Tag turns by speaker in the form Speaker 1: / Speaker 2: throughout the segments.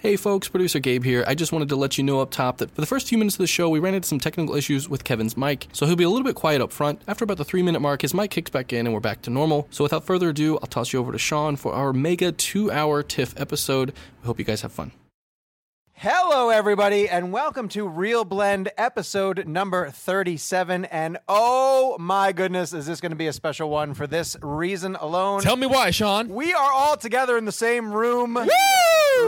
Speaker 1: Hey folks, producer Gabe here. I just wanted to let you know up top that for the first few minutes of the show, we ran into some technical issues with Kevin's mic, so he'll be a little bit quiet up front. After about the three minute mark, his mic kicks back in and we're back to normal. So without further ado, I'll toss you over to Sean for our mega two hour TIFF episode. We hope you guys have fun.
Speaker 2: Hello, everybody, and welcome to Real Blend episode number 37. And oh my goodness, is this going to be a special one for this reason alone?
Speaker 3: Tell me why, Sean.
Speaker 2: we are all together in the same room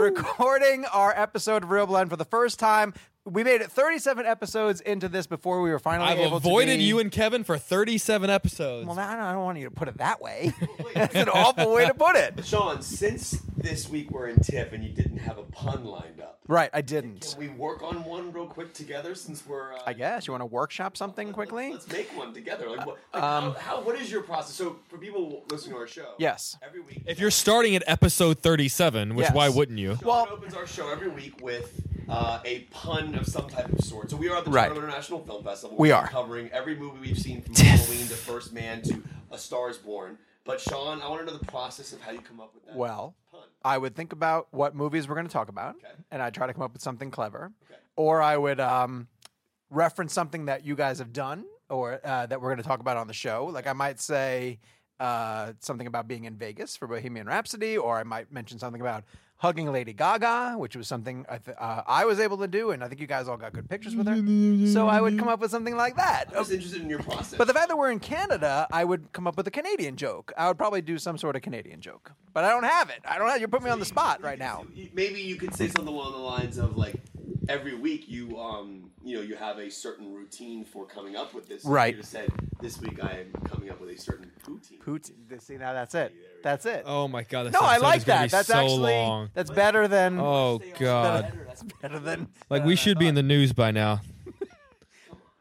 Speaker 2: recording our episode of Real Blend for the first time. We made it 37 episodes into this before we were finally
Speaker 3: I've
Speaker 2: able to.
Speaker 3: avoided
Speaker 2: be-
Speaker 3: you and Kevin for 37 episodes.
Speaker 2: Well, I don't, I don't want you to put it that way. That's an awful way to put it.
Speaker 4: Sean, since this week we're in TIFF and you didn't have a pun lined up,
Speaker 2: Right, I didn't.
Speaker 4: can we work on one real quick together since we're. Uh,
Speaker 2: I guess you want to workshop something quickly.
Speaker 4: Let's make one together. Like, what, like
Speaker 2: Um,
Speaker 4: how, how, what is your process? So, for people listening to our show,
Speaker 2: Yes.
Speaker 4: every week,
Speaker 3: if you're starting at episode 37, which
Speaker 2: Yes.
Speaker 3: why wouldn't you?
Speaker 4: Sean
Speaker 2: well-
Speaker 4: opens our show every week with uh, a pun of some type of sort. So we are at the
Speaker 2: Right.
Speaker 4: Toronto International Film Festival.
Speaker 2: We
Speaker 4: We're
Speaker 2: are.
Speaker 4: covering every movie we've seen from Halloween to First Man to A Star Is Born. But Sean, I want to know the process of how you come up with that.
Speaker 2: Well,
Speaker 4: pun.
Speaker 2: I would think about what movies we're going to talk about,
Speaker 4: Okay.
Speaker 2: and I'd try to come up with something clever,
Speaker 4: Okay.
Speaker 2: or I would um, reference something that you guys have done or uh, that we're going to talk about on the show. Like I might say uh, something about being in Vegas for Bohemian Rhapsody, or I might mention something about hugging Lady Gaga, which was something I, th- uh, I was able to do, and I think you guys all got good pictures with her. So I would come up with something like that.
Speaker 4: I'm just interested in your process.
Speaker 2: But the fact that we're in Canada, I would come up with a Canadian joke. I would probably do some sort of Canadian joke, but I don't have it. I don't have. You're putting me on the spot right now.
Speaker 4: Maybe you could say something along the lines of like every week you um you know you have a certain routine for coming up with this.
Speaker 2: Right.
Speaker 4: You just said this week I am coming up with a certain routine.
Speaker 2: Poot. See now, that's it. That's it.
Speaker 3: Oh my god. This
Speaker 2: no, I
Speaker 3: episode
Speaker 2: like
Speaker 3: is gonna be
Speaker 2: that. That's
Speaker 3: so
Speaker 2: actually
Speaker 3: long.
Speaker 2: that's better than
Speaker 3: Oh god.
Speaker 4: That's
Speaker 2: better than.
Speaker 3: Like we should be in the news by now.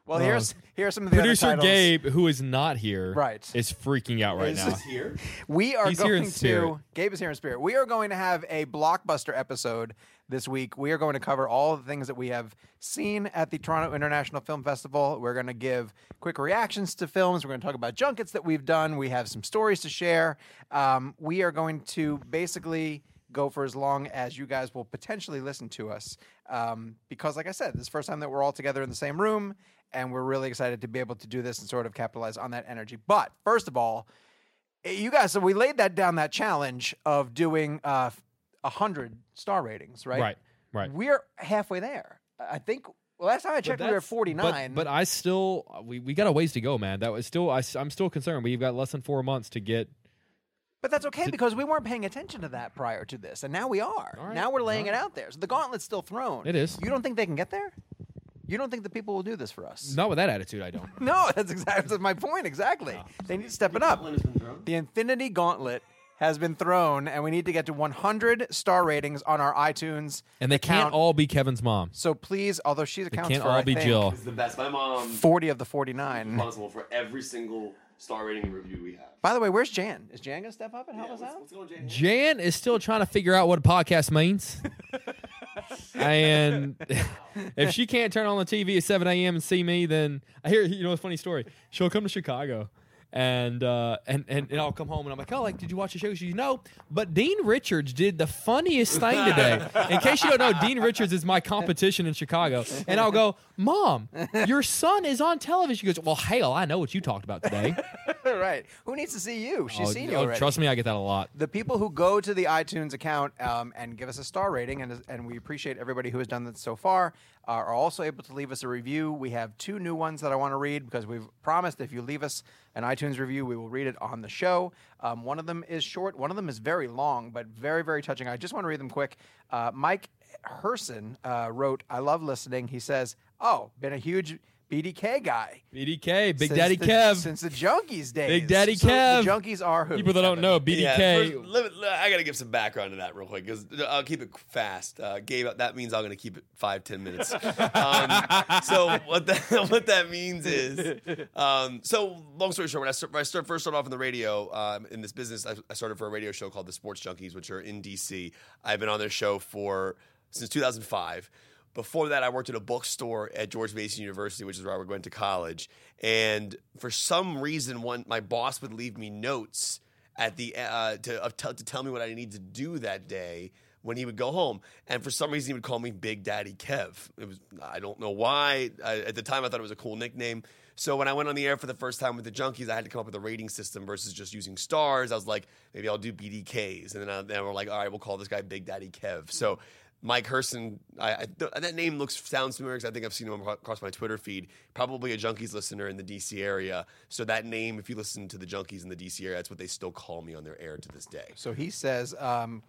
Speaker 2: Well,
Speaker 3: Oh.
Speaker 2: here's here's some of the other
Speaker 3: Producer
Speaker 2: titles.
Speaker 3: Gabe, who is not here,
Speaker 2: Right.
Speaker 3: is freaking out right now.
Speaker 4: This is here.
Speaker 2: We are
Speaker 3: He's here in
Speaker 2: going to
Speaker 3: spirit.
Speaker 2: Gabe is here in spirit. We are going to have a blockbuster episode this week. We are going to cover all the things that we have seen at the Toronto International Film Festival. We're going to give quick reactions to films. We're going to talk about junkets that we've done. We have some stories to share. Um, we are going to basically go for as long as you guys will potentially listen to us. Um, because, like I said, this is the first time that we're all together in the same room, and we're really excited to be able to do this and sort of capitalize on that energy. But first of all, Eh, you guys, so we laid that down that challenge of doing uh, 100 star ratings, right?
Speaker 3: Right. Right.
Speaker 2: We're halfway there. I think well, last time I checked, we were at
Speaker 3: that's-
Speaker 2: 49.
Speaker 3: But, but I still, we, we got a ways to go, man. That was still, I, am still concerned. We've got less than four months to get.
Speaker 2: But that's okay because we weren't paying attention to that prior to this, and now we are.
Speaker 3: All right,
Speaker 2: Now we're laying
Speaker 3: all
Speaker 2: it out there. So the gauntlet's still thrown.
Speaker 3: It is.
Speaker 2: You don't think they can get there? You don't think the people will do this for us?
Speaker 3: Not with that attitude, I don't.
Speaker 2: No, that's exactly that's my point. Exactly. They need to step it up.
Speaker 4: One has been thrown.
Speaker 2: The Infinity Gauntlet has been thrown, and we need to get to 100 star ratings on our iTunes.
Speaker 3: And they
Speaker 2: account.
Speaker 3: can't all be Kevin's mom.
Speaker 2: So please, although she accounts
Speaker 3: can't
Speaker 2: for
Speaker 3: all
Speaker 2: I
Speaker 3: be
Speaker 2: think,
Speaker 3: Jill.
Speaker 4: This is the best. My mom
Speaker 2: 40 of the 49.
Speaker 4: responsible for every single star rating and review we have.
Speaker 2: By the way, where's Jan? Is Jan gonna step up and help
Speaker 4: Yeah,
Speaker 2: us
Speaker 4: what's,
Speaker 2: out?
Speaker 4: what's going on, Jane?
Speaker 3: Jan is still trying to figure out what a podcast means. and if she can't turn on the TV at 7 a.m. and see me, then I hear, you know, a funny story. She'll come to Chicago and, uh, and, and, and I'll come home and I'm like, oh, like, did you watch the show? She's, no, but Dean Richards did the funniest thing today. In case you don't know, Dean Richards is my competition in Chicago. And I'll go, Mom, your son is on television. She goes, well, hell, I know what you talked about today.
Speaker 2: right. Who needs to see you? She's
Speaker 3: Oh,
Speaker 2: seen you
Speaker 3: oh,
Speaker 2: already.
Speaker 3: trust me, I get that a lot.
Speaker 2: the people who go to the iTunes account um, and give us a star rating, and, and we appreciate everybody who has done that so far, uh, are also able to leave us a review. We have two new ones that I want to read because we've promised if you leave us an iTunes review, we will read it on the show. Um, one of them is short, one of them is very long, but very, very touching. I just want to read them quick. Uh, Mike Herson uh, wrote, I love listening. He says, Oh, been a huge BDK guy.
Speaker 3: BDK, Big
Speaker 2: since
Speaker 3: Daddy
Speaker 2: the-
Speaker 3: Kev.
Speaker 2: Since the Junkies days.
Speaker 3: Big Daddy
Speaker 2: So
Speaker 3: Kev.
Speaker 2: The Junkies are who?
Speaker 3: People that don't
Speaker 2: Kevin?
Speaker 3: know, BDK.
Speaker 4: Yeah, first, let me- let- I got to give some background to that real quick because I'll keep it fast. Uh, Gabe, that means I'm going to keep it five, ten minutes. um, so what that what that means is, um, so long story short, when I, start, when I start, first started off in the radio um, in this business, I, I started for a radio show called The Sports Junkies, which are in DC. I've been on their show for since 2005. Before that, I worked at a bookstore at George Mason University, which is where I went to college. And for some reason, one my boss would leave me notes at the uh, to of t- to tell me what I need to do that day when he would go home. And for some reason, he would call me Big Daddy Kev. It was I don't know why. I, at the time, I thought it was a cool nickname. So when I went on the air for the first time with the Junkies, I had to come up with a rating system versus just using stars. I was like, maybe I'll do BDKs, and then I, then we're like, all right, we'll call this guy Big Daddy Kev. So. Mike Herson, I, I, th- that name looks sounds familiar because I think I've seen him acro- across my Twitter feed. Probably a Junkies listener in the DC area. So that name, if you listen to the Junkies in the DC area, that's what they still call me on their air to this day.
Speaker 2: So he says, um,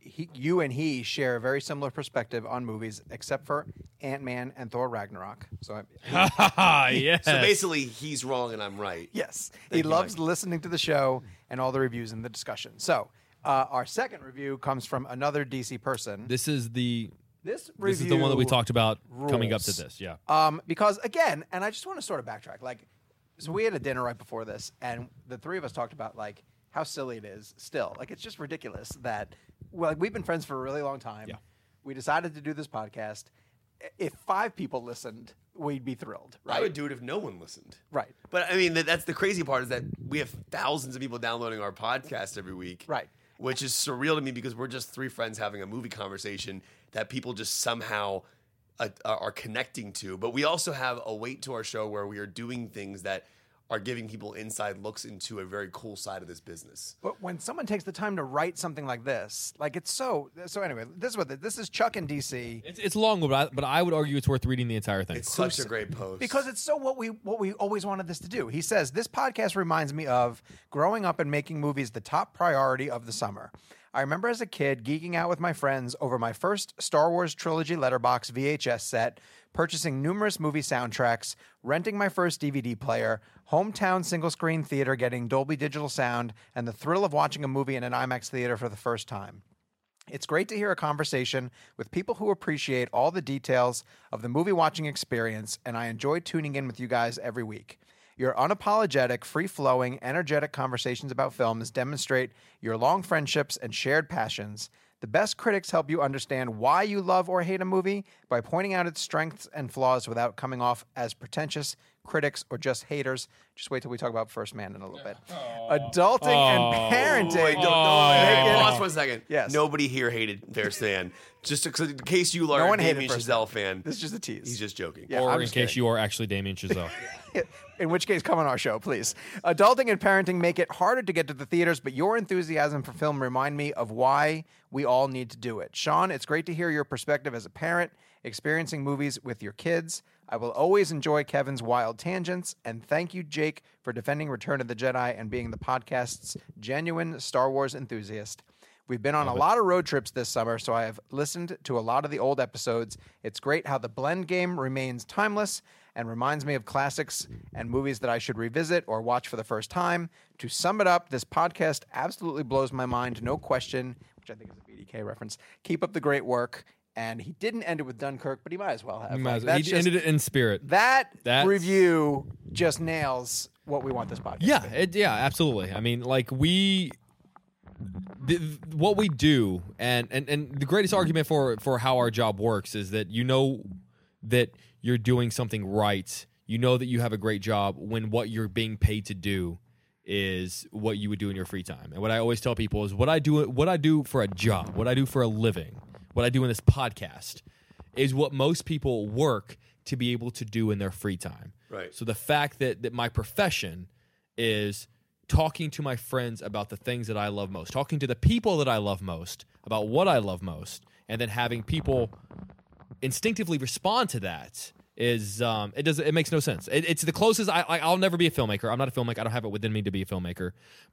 Speaker 2: he, you and he share a very similar perspective on movies, except for Ant Man and Thor Ragnarok. So I,
Speaker 3: yes.
Speaker 4: So basically, he's wrong and I'm right.
Speaker 2: yes, he loves listening to the show and all the reviews and the discussion. So uh, our second review comes from another DC person.
Speaker 3: this is the
Speaker 2: This review
Speaker 3: this is the one that we talked about coming up to
Speaker 2: rules.
Speaker 3: this. Yeah.
Speaker 2: Um, because again, and I just want to sort of backtrack. Like, so we had a dinner right before this, and the three of us talked about like how silly it is. Still, like it's just ridiculous that well, like, we've been friends for a really long time.
Speaker 3: Yeah.
Speaker 2: We decided to do this podcast. I- If five people listened, we'd be thrilled, right?
Speaker 4: I would do it if no one listened.
Speaker 2: Right.
Speaker 4: But I mean, that, that's the crazy part is that we have thousands of people downloading our podcast every week.
Speaker 2: Right.
Speaker 4: Which is surreal to me because we're just three friends having a movie conversation that people just somehow uh, are connecting to. But we also have a weight to our show where we are doing things that are giving people inside looks into a very cool side of this business.
Speaker 2: But when someone takes the time to write something like this, like it's so. So anyway, this is what the, this is. Chuck in DC.
Speaker 3: It's, it's long, but I, but I would argue it's worth reading the entire thing.
Speaker 4: It's such a great post.
Speaker 2: because it's so what we what we always wanted this to do. He says this podcast reminds me of growing up and making movies the top priority of the summer. I remember as a kid geeking out with my friends over my first Star Wars trilogy letterbox VHS set, purchasing numerous movie soundtracks, renting my first DVD player, hometown single screen theater getting Dolby digital sound, and the thrill of watching a movie in an IMAX theater for the first time. It's great to hear a conversation with people who appreciate all the details of the movie watching experience, and I enjoy tuning in with you guys every week. Your unapologetic, free flowing, energetic conversations about films demonstrate your long friendships and shared passions. The best critics help you understand why you love or hate a movie by pointing out its strengths and flaws without coming off as pretentious critics or just haters. Just wait till we talk about First Man in a little bit. Adulting
Speaker 3: Aw.
Speaker 2: and parenting.
Speaker 4: Wait, don't, don't,
Speaker 3: Oh.
Speaker 4: wait,
Speaker 2: Make it-
Speaker 4: pause one second.
Speaker 2: Yes.
Speaker 4: Nobody here hated Fair Stan. Just to, 'cause in case you are
Speaker 2: No
Speaker 4: a
Speaker 2: one hated
Speaker 4: Damien
Speaker 2: Fair
Speaker 4: Chazelle fan,
Speaker 2: This is just a tease.
Speaker 4: he's just joking.
Speaker 2: Yeah.
Speaker 3: or
Speaker 2: I'm
Speaker 3: in
Speaker 2: just
Speaker 3: case
Speaker 2: kidding.
Speaker 3: you are actually Damien Chazelle.
Speaker 2: In which case, come on our show, please. Adulting and parenting make it harder to get to the theaters, but your enthusiasm for film remind me of why we all need to do it. Sean, it's great to hear your perspective as a parent experiencing movies with your kids. I will always enjoy Kevin's wild tangents, and thank you, Jake, for defending Return of the Jedi and being the podcast's genuine Star Wars enthusiast. We've been on a lot of road trips this summer, so I have listened to a lot of the old episodes. It's great how the blend game remains timeless and reminds me of classics and movies that I should revisit or watch for the first time. To sum it up, this podcast absolutely blows my mind, no question, which I think is a BDK reference. Keep up the great work. And he didn't end it with Dunkirk, but he might as well have.
Speaker 3: He
Speaker 2: Like,
Speaker 3: might as-
Speaker 2: that's
Speaker 3: he
Speaker 2: just-
Speaker 3: ended it in spirit.
Speaker 2: that
Speaker 3: That's-
Speaker 2: review just nails what we want this podcast.
Speaker 3: Yeah, it, yeah, absolutely. I mean, like we, the, what we do, and, and and the greatest argument for for how our job works is that you know that you're doing something right. You know that you have a great job when what you're being paid to do is what you would do in your free time. And what I always tell people is what I do what I do for a job, what I do for a living, what I do in this podcast is what most people work to be able to do in their free time.
Speaker 4: Right.
Speaker 3: So the fact that that my profession is talking to my friends about the things that I love most, talking to the people that I love most about what I love most, and then having people instinctively respond to that is um, it does it makes no sense. It, it's the closest I, I I'll never be a filmmaker. I'm not a filmmaker. I don't have it within me to be a filmmaker,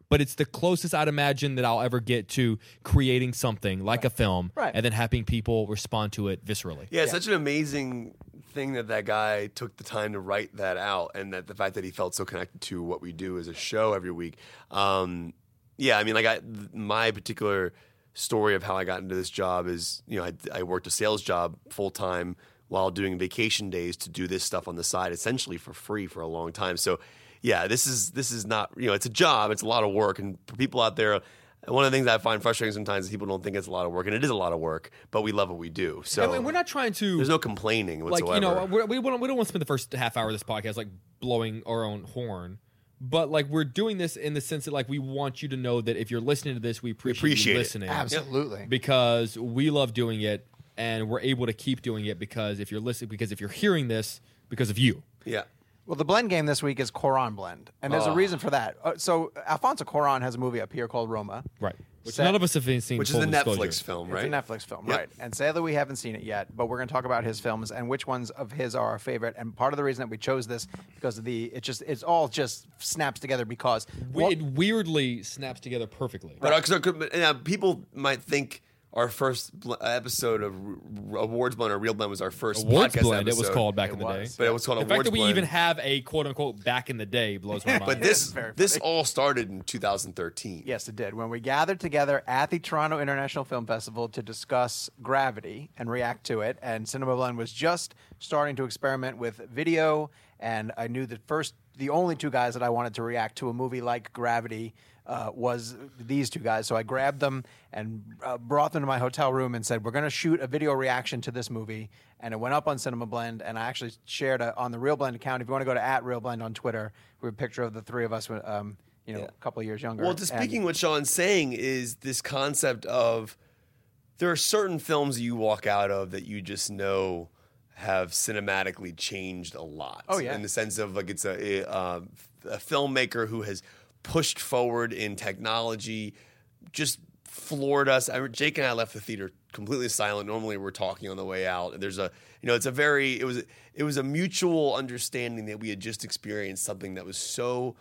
Speaker 3: but it's the closest I'd imagine that I'll ever get to creating something like a film,
Speaker 2: Right.
Speaker 3: and then having people respond to it viscerally.
Speaker 4: Yeah, it's such an amazing thing that that guy took the time to write that out, and that the fact that he felt so connected to what we do as a show every week. Um, yeah, I mean, like I, th- my particular story of how I got into this job is, you know, I, I worked a sales job full time while doing vacation days to do this stuff on the side, essentially for free for a long time. So, yeah, this is this is not, you know, it's a job, it's a lot of work, and for people out there. One of the things I find frustrating sometimes is people don't think it's a lot of work, and it is a lot of work, but we love what we do. So
Speaker 3: I mean, we're not trying to
Speaker 4: there's no complaining whatsoever.
Speaker 3: Like you know, uh, we're, we don't we don't want to spend the first half hour of this podcast like blowing our own horn, but like we're doing this in the sense that like we want you to know that if you're listening to this, we appreciate, you
Speaker 4: appreciate it.
Speaker 3: listening
Speaker 2: Absolutely.
Speaker 3: because we love doing it and we're able to keep doing it because if you're listening, because if you're hearing this, because of you.
Speaker 4: yeah.
Speaker 2: Well, the blend game this week is Coran blend, and there's a
Speaker 3: Ah.
Speaker 2: reason for that. Uh, so Alfonso Coran has a movie up here called Roma.
Speaker 3: Right. Which
Speaker 2: Sa-
Speaker 3: none of us have seen.
Speaker 4: Which is
Speaker 3: full
Speaker 4: the
Speaker 3: disclosure.
Speaker 4: Netflix film, right?
Speaker 2: It's a Netflix film,
Speaker 4: Yep.
Speaker 2: right? And sadly, we haven't seen it yet, but we're going to talk about his films and which ones of his are our favorite. And part of the reason that we chose this because of the it just it's all just snaps together because
Speaker 3: We-
Speaker 2: what-
Speaker 3: It weirdly snaps together perfectly.
Speaker 4: But, uh, 'cause, uh, could- but, uh, people might think our first bl- uh, episode of R- R- Awards Blend or Real Blend was our first
Speaker 3: Awards
Speaker 4: podcast
Speaker 3: blend, it was
Speaker 4: episode.
Speaker 3: called back in the
Speaker 2: was.
Speaker 3: day.
Speaker 4: But it was called
Speaker 3: the
Speaker 4: Awards
Speaker 3: fact that we
Speaker 4: Blend.
Speaker 3: even have a quote unquote back in the day blows my mind.
Speaker 4: but this
Speaker 2: very
Speaker 4: this all started in 2013.
Speaker 2: Yes, it did. When we gathered together at the Toronto International Film Festival to discuss gravity and react to it, and Cinema Blend was just starting to experiment with video, and I knew that first, the only two guys that I wanted to react to a movie like Gravity uh, was these two guys. So I grabbed them and uh, brought them to my hotel room and said, "We're going to shoot a video reaction to this movie." And it went up on Cinema Blend, and I actually shared a, on the Real Blend account. If you want to go to at Real Blend on Twitter, we have a picture of the three of us. Um, you know, a couple of years younger.
Speaker 4: Well, just
Speaker 2: and-
Speaker 4: speaking what Sean's saying is this concept of there are certain films you walk out of that you just know have cinematically changed a lot.
Speaker 2: Oh, yeah.
Speaker 4: in the sense of like it's a a, uh, a filmmaker who has pushed forward in technology, just floored us. I, Jake and I left the theater completely silent. Normally we're talking on the way out, and there's a you know it's a very it was it was a mutual understanding that we had just experienced something that was so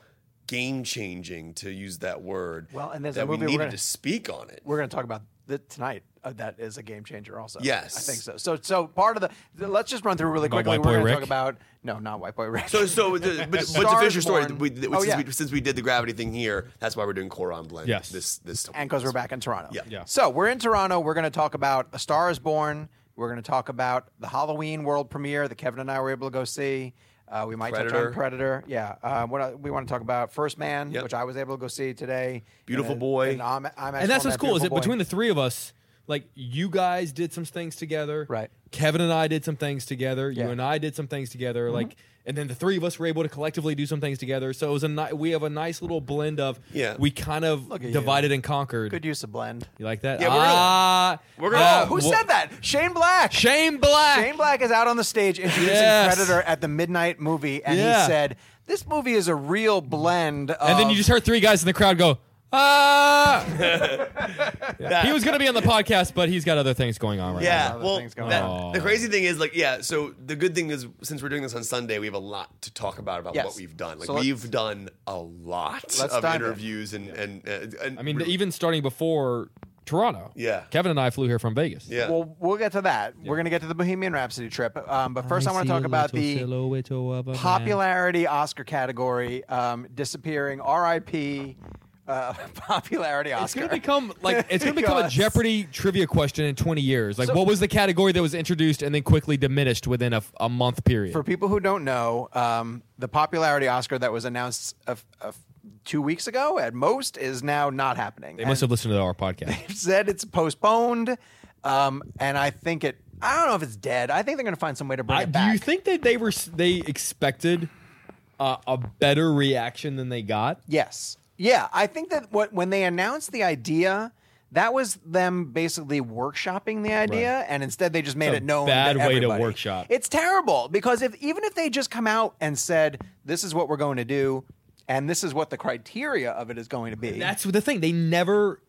Speaker 4: game changing to use that word.
Speaker 2: Well, and there's a
Speaker 4: that
Speaker 2: movie
Speaker 4: we
Speaker 2: we're
Speaker 4: needed
Speaker 2: gonna-
Speaker 4: to speak on it.
Speaker 2: we're going to talk about that tonight. Uh, that is a game changer, also.
Speaker 4: Yes.
Speaker 2: I think so. So, so part of the th- let's just run through really
Speaker 3: About
Speaker 2: quickly.
Speaker 3: White
Speaker 2: we're
Speaker 3: Boy
Speaker 2: going to
Speaker 3: Rick?
Speaker 2: talk about no, not white boy Rick.
Speaker 4: So, so the, but, but the
Speaker 2: Stars
Speaker 4: Fisher story,
Speaker 2: Born.
Speaker 4: we, we-
Speaker 2: Oh,
Speaker 4: since,
Speaker 2: yeah.
Speaker 4: we, since we did the gravity thing here, that's why we're doing Coron Blend.
Speaker 3: Yes.
Speaker 4: This, this.
Speaker 2: and because we're back in Toronto.
Speaker 4: Yeah. Yeah.
Speaker 2: So we're in Toronto. We're going to talk about A Star Is Born. We're going to talk about the Halloween world premiere that Kevin and I were able to go see. Uh, we might touch
Speaker 4: Predator.
Speaker 2: on Predator. Yeah. Um, what else- we want to talk about First Man,
Speaker 4: Yep.
Speaker 2: which I was able to go see today.
Speaker 4: Beautiful
Speaker 2: In a-
Speaker 4: Boy.
Speaker 2: in an IMAX
Speaker 3: and that's
Speaker 2: format,
Speaker 3: what's cool is that
Speaker 2: Beautiful Boy.
Speaker 3: between the three of us like you guys did some things together
Speaker 2: Right.
Speaker 3: kevin and i did some things together
Speaker 2: Yeah. Mm-hmm.
Speaker 3: you and i did some things together like and then the three of us were able to collectively do some things together so it was a ni- we have a nice little blend of
Speaker 4: Yeah.
Speaker 3: we kind of
Speaker 2: at you.
Speaker 3: divided and conquered
Speaker 2: good use of blend.
Speaker 3: you like that
Speaker 4: Yeah, we're gonna-
Speaker 3: Ah,
Speaker 4: we're gonna-
Speaker 3: yeah,
Speaker 4: Oh,
Speaker 2: Who
Speaker 3: wha-
Speaker 2: said that? Shane Black.
Speaker 3: shane black
Speaker 2: Shane Black is out on the stage introducing
Speaker 3: Yes.
Speaker 2: Predator at the midnight movie, and
Speaker 3: Yeah.
Speaker 2: he said, "This movie is a real blend." Of,
Speaker 3: and then you just heard three guys in the crowd go ah he was gonna be on the podcast but he's got other things going on right now
Speaker 4: Yeah.
Speaker 2: other
Speaker 4: Well,
Speaker 2: things going
Speaker 4: that-
Speaker 3: on.
Speaker 4: the crazy thing is, like, yeah. So the good thing is, since we're doing this on Sunday, we have a lot to talk about about
Speaker 2: Yes.
Speaker 4: what we've done. Like,
Speaker 2: So let's-
Speaker 4: we've done a lot
Speaker 2: Let's
Speaker 4: of
Speaker 2: dive in.
Speaker 4: interviews and, and, and, and
Speaker 3: i mean even starting before toronto
Speaker 4: Yeah.
Speaker 3: kevin and i flew here from vegas
Speaker 4: yeah.
Speaker 2: Well, we'll get to that. We're going to get to the Bohemian Rhapsody trip, um, but first I, want to talk about the popularity Oscar category um, disappearing. R.I.P. Uh, popularity Oscar.
Speaker 3: It's gonna become like it's gonna become a
Speaker 2: Because-
Speaker 3: Jeopardy trivia question in 20 years. Like, what was the category that was introduced and then quickly diminished within a, a month period?
Speaker 2: For people who don't know, um, the popularity Oscar that was announced a f- a f- two weeks ago at most is now not happening.
Speaker 3: they must have listened to our podcast.
Speaker 2: said it's postponed, um, and I think it. I don't know if it's dead. I think they're going to find some way to bring
Speaker 3: I,
Speaker 2: it
Speaker 3: do
Speaker 2: back.
Speaker 3: you think that they were s- they expected uh, a better reaction than they got?
Speaker 2: Yes. Yeah, I think that what when they announced the idea, that was them basically workshopping the idea, and instead they just made
Speaker 3: a
Speaker 2: it known.
Speaker 3: bad way to
Speaker 2: everybody.
Speaker 3: workshop.
Speaker 2: It's terrible because if even if they just come out and said this is what we're going to do, and this is what the criteria of it is going to be.
Speaker 3: That's the thing. They never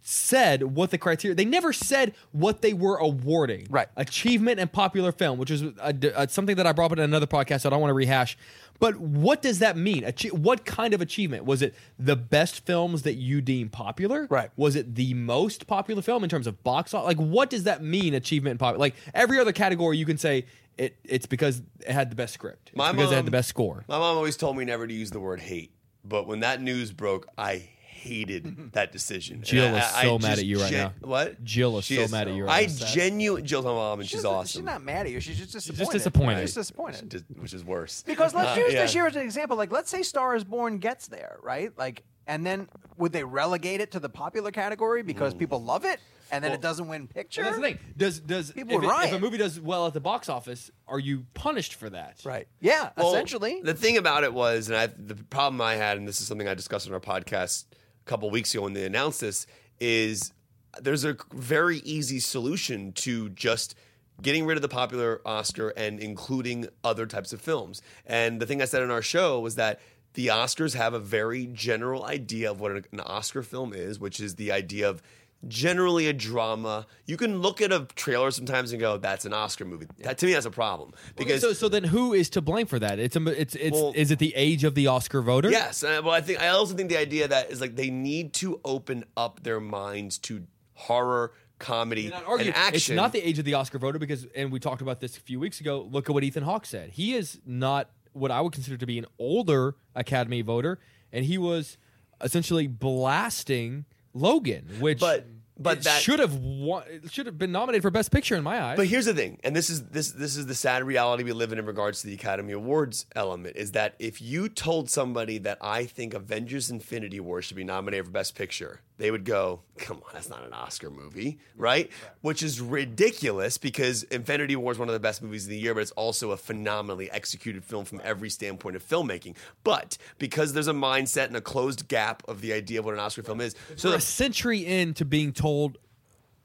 Speaker 3: said what the criteria. They never said what they were awarding.
Speaker 2: Right.
Speaker 3: Achievement and popular film, which is uh d- uh, something that I brought up in another podcast. So I don't want to rehash. But what does that mean? Achie- what kind of achievement was it? The best films that you deem popular?
Speaker 2: Right.
Speaker 3: Was it the most popular film in terms of box office? Like, what does that mean? Achievement and popular? Like every other category, you can say. It, it's because it had the best script. It's
Speaker 4: My
Speaker 3: because it
Speaker 4: mom-
Speaker 3: had the best score.
Speaker 4: My mom always told me never to use the word hate, but when that news broke, I hated that decision. And
Speaker 3: Jill
Speaker 4: I-
Speaker 3: is
Speaker 4: I- I
Speaker 3: so mad
Speaker 4: just
Speaker 3: at you right
Speaker 4: gen-
Speaker 3: now.
Speaker 4: What?
Speaker 3: Jill is
Speaker 4: She
Speaker 3: so mad at you right
Speaker 4: I
Speaker 3: now. Sad.
Speaker 4: genuinely Jill's my mom, and she's
Speaker 2: just-
Speaker 4: awesome.
Speaker 2: She's not mad at you. She's just disappointed.
Speaker 3: disappointed.
Speaker 2: She's disappointed.
Speaker 4: Just- which is worse.
Speaker 2: Because let's
Speaker 4: Uh,
Speaker 2: use
Speaker 4: yeah.
Speaker 2: this year as an example. Like, let's say Star is Born gets there, right? Like, and then would they relegate it to the popular category because people love it, and then it doesn't win picture?
Speaker 3: And that's the thing. Does does
Speaker 2: People
Speaker 3: if, it-
Speaker 2: riot.
Speaker 3: if a movie does well at the box office, are you punished for that?
Speaker 2: Right. Yeah.
Speaker 4: Well,
Speaker 2: essentially.
Speaker 4: the thing about it was, and I, the problem I had, and this is something I discussed on our podcast a couple weeks ago when they announced this, is there's a very easy solution to just getting rid of the popular Oscar and including other types of films. And the thing I said in our show was that the Oscars have a very general idea of what an Oscar film is, which is the idea of generally a drama. You can look at a trailer sometimes and go, "That's an Oscar movie." That to me, that's a problem because
Speaker 3: So so then who is to blame for that? It's a it's it's
Speaker 4: Well-
Speaker 3: is it the age of the Oscar voter?
Speaker 4: Yes, and I- well, I think I also think the idea that is like they need to open up their minds to horror, comedy,
Speaker 3: Not argue.
Speaker 4: and action.
Speaker 3: It's not the age of the Oscar voter because, and we talked about this a few weeks ago. Look at what Ethan Hawke said. He is not what I would consider to be an older Academy voter, and he was essentially blasting Logan, which
Speaker 4: But- but
Speaker 3: it
Speaker 4: that-
Speaker 3: should have won, it should have been nominated for Best Picture in my eyes.
Speaker 4: But here's the thing, and this is this this is the sad reality we live in in regards to the Academy Awards element is that if you told somebody that I think Avengers: Infinity War should be nominated for Best Picture, they would go, "Come on, that's not an Oscar movie, right?" Which is ridiculous because Infinity War is one of the best movies of the year, but it's also a phenomenally executed film from every standpoint of filmmaking. But because there's a mindset and a closed gap of the idea of what an Oscar film is, so
Speaker 3: We're
Speaker 4: the
Speaker 3: a century into being told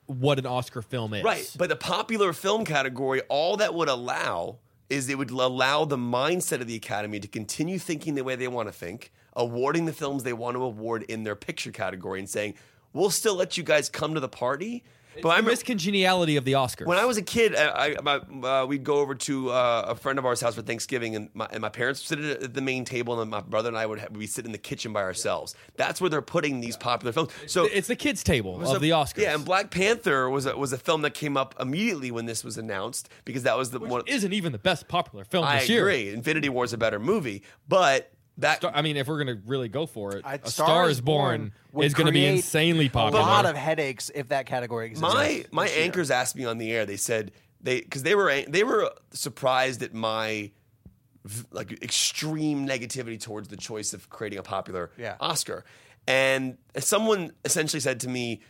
Speaker 3: what an Oscar film is.
Speaker 4: Right. But the popular film category, all that would allow is it would allow the mindset of the Academy to continue thinking the way they want to think, awarding the films they want to award in their picture category and saying, we'll still let you guys come to the party. But
Speaker 3: I
Speaker 4: I'm
Speaker 3: miss congeniality of the Oscars.
Speaker 4: when I was a kid, I, I, my, uh, we'd go over to uh, a friend of ours' house for Thanksgiving, and my, and my parents would sit at the main table, and then my brother and I would ha- we'd sit in the kitchen by ourselves. That's where they're putting these popular films. So
Speaker 3: it's the kids' table
Speaker 4: so-
Speaker 3: of the Oscars.
Speaker 4: Yeah, and Black Panther was a, was a film that came up immediately when this was announced because that was the one.
Speaker 3: isn't even the best popular film
Speaker 4: I
Speaker 3: this year.
Speaker 4: agree. Infinity War is a better movie, but that
Speaker 3: Star- I mean, if we're gonna really go for it,
Speaker 2: I-
Speaker 3: A Star Is Born
Speaker 2: would
Speaker 3: is gonna be
Speaker 2: create
Speaker 3: insanely
Speaker 2: A lot
Speaker 3: popular.
Speaker 2: of headaches if that category exists.
Speaker 4: my my anchors asked me on the air. They said they because they were an- they were surprised at my v- like extreme negativity towards the choice of creating a popular
Speaker 2: Yeah.
Speaker 4: Oscar. And someone essentially said to me,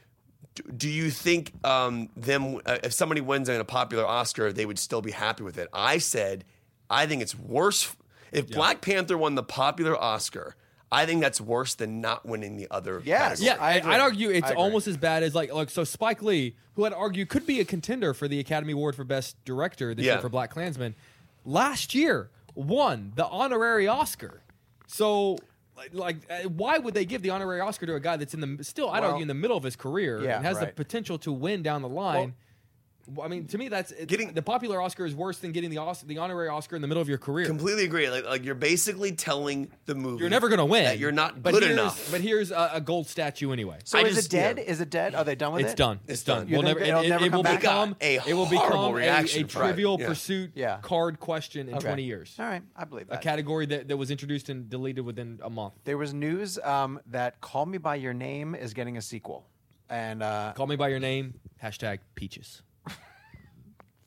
Speaker 4: "Do- "Do you think um, them uh, if somebody wins in a popular Oscar, they would still be happy with it?" I said, "I think it's worse f- if Black Panther won the popular Oscar." I think that's worse than not winning the other.
Speaker 2: Yes.
Speaker 4: category.
Speaker 3: yeah,
Speaker 2: I
Speaker 3: I
Speaker 2: agree.
Speaker 3: would argue it's
Speaker 2: I agree.
Speaker 3: almost as bad as like look. So Spike Lee, who I'd argue could be a contender for the Academy Award for Best Director this
Speaker 4: Yeah.
Speaker 3: year for Black Klansman, last year won the honorary Oscar. So. like- Like, uh, why would they give the honorary Oscar to a guy that's in the still? I'd
Speaker 2: Well-
Speaker 3: argue in the middle of his career
Speaker 2: Yeah,
Speaker 3: and has
Speaker 2: right.
Speaker 3: the potential to win down the line. Well, I mean, to me, that's
Speaker 4: Getting-
Speaker 3: getting the popular Oscar is worse than getting the Os- the honorary Oscar in the middle of your career.
Speaker 4: completely agree. Like, like you're basically telling the movie
Speaker 3: You're never gonna win.
Speaker 4: That you're not
Speaker 3: but
Speaker 4: good
Speaker 3: here's-
Speaker 4: enough.
Speaker 3: But here's a, a gold statue anyway.
Speaker 2: So
Speaker 4: I
Speaker 2: is
Speaker 4: just-
Speaker 2: it dead?
Speaker 4: yeah.
Speaker 2: Is it dead? Are they done with
Speaker 3: It's
Speaker 2: it?
Speaker 3: done. It's done.
Speaker 2: You
Speaker 3: We'll
Speaker 2: think
Speaker 3: never. It,
Speaker 2: it'll
Speaker 3: it-
Speaker 2: never
Speaker 3: it
Speaker 2: come
Speaker 3: will
Speaker 2: back?
Speaker 3: become
Speaker 4: They
Speaker 3: a
Speaker 4: got a
Speaker 3: it will
Speaker 4: horrible
Speaker 3: become a,
Speaker 4: reaction
Speaker 3: a
Speaker 4: from it.
Speaker 3: trivial
Speaker 4: Yeah.
Speaker 3: pursuit
Speaker 2: Yeah.
Speaker 3: card question in
Speaker 2: Okay.
Speaker 3: 20 years.
Speaker 2: All right, I believe
Speaker 3: A
Speaker 2: that.
Speaker 3: category that, that was introduced and deleted within a month.
Speaker 2: there was news um, that "Call Me by Your Name" is getting a sequel, and uh,
Speaker 3: Call me by your name. Hashtag peaches.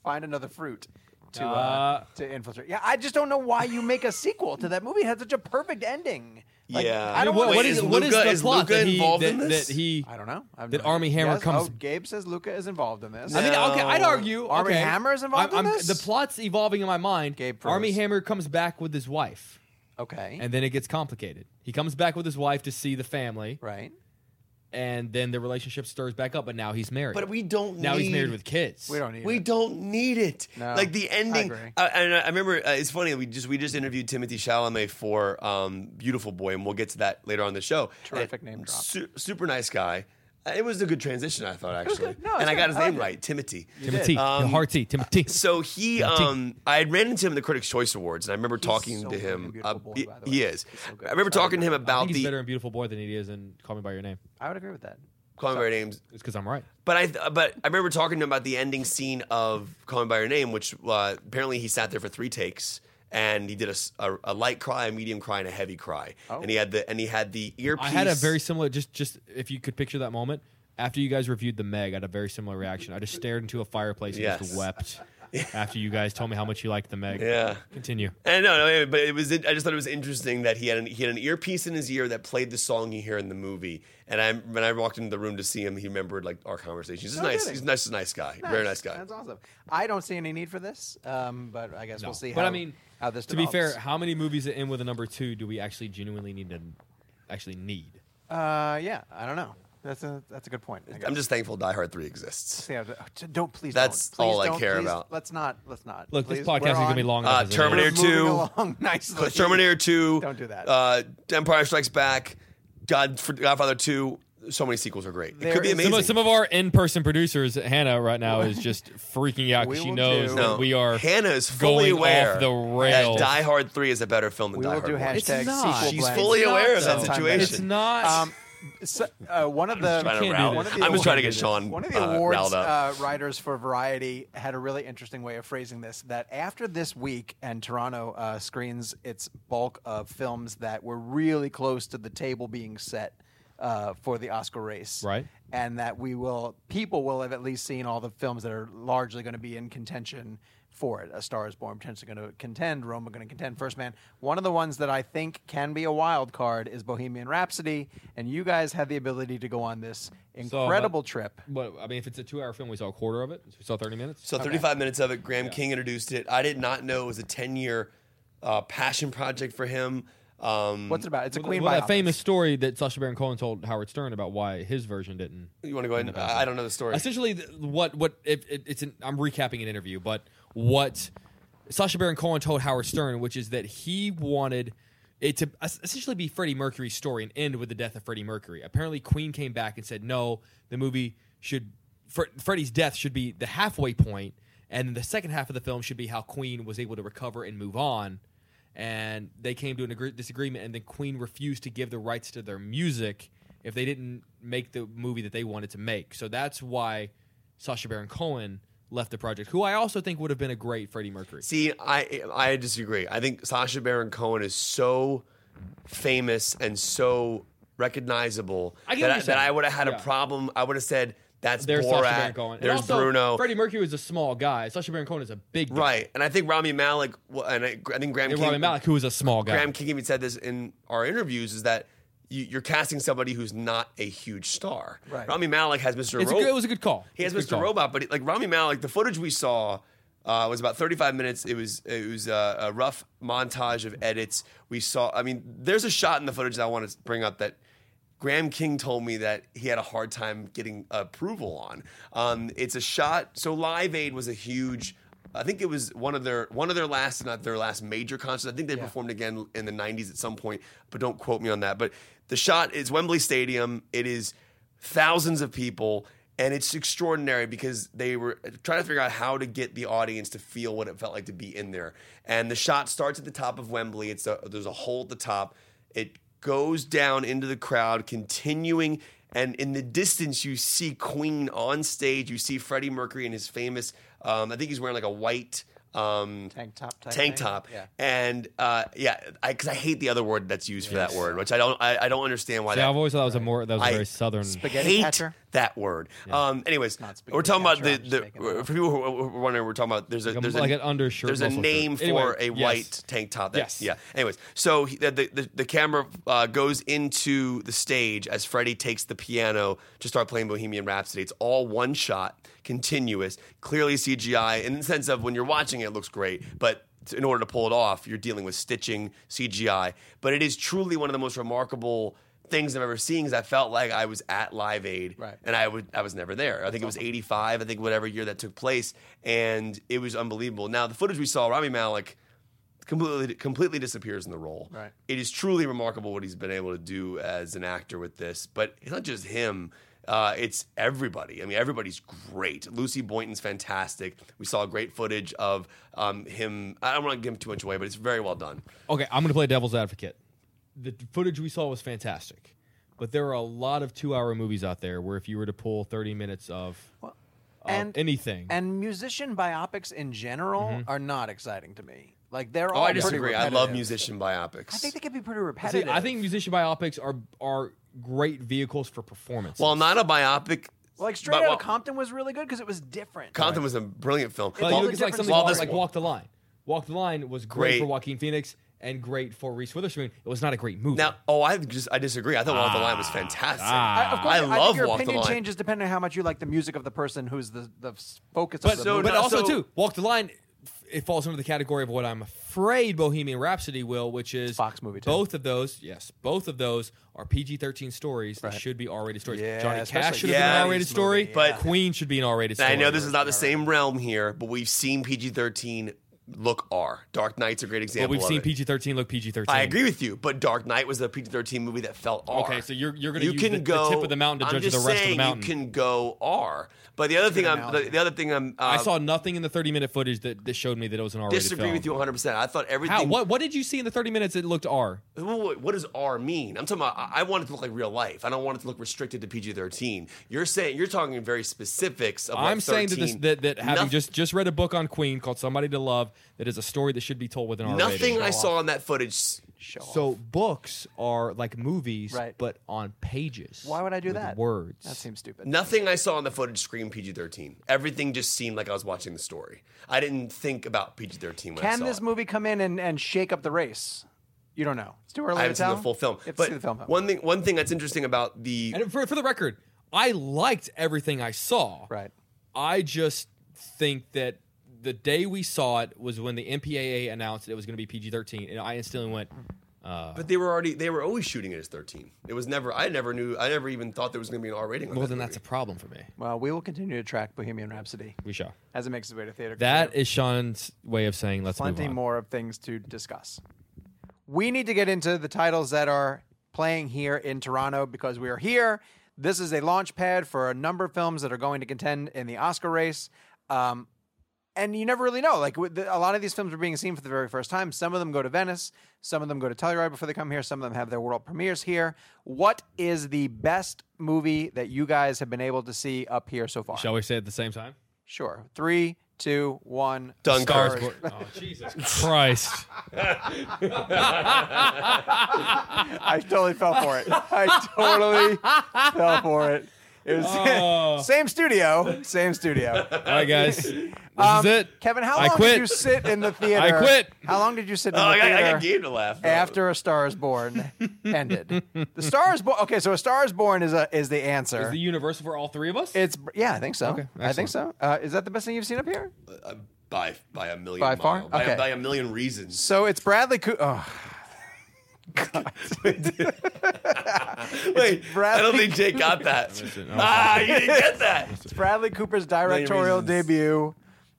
Speaker 2: find another fruit to uh,
Speaker 3: Uh,
Speaker 2: to infiltrate. Yeah, I just don't know why you make a sequel to that movie. It had such a perfect ending. Like,
Speaker 4: Yeah.
Speaker 2: I don't
Speaker 4: Wait,
Speaker 2: want
Speaker 4: what
Speaker 2: to
Speaker 4: is-
Speaker 2: see-
Speaker 4: what Luca- is Luca
Speaker 3: that he-
Speaker 4: involved
Speaker 3: that,
Speaker 4: in this?
Speaker 3: That he.
Speaker 2: I don't know. I've
Speaker 3: That
Speaker 2: no-
Speaker 3: Army Hammer
Speaker 2: Yes?
Speaker 3: comes-
Speaker 2: Oh, Gabe says Luca is involved in this.
Speaker 3: I mean, okay, I'd
Speaker 4: No.
Speaker 3: argue.
Speaker 2: Army
Speaker 3: okay,
Speaker 2: Hammer is involved
Speaker 3: I'm-
Speaker 2: in
Speaker 3: I'm-
Speaker 2: this?
Speaker 3: The plot's evolving in my mind.
Speaker 2: Gabe
Speaker 3: Army
Speaker 2: froze.
Speaker 3: Hammer comes back with his wife,
Speaker 2: okay,
Speaker 3: and then it gets complicated. He comes back with his wife to see the family,
Speaker 2: right.
Speaker 3: and then the relationship stirs back up. But now he's married.
Speaker 4: but we don't.
Speaker 3: now
Speaker 4: need,
Speaker 3: he's married with kids.
Speaker 2: We don't need.
Speaker 4: We
Speaker 2: it.
Speaker 4: don't need it.
Speaker 2: No,
Speaker 4: like the
Speaker 2: I
Speaker 4: ending.
Speaker 2: agree.
Speaker 4: I, and I remember uh, it's funny. We just we just interviewed Timothy Chalamet for um, Beautiful Boy, and we'll get to that later on the show.
Speaker 2: Terrific
Speaker 4: And
Speaker 2: name drop.
Speaker 4: su- super nice guy. It was a good transition, I thought actually.
Speaker 2: No, it's
Speaker 4: and I
Speaker 2: good.
Speaker 4: got his
Speaker 2: I like
Speaker 4: name
Speaker 2: it.
Speaker 4: right, Timothy.
Speaker 3: Timothy,
Speaker 4: Um,
Speaker 3: the Hearty, Timothy.
Speaker 4: So he, um, I had ran into him at the Critics' Choice Awards, and I remember talking
Speaker 2: so
Speaker 4: to
Speaker 2: good and
Speaker 4: him.
Speaker 2: beautiful
Speaker 4: ab-
Speaker 2: boy, by the
Speaker 4: he
Speaker 2: way.
Speaker 4: is.
Speaker 2: He's so good.
Speaker 4: I remember
Speaker 2: Sorry,
Speaker 4: talking to him
Speaker 3: I
Speaker 4: about
Speaker 3: think he's
Speaker 4: the
Speaker 3: better and beautiful boy than he is and Call Me by Your Name.
Speaker 2: I would agree with that.
Speaker 4: Call Me by Your Names.
Speaker 3: It's because I'm right.
Speaker 4: But I, th- but I remember talking to him about the ending scene of Call Me by Your Name, which uh, apparently he sat there for three takes. And he did a, s- a- a light cry, a medium cry, and a heavy cry. And he had the and he had the earpiece.
Speaker 3: Oh. I had a very similar. Just, just if you could picture that moment after you guys reviewed the Meg, I had a very similar reaction. I just stared into a fireplace and
Speaker 4: Yes.
Speaker 3: just wept after you guys told me how much you liked the Meg.
Speaker 4: Yeah.
Speaker 3: Continue.
Speaker 4: And no, no, but it was. I just thought it was interesting that he had an, he had an earpiece in his ear that played the song you hear in the movie. And I when I walked into the room to see him, he remembered like our conversations.
Speaker 3: Oh,
Speaker 4: He's
Speaker 2: No
Speaker 4: nice.
Speaker 2: kidding.
Speaker 4: He's nice. He's a nice guy. Very nice guy.
Speaker 2: That's awesome. I don't see any need for this, um, but I guess
Speaker 3: No.
Speaker 2: we'll see.
Speaker 3: But
Speaker 2: how,
Speaker 3: I mean,
Speaker 2: how this
Speaker 3: to be
Speaker 2: develops.
Speaker 3: fair, how many movies that end with a number two do we actually genuinely need to actually need?
Speaker 2: uh, yeah, I don't know. That's a that's a good point. I guess.
Speaker 4: I'm just thankful Die Hard Three exists.
Speaker 2: Yeah, d- oh, don't please.
Speaker 4: That's
Speaker 2: don't. Please
Speaker 4: all I
Speaker 2: don't.
Speaker 4: care
Speaker 2: Please,
Speaker 4: about.
Speaker 2: Let's not. Let's not.
Speaker 3: Look,
Speaker 2: please.
Speaker 3: this podcast
Speaker 2: We're
Speaker 3: is gonna be
Speaker 2: on-
Speaker 3: long.
Speaker 4: Uh,
Speaker 3: enough as it is.
Speaker 4: Terminator
Speaker 2: We're moving
Speaker 4: 2.
Speaker 2: along nicely.
Speaker 4: Terminator Two.
Speaker 2: Don't do that.
Speaker 4: Uh, Empire Strikes Back. God, Godfather Two. So many sequels are great.
Speaker 2: There
Speaker 4: it could be
Speaker 2: is-
Speaker 4: amazing.
Speaker 3: Some of, some of our in-person producers, Hannah, right now is just freaking out
Speaker 2: We
Speaker 3: because she
Speaker 2: will
Speaker 3: knows
Speaker 2: do-
Speaker 4: no,
Speaker 3: that we are.
Speaker 4: Hannah is fully
Speaker 3: going off
Speaker 4: aware
Speaker 3: the rails.
Speaker 4: that Die Hard Three is a better film than
Speaker 2: We
Speaker 4: Die
Speaker 2: will
Speaker 4: Hard
Speaker 2: do
Speaker 4: One.
Speaker 2: hashtag
Speaker 3: It's not.
Speaker 2: sequel
Speaker 4: She's
Speaker 2: blank.
Speaker 4: fully
Speaker 3: It's
Speaker 4: aware of
Speaker 3: not,
Speaker 4: that
Speaker 3: though.
Speaker 4: situation.
Speaker 3: It's not.
Speaker 2: Um, so, uh, one of the
Speaker 4: Trying to
Speaker 3: can't do
Speaker 4: rile-
Speaker 3: this.
Speaker 4: I'm just trying to get Sean
Speaker 2: One of the
Speaker 4: uh,
Speaker 2: awards
Speaker 4: riled up.
Speaker 2: uh, writers for Variety had a really interesting way of phrasing this. That after this week and Toronto uh, screens its bulk of films that were really close to the table being set uh, for the Oscar race,
Speaker 3: Right.
Speaker 2: And that we will, people will have at least seen all the films that are largely going to be in contention for it. A Star Is Born potentially going to contend. Roma going to contend. First Man. One of the ones that I think can be a wild card is Bohemian Rhapsody, and you guys had the ability to go on this
Speaker 3: So,
Speaker 2: incredible trip.
Speaker 3: What, I mean, if it's a two-hour film, we saw a quarter of it. We saw 30 minutes.
Speaker 4: So 35 minutes of it. Graham King introduced it. I did not know it was a 10 year uh, passion project for him. Um,
Speaker 2: What's it about? It's a
Speaker 3: Well,
Speaker 2: Queen
Speaker 3: well,
Speaker 2: biopic.
Speaker 3: that famous story that Sacha Baron Cohen told Howard Stern about why his version didn't.
Speaker 4: you want to go ahead? and- I I don't know the story.
Speaker 3: Essentially, th- what what it, it, it's an, I'm recapping an interview, but what Sacha Baron Cohen told Howard Stern, which is that he wanted it to es- essentially be Freddie Mercury's story and end with the death of Freddie Mercury. Apparently, Queen came back and said, "No, the movie should Fre- Freddie's death should be the halfway point, and the second half of the film should be how Queen was able to recover and move on." and they came to an agree- disagreement and then queen refused to give the rights to their music if they didn't make the movie that they wanted to make so that's why sasha baron cohen left the project who i also think would have been a great freddie mercury
Speaker 4: See, I I disagree. I think Sasha Baron Cohen is so famous and so recognizable
Speaker 3: I get what
Speaker 4: that, I,
Speaker 3: you're
Speaker 4: that I
Speaker 3: saying.
Speaker 4: would have had
Speaker 3: Yeah.
Speaker 4: a problem. I would have said, that's
Speaker 3: there's
Speaker 4: Borat.
Speaker 3: sasha baron cohen
Speaker 4: There's
Speaker 3: and also,
Speaker 4: Bruno.
Speaker 3: freddie mercury was a small guy sasha baron cohen is a big guy.
Speaker 4: Right. And I think Rami Malik, well, and I, I think Graham
Speaker 3: and
Speaker 4: King.
Speaker 3: Rami Malek, who was a small guy
Speaker 4: Graham King even said this in our interviews is that you, you're casting somebody who's not a huge star.
Speaker 2: Right.
Speaker 4: Rami Malik has Mr.
Speaker 3: It's a
Speaker 4: Ro-
Speaker 3: good- it was a good call.
Speaker 4: He has
Speaker 3: It's a good
Speaker 4: Mr.
Speaker 3: call.
Speaker 4: Robot, but he- like Rami Malik, the footage we saw uh, was about 35 minutes. It was it was uh, a rough montage of edits. We saw. I mean, there's a shot in the footage that I want to bring up that. Graham King told me that he had a hard time getting approval on. Um, it's a shot. So Live Aid was a huge I think it was one of their one of their last, not their last major concerts. I think they performed again in the '90s at some point, but don't quote me on that. But the shot is Wembley Stadium. It is thousands of people, and it's extraordinary because they were trying to figure out how to get the audience to feel what it felt like to be in there. And the shot starts at the top of Wembley. It's a, there's a hole at the top. It goes down into the crowd, continuing. And in the distance, you see Queen on stage. You see Freddie Mercury in his famous, um, I think he's wearing like a white um,
Speaker 2: Tank top type
Speaker 4: Tank
Speaker 2: thing?
Speaker 4: top.
Speaker 2: Yeah.
Speaker 4: And uh, yeah, because I, hate the other word that's used for that word, which I don't, I, I don't understand why
Speaker 3: yeah,
Speaker 4: that
Speaker 3: I've always thought that was a more that was a
Speaker 4: I-
Speaker 3: very southern.
Speaker 2: Spaghetti
Speaker 4: hate
Speaker 2: catcher?
Speaker 4: that word. Um, anyways,
Speaker 2: spaghetti
Speaker 4: we're talking about
Speaker 2: catcher,
Speaker 4: the,
Speaker 2: I'm just making that
Speaker 4: the
Speaker 2: up.
Speaker 4: for people who are who are wondering, we're talking about there's a
Speaker 3: Like a-
Speaker 4: there's
Speaker 3: like
Speaker 4: a,
Speaker 3: an undershirt,
Speaker 4: There's a
Speaker 3: muscle shirt.
Speaker 4: name for
Speaker 3: Anyway,
Speaker 4: a
Speaker 3: yes.
Speaker 4: white tank top. That's,
Speaker 3: Yes.
Speaker 4: Yeah. Anyways, so he, the, the the- the camera uh, goes into the stage as Freddie takes the piano to start playing Bohemian Rhapsody. It's all one shot, continuous, clearly CGI. In the sense of when you're watching it, it looks great, but in order to pull it off, you're dealing with stitching, CGI. But it is truly one of the most remarkable things I've ever seen because I felt like I was at Live Aid,
Speaker 2: Right.
Speaker 4: and I would I was never there. I think it was '85, I think whatever year that took place, and it was unbelievable. Now the footage we saw, Rami Malik completely completely disappears in the role.
Speaker 2: Right.
Speaker 4: It is truly remarkable what he's been able to do as an actor with this, but it's not just him. Uh, it's everybody. I mean, everybody's great. Lucy Boynton's fantastic. We saw great footage of um, him. I don't want to give him too much away, but it's very well done.
Speaker 3: Okay, I'm going to play devil's advocate. The t- footage we saw was fantastic, but there are a lot of two-hour movies out there where if you were to pull 30 minutes of, of
Speaker 2: and-
Speaker 3: anything, Mm-hmm.
Speaker 2: And musician biopics in general are not exciting to me. Like they're
Speaker 4: Oh,
Speaker 2: all
Speaker 4: I
Speaker 2: pretty
Speaker 4: disagree. I love
Speaker 2: repetitive.
Speaker 4: musician biopics.
Speaker 2: I think they can be pretty
Speaker 3: I think,
Speaker 2: repetitive.
Speaker 3: I think musician biopics are are great vehicles for performance.
Speaker 4: While not a biopic,
Speaker 2: like Straight
Speaker 4: but
Speaker 2: Outta
Speaker 4: while-
Speaker 2: Compton was really good because it was different.
Speaker 4: Compton was a brilliant film.
Speaker 3: Well,
Speaker 4: While-
Speaker 3: you look at like
Speaker 2: difference
Speaker 3: something
Speaker 4: while
Speaker 3: like,
Speaker 4: this-
Speaker 3: like Walk the Line. Walk the Line was great,
Speaker 4: Great.
Speaker 3: for Joaquin Phoenix and great for Reese Witherspoon. It was not a great movie.
Speaker 4: Now, oh, I just I disagree. I thought Walk the Line was fantastic.
Speaker 2: I, of course,
Speaker 4: I
Speaker 2: I,
Speaker 4: love
Speaker 2: think your
Speaker 4: Walk the
Speaker 2: opinion
Speaker 4: Line.
Speaker 2: changes depending on how much you like the music of the person who's the, the s- focus
Speaker 3: but
Speaker 2: of the
Speaker 4: so-
Speaker 2: movie.
Speaker 3: but
Speaker 4: no,
Speaker 3: also
Speaker 4: so-
Speaker 3: too Walk the Line. f- It falls under the category of what I'm afraid Bohemian Rhapsody will, which is
Speaker 2: Fox movie, too.
Speaker 3: Both of those, yes, both of those are PG-13 stories that should be R-rated stories.
Speaker 2: Yeah,
Speaker 3: Johnny
Speaker 2: especially
Speaker 3: Cash should
Speaker 4: Yeah,
Speaker 3: have been an
Speaker 4: this
Speaker 3: R-rated
Speaker 2: movie,
Speaker 3: story,
Speaker 4: yeah.
Speaker 3: Queen should be an R-rated
Speaker 4: And
Speaker 3: story.
Speaker 4: I know this is not the same realm here, but we've seen PG thirteen look R. Dark Knight's a great
Speaker 3: but
Speaker 4: example.
Speaker 3: we've
Speaker 4: of
Speaker 3: seen
Speaker 4: it.
Speaker 3: PG-13 look PG-13.
Speaker 4: I agree with you, but Dark Knight was a PG thirteen movie that felt R.
Speaker 3: Okay, so you're- you're gonna
Speaker 4: you
Speaker 3: use
Speaker 4: can
Speaker 3: the- the
Speaker 4: go,
Speaker 3: tip of the mountain to
Speaker 4: I'm
Speaker 3: judge
Speaker 4: just
Speaker 3: the rest of the
Speaker 4: saying
Speaker 3: mountain.
Speaker 4: You can go R, but the other thing I'm the, the other thing I'm uh,
Speaker 3: I saw nothing in the 30-minute footage that, that showed me that it was an R-rated
Speaker 4: disagree
Speaker 3: film.
Speaker 4: with you 100. percent I thought everything.
Speaker 3: How? What? What did you see in the thirty minutes? It looked R.
Speaker 4: Wait, wait, what does R mean? I'm talking about. I I want it to look like real life. I don't want it to look restricted to PG-13. You're saying you're talking in very specifics of. what
Speaker 3: I'm saying that, this,
Speaker 4: 13
Speaker 3: that that having
Speaker 4: Nothing-
Speaker 3: just just read a book on Queen called "Somebody to Love" that is a story that should be told with an R
Speaker 4: nothing
Speaker 3: rating.
Speaker 4: I saw in that footage. s-
Speaker 2: Show off.
Speaker 3: So books are like movies,
Speaker 2: Right.
Speaker 3: but on pages.
Speaker 2: Why would I do
Speaker 3: with
Speaker 2: that?
Speaker 3: Words.
Speaker 2: that seems stupid.
Speaker 4: Nothing I saw in the footage screamed PG-13. Everything just seemed like I was watching the story. I didn't think about PG-13 when I
Speaker 2: Can
Speaker 4: saw
Speaker 2: this
Speaker 4: it.
Speaker 2: movie come in and, and shake up the race? You don't know. It's too early
Speaker 4: I
Speaker 2: to
Speaker 4: haven't
Speaker 2: tell.
Speaker 4: seen the full film,
Speaker 2: You have to
Speaker 4: but
Speaker 2: see the film.
Speaker 4: one thing one thing that's interesting about the
Speaker 3: and for for the record, I liked everything I saw.
Speaker 2: right.
Speaker 3: I just think that the day we saw it was when the MPAA announced that it was going to be PG-13, and I instantly went,
Speaker 4: but they were already they were always shooting it as 13. It was never I never knew I never even thought there was going to be an R rating. on
Speaker 3: "Well,
Speaker 4: that
Speaker 3: then
Speaker 4: movie.
Speaker 3: that's a problem for me."
Speaker 2: Well, we will continue to track Bohemian Rhapsody
Speaker 3: We shall.
Speaker 2: as it makes its way to theater.
Speaker 3: That is Sean's way of saying let's
Speaker 2: plenty
Speaker 3: move on.
Speaker 2: more of things to discuss. We need to get into the titles that are playing here in Toronto because we are here. This is a launch pad for a number of films that are going to contend in the Oscar race. Um, and you never really know. Like with the, a lot of these films are being seen for the very first time. Some of them go to Venice. Some of them go to Telluride before they come here. Some of them have their world premieres here. What is the best movie that you guys have been able to see up here so far?
Speaker 3: Shall we say it at the same time?
Speaker 2: sure. Three, two, one.
Speaker 4: Dunkirk.
Speaker 2: Stars.
Speaker 3: Oh, Jesus Christ.
Speaker 2: I totally fell for it. I totally fell for it. It was
Speaker 3: Oh.
Speaker 2: same studio, same studio.
Speaker 3: All right, guys. This
Speaker 2: Um,
Speaker 3: is it.
Speaker 2: Kevin, how
Speaker 3: I
Speaker 2: long
Speaker 3: quit.
Speaker 2: did you sit in the theater?
Speaker 3: I quit.
Speaker 2: How long did you sit in
Speaker 4: Oh,
Speaker 2: the
Speaker 4: I got,
Speaker 2: theater?
Speaker 4: I got Gabe to laugh.
Speaker 2: after A Star Is Born ended, the Star Is Born. Okay, so A Star Is Born is a is the answer.
Speaker 3: Is the universal for all three of us?
Speaker 2: it's yeah, I think so. I think
Speaker 3: excellent.
Speaker 2: so. Uh, is that the best thing you've seen up here?
Speaker 4: Uh, by by a million
Speaker 2: By far?
Speaker 4: mile. By,
Speaker 2: Okay.
Speaker 4: by a million reasons.
Speaker 2: So it's Bradley Cooper. Oh,
Speaker 4: Wait, I don't
Speaker 2: Bradley
Speaker 4: think Jake got that.
Speaker 3: it. Oh,
Speaker 4: ah, you didn't get that.
Speaker 2: it's Bradley Cooper's directorial
Speaker 4: reasons.
Speaker 2: debut.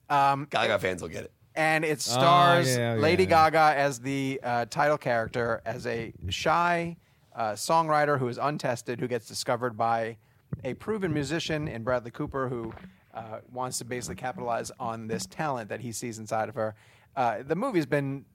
Speaker 2: Um,
Speaker 4: Gaga fans will get it.
Speaker 2: and it stars
Speaker 3: Oh, yeah, oh, yeah,
Speaker 2: Lady
Speaker 3: yeah.
Speaker 2: Gaga as the uh, title character, as a shy uh, songwriter who is untested, who gets discovered by a proven musician in Bradley Cooper, who uh, wants to basically capitalize on this talent that he sees inside of her. Uh, the movie's been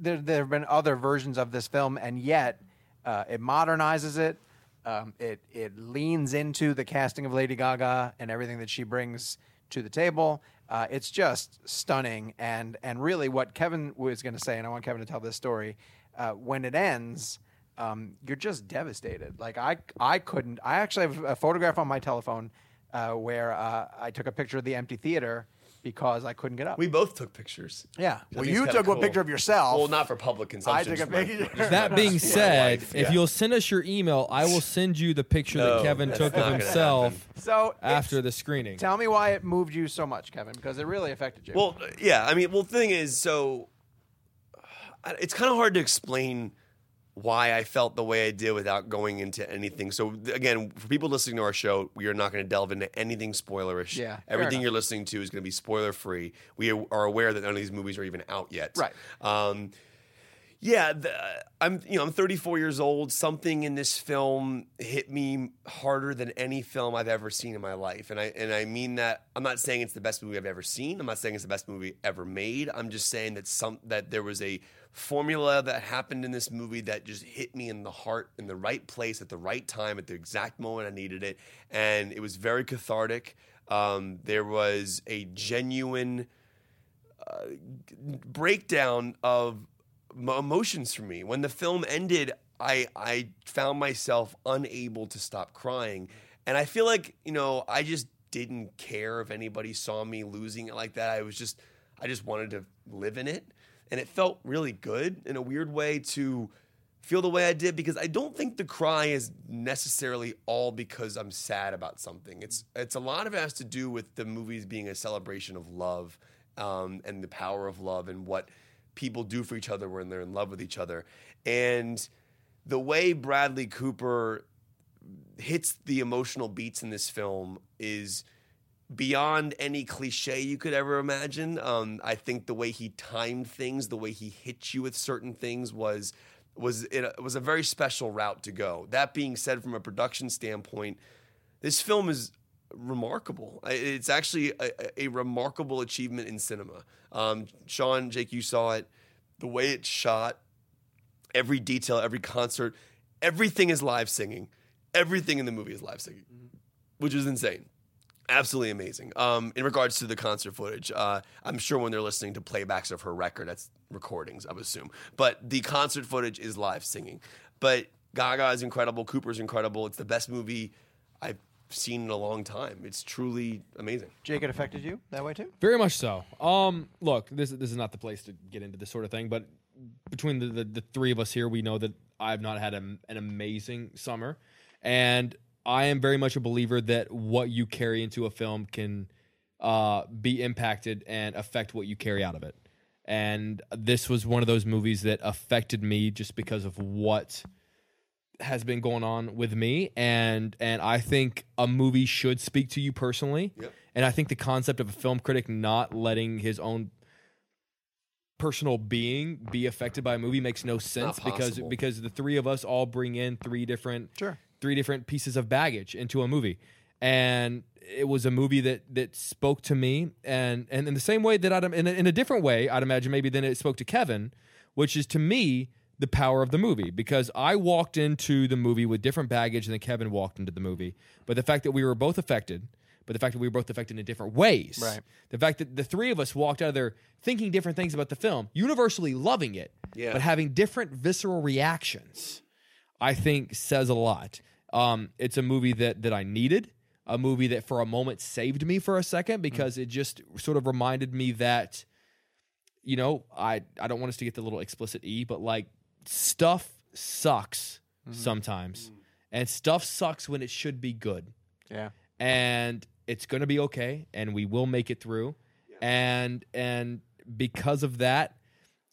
Speaker 2: there. There have been other versions of this film, and yet uh, it modernizes it. Um, it it leans into the casting of Lady Gaga and everything that she brings to the table. Uh, it's just stunning, and and really what Kevin was going to say, and I want Kevin to tell this story. Uh, when it ends, um, you're just devastated. Like I I couldn't. I actually have a photograph on my telephone uh, where uh, I took a picture of the empty theater because I couldn't get up.
Speaker 4: We both took pictures.
Speaker 2: yeah.
Speaker 4: I
Speaker 2: Well,
Speaker 4: think it's
Speaker 2: you
Speaker 4: kinda
Speaker 2: took a
Speaker 4: cool.
Speaker 2: picture of yourself.
Speaker 4: Well, not for public
Speaker 2: I
Speaker 4: consumption.
Speaker 2: took a
Speaker 4: just my-
Speaker 2: picture.
Speaker 3: that being said,
Speaker 4: wife, yeah.
Speaker 3: if you'll send us your email, I will send you the picture
Speaker 4: No,
Speaker 3: that Kevin
Speaker 4: that's
Speaker 3: took
Speaker 4: not
Speaker 3: of
Speaker 4: gonna
Speaker 3: himself
Speaker 2: So
Speaker 3: after
Speaker 2: it's-
Speaker 3: the screening.
Speaker 2: tell me why it moved you so much, Kevin, because it really affected you.
Speaker 4: Well, yeah. I mean, well, thing is, so I- it's kind of hard to explain why I felt the way I did without going into anything. So th- again, for people listening to our show, we are not going to delve into anything spoilerish.
Speaker 2: Yeah, fair
Speaker 4: everything
Speaker 2: enough.
Speaker 4: you're listening to is going to be spoiler free. We are aware that none of these movies are even out yet.
Speaker 2: Right.
Speaker 4: Um, yeah, the, I'm you know I'm 34 years old. Something in this film hit me harder than any film I've ever seen in my life, and I and I mean that. I'm not saying it's the best movie I've ever seen. I'm not saying it's the best movie ever made. I'm just saying that some that there was a formula that happened in this movie that just hit me in the heart in the right place at the right time at the exact moment I needed it, and it was very cathartic. Um, there was a genuine uh, breakdown of m- emotions for me. When the film ended, I I found myself unable to stop crying, and I feel like you know I just didn't care if anybody saw me losing it like that. I was just I just wanted to live in it, and it felt really good in a weird way to feel the way I did because I don't think the cry is necessarily all because I'm sad about something. It's it's a lot of it has to do with the movies being a celebration of love um, and the power of love and what people do for each other when they're in love with each other. And the way Bradley Cooper hits the emotional beats in this film is beyond any cliche you could ever imagine. Um, I think the way he timed things, the way he hit you with certain things was was it was a very special route to go. That being said, from a production standpoint, this film is remarkable. I- It's actually a, a remarkable achievement in cinema. Um, Sean, Jake, you saw it. The way it's shot, every detail, every concert, everything is live singing. Everything in the movie is live singing, which is insane. Absolutely amazing. Um, in regards to the concert footage, uh, I'm sure when they're listening to playbacks of her record, that's recordings, I would assume. But the concert footage is live singing. But Gaga is incredible. Cooper's incredible. It's the best movie I've seen in a long time. It's truly amazing.
Speaker 2: Jake, it affected you that way too.
Speaker 3: Very much so. Um, look, this this is not the place to get into this sort of thing, but between the, the, the three of us here, we know that I've not had a, an amazing summer, and I am very much a believer that what you carry into a film can uh, be impacted and affect what you carry out of it. And this was one of those movies that affected me just because of what has been going on with me and and I think a movie should speak to you personally. And I think the concept of a film critic not letting his own personal being be affected by a movie makes no sense because
Speaker 4: possible.
Speaker 3: because the three of us all bring in three different
Speaker 2: Sure.
Speaker 3: three different pieces of baggage into a movie. And it was a movie that that spoke to me and and in the same way that I'd in a, in a different way, I'd imagine maybe than it spoke to Kevin, which is to me the power of the movie because I walked into the movie with different baggage than Kevin walked into the movie. But the fact that we were both affected, but the fact that we were both affected in different ways.
Speaker 2: Right.
Speaker 3: The fact that the three of us walked out of there thinking different things about the film, universally loving it,
Speaker 4: Yeah.
Speaker 3: but having different visceral reactions. I think says a lot. Um, it's a movie that that I needed, a movie that for a moment saved me for a second because it just sort of reminded me that, you know, I I don't want us to get the little explicit e, but like stuff sucks sometimes, and stuff sucks when it should be good
Speaker 2: Yeah.
Speaker 3: and it's going to be okay and we will make it through and and because of that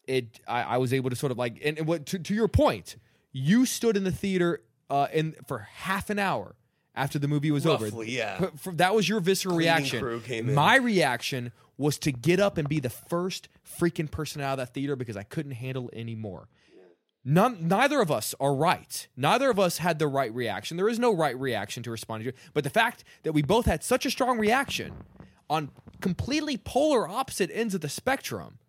Speaker 3: it I, I was able to sort of like and, and what to, to your point you stood in the theater uh in for half an hour after the movie was over
Speaker 4: Roughly, yeah.
Speaker 3: F- f- that was your visceral
Speaker 4: Cleaning
Speaker 3: reaction
Speaker 4: crew came in.
Speaker 3: my reaction was to get up and be the first freaking person out of that theater because i couldn't handle it anymore None, neither of us are right. Neither of us had the right reaction. There is no right reaction to responding to. But the fact that we both had such a strong reaction on completely polar opposite ends of the spectrum,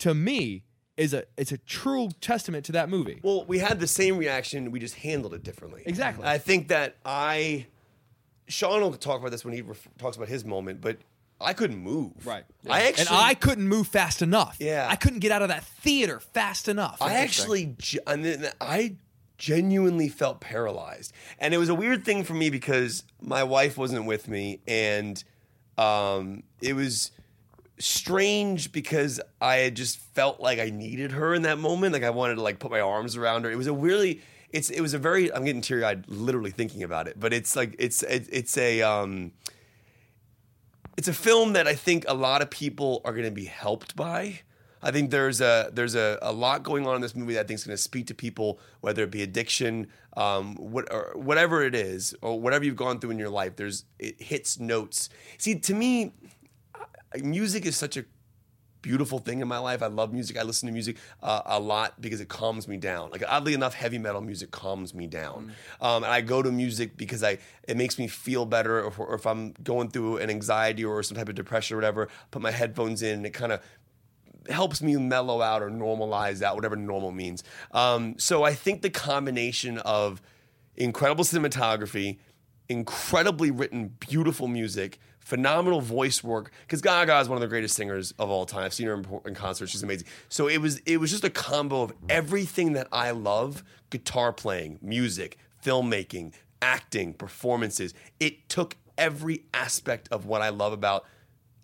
Speaker 3: to me, is a it's a true testament to that movie.
Speaker 4: Well, we had the same reaction. We just handled it differently.
Speaker 3: Exactly.
Speaker 4: I think that I, Sean will talk about this when he ref- talks about his moment, but I couldn't move. I actually,
Speaker 3: and I couldn't move fast enough.
Speaker 4: Yeah.
Speaker 3: I couldn't get out of that theater fast enough.
Speaker 4: I actually, ge- and then I genuinely felt paralyzed, and it was a weird thing for me because my wife wasn't with me, and um, it was strange because I had just felt like I needed her in that moment, like I wanted to like put my arms around her. It was a really, it's it was a very, I'm getting teary eyed literally thinking about it, but it's like it's it, it's a. Um, it's a film that I think a lot of people are going to be helped by. I think there's a there's a, a lot going on in this movie that I think is going to speak to people, whether it be addiction, um, what, or whatever it is, or whatever you've gone through in your life. There's it hits notes. See, to me, music is such a beautiful thing in my life. I love music. I listen to music uh, a lot because it calms me down. Like oddly enough, heavy metal music calms me down. Um, and I go to music because I it makes me feel better. Or, or if I'm going through an anxiety or some type of depression or whatever, put my headphones in and it kind of helps me mellow out or normalize out, whatever normal means. Um, so I think the combination of incredible cinematography, incredibly written, beautiful music, phenomenal voice work, because Gaga is one of the greatest singers of all time. I've seen her in, in concert; she's amazing. So it was it was just a combo of everything that I love: guitar playing, music, filmmaking, acting, performances. It took every aspect of what I love about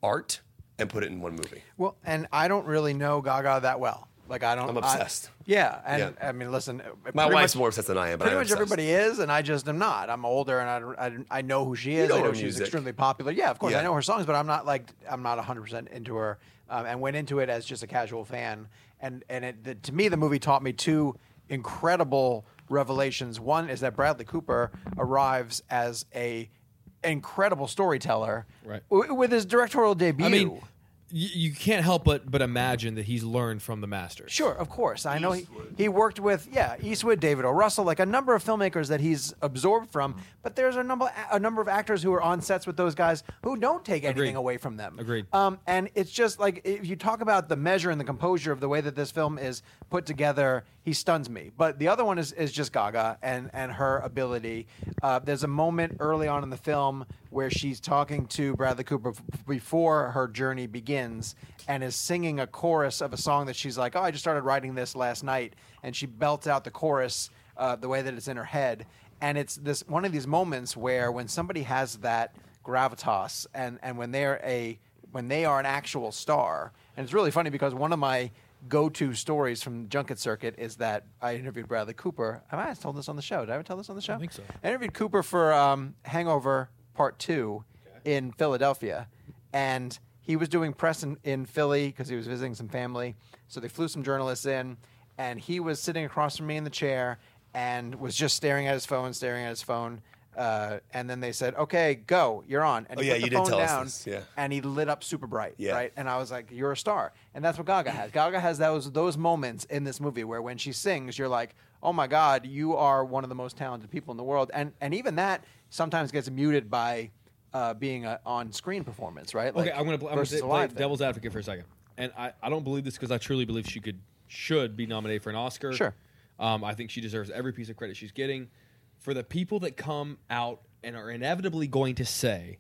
Speaker 4: art and put it in one movie.
Speaker 2: Well, and I don't really know Gaga that well. Like I don't.
Speaker 4: I'm
Speaker 2: I-
Speaker 4: obsessed.
Speaker 2: yeah, and
Speaker 4: Yeah.
Speaker 2: I mean, listen.
Speaker 4: My
Speaker 2: pretty
Speaker 4: wife's
Speaker 2: much-
Speaker 4: more obsessed than I am. But
Speaker 2: Pretty
Speaker 4: I'm
Speaker 2: much
Speaker 4: obsessed.
Speaker 2: everybody is, and I just am not. I'm older, and I don't- I, don't- I know who she is.
Speaker 4: know
Speaker 2: I know
Speaker 4: her
Speaker 2: she's
Speaker 4: music.
Speaker 2: extremely popular. Yeah, of course,
Speaker 4: Yeah.
Speaker 2: I know her songs, but I'm not like I'm not 100 percent into her. Um, and went into it as just a casual fan, and and it, the, to me, the movie taught me two incredible revelations. One is that Bradley Cooper arrives as a incredible storyteller,
Speaker 3: Right.
Speaker 2: w- with his directorial debut.
Speaker 3: I mean, y- you can't help but but imagine that he's learned from the master.
Speaker 2: Sure, of course. I know he, he worked with yeah Eastwood, David O. Russell, like a number of filmmakers that he's absorbed
Speaker 3: Mm-hmm.
Speaker 2: from. But there's a number a number of actors who are on sets with those guys who don't take anything
Speaker 3: Agreed.
Speaker 2: away from them.
Speaker 3: Agreed.
Speaker 2: Um, and it's just like if you talk about the measure and the composure of the way that this film is put together, he stuns me. But the other one is is just Gaga and and her ability. Uh, there's a moment early on in the film where she's talking to Bradley Cooper f- before her journey begins and is singing a chorus of a song that she's like, "Oh, I just started writing this last night," and she belts out the chorus uh, the way that it's in her head. And it's this one of these moments where when somebody has that gravitas and and when they're a when they are an actual star. And it's really funny because one of my go-to stories from Junket Circuit is that I interviewed Bradley Cooper. Have I told this on the show? Did I ever tell this on the show? I
Speaker 3: think so.
Speaker 2: interviewed Cooper for um, Hangover Part Two in Philadelphia, and he was doing press in, in Philly because he was visiting some family. So they flew some journalists in, and he was sitting across from me in the chair and was just staring at his phone, staring at his phone. Uh, and then they said, "Okay, go. You're on." And
Speaker 4: Oh,
Speaker 2: he
Speaker 4: yeah,
Speaker 2: put the
Speaker 4: you did
Speaker 2: phone
Speaker 4: tell us
Speaker 2: down,
Speaker 4: this, yeah.
Speaker 2: and he lit up super bright,
Speaker 4: Yeah.
Speaker 2: right? And I was like, "You're a star," and that's what Gaga has. Gaga has those those moments in this movie where when she sings, you're like, "Oh my God, you are one of the most talented people in the world," and and even that sometimes gets muted by uh, being a on screen performance, right? Like,
Speaker 3: Okay, I'm gonna, bl- I'm gonna
Speaker 2: versus
Speaker 3: play
Speaker 2: a live thing.
Speaker 3: devil's advocate for a second, and I, I don't believe this because I truly believe she could should be nominated for an Oscar.
Speaker 2: Sure.
Speaker 3: um, I think she deserves every piece of credit she's getting for the people that come out and are inevitably going to say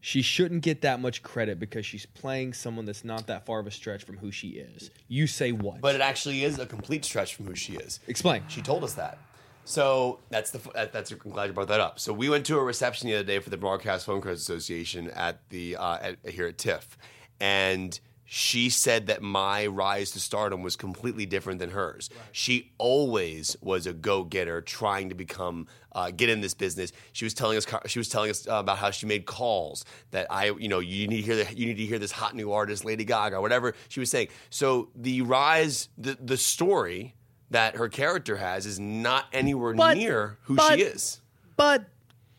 Speaker 3: she shouldn't get that much credit because she's playing someone that's not that far of a stretch from who she is. You say what?
Speaker 4: But it actually is a complete stretch from who she is.
Speaker 3: explain.
Speaker 4: She told us that. So that's the that, that's. I'm glad you brought that up. So we went to a reception the other day for the Broadcast Phone Critics Association at the uh, at, here at TIFF, and she said that my rise to stardom was completely different than hers. She always was a go getter, trying to become uh, get in this business. She was telling us she was telling us uh, about how she made calls that I you know you need to hear the, you need to hear this hot new artist Lady Gaga whatever she was saying. So the rise the the story that her character has is not anywhere
Speaker 3: But-
Speaker 4: near who
Speaker 3: but-
Speaker 4: she is.
Speaker 3: But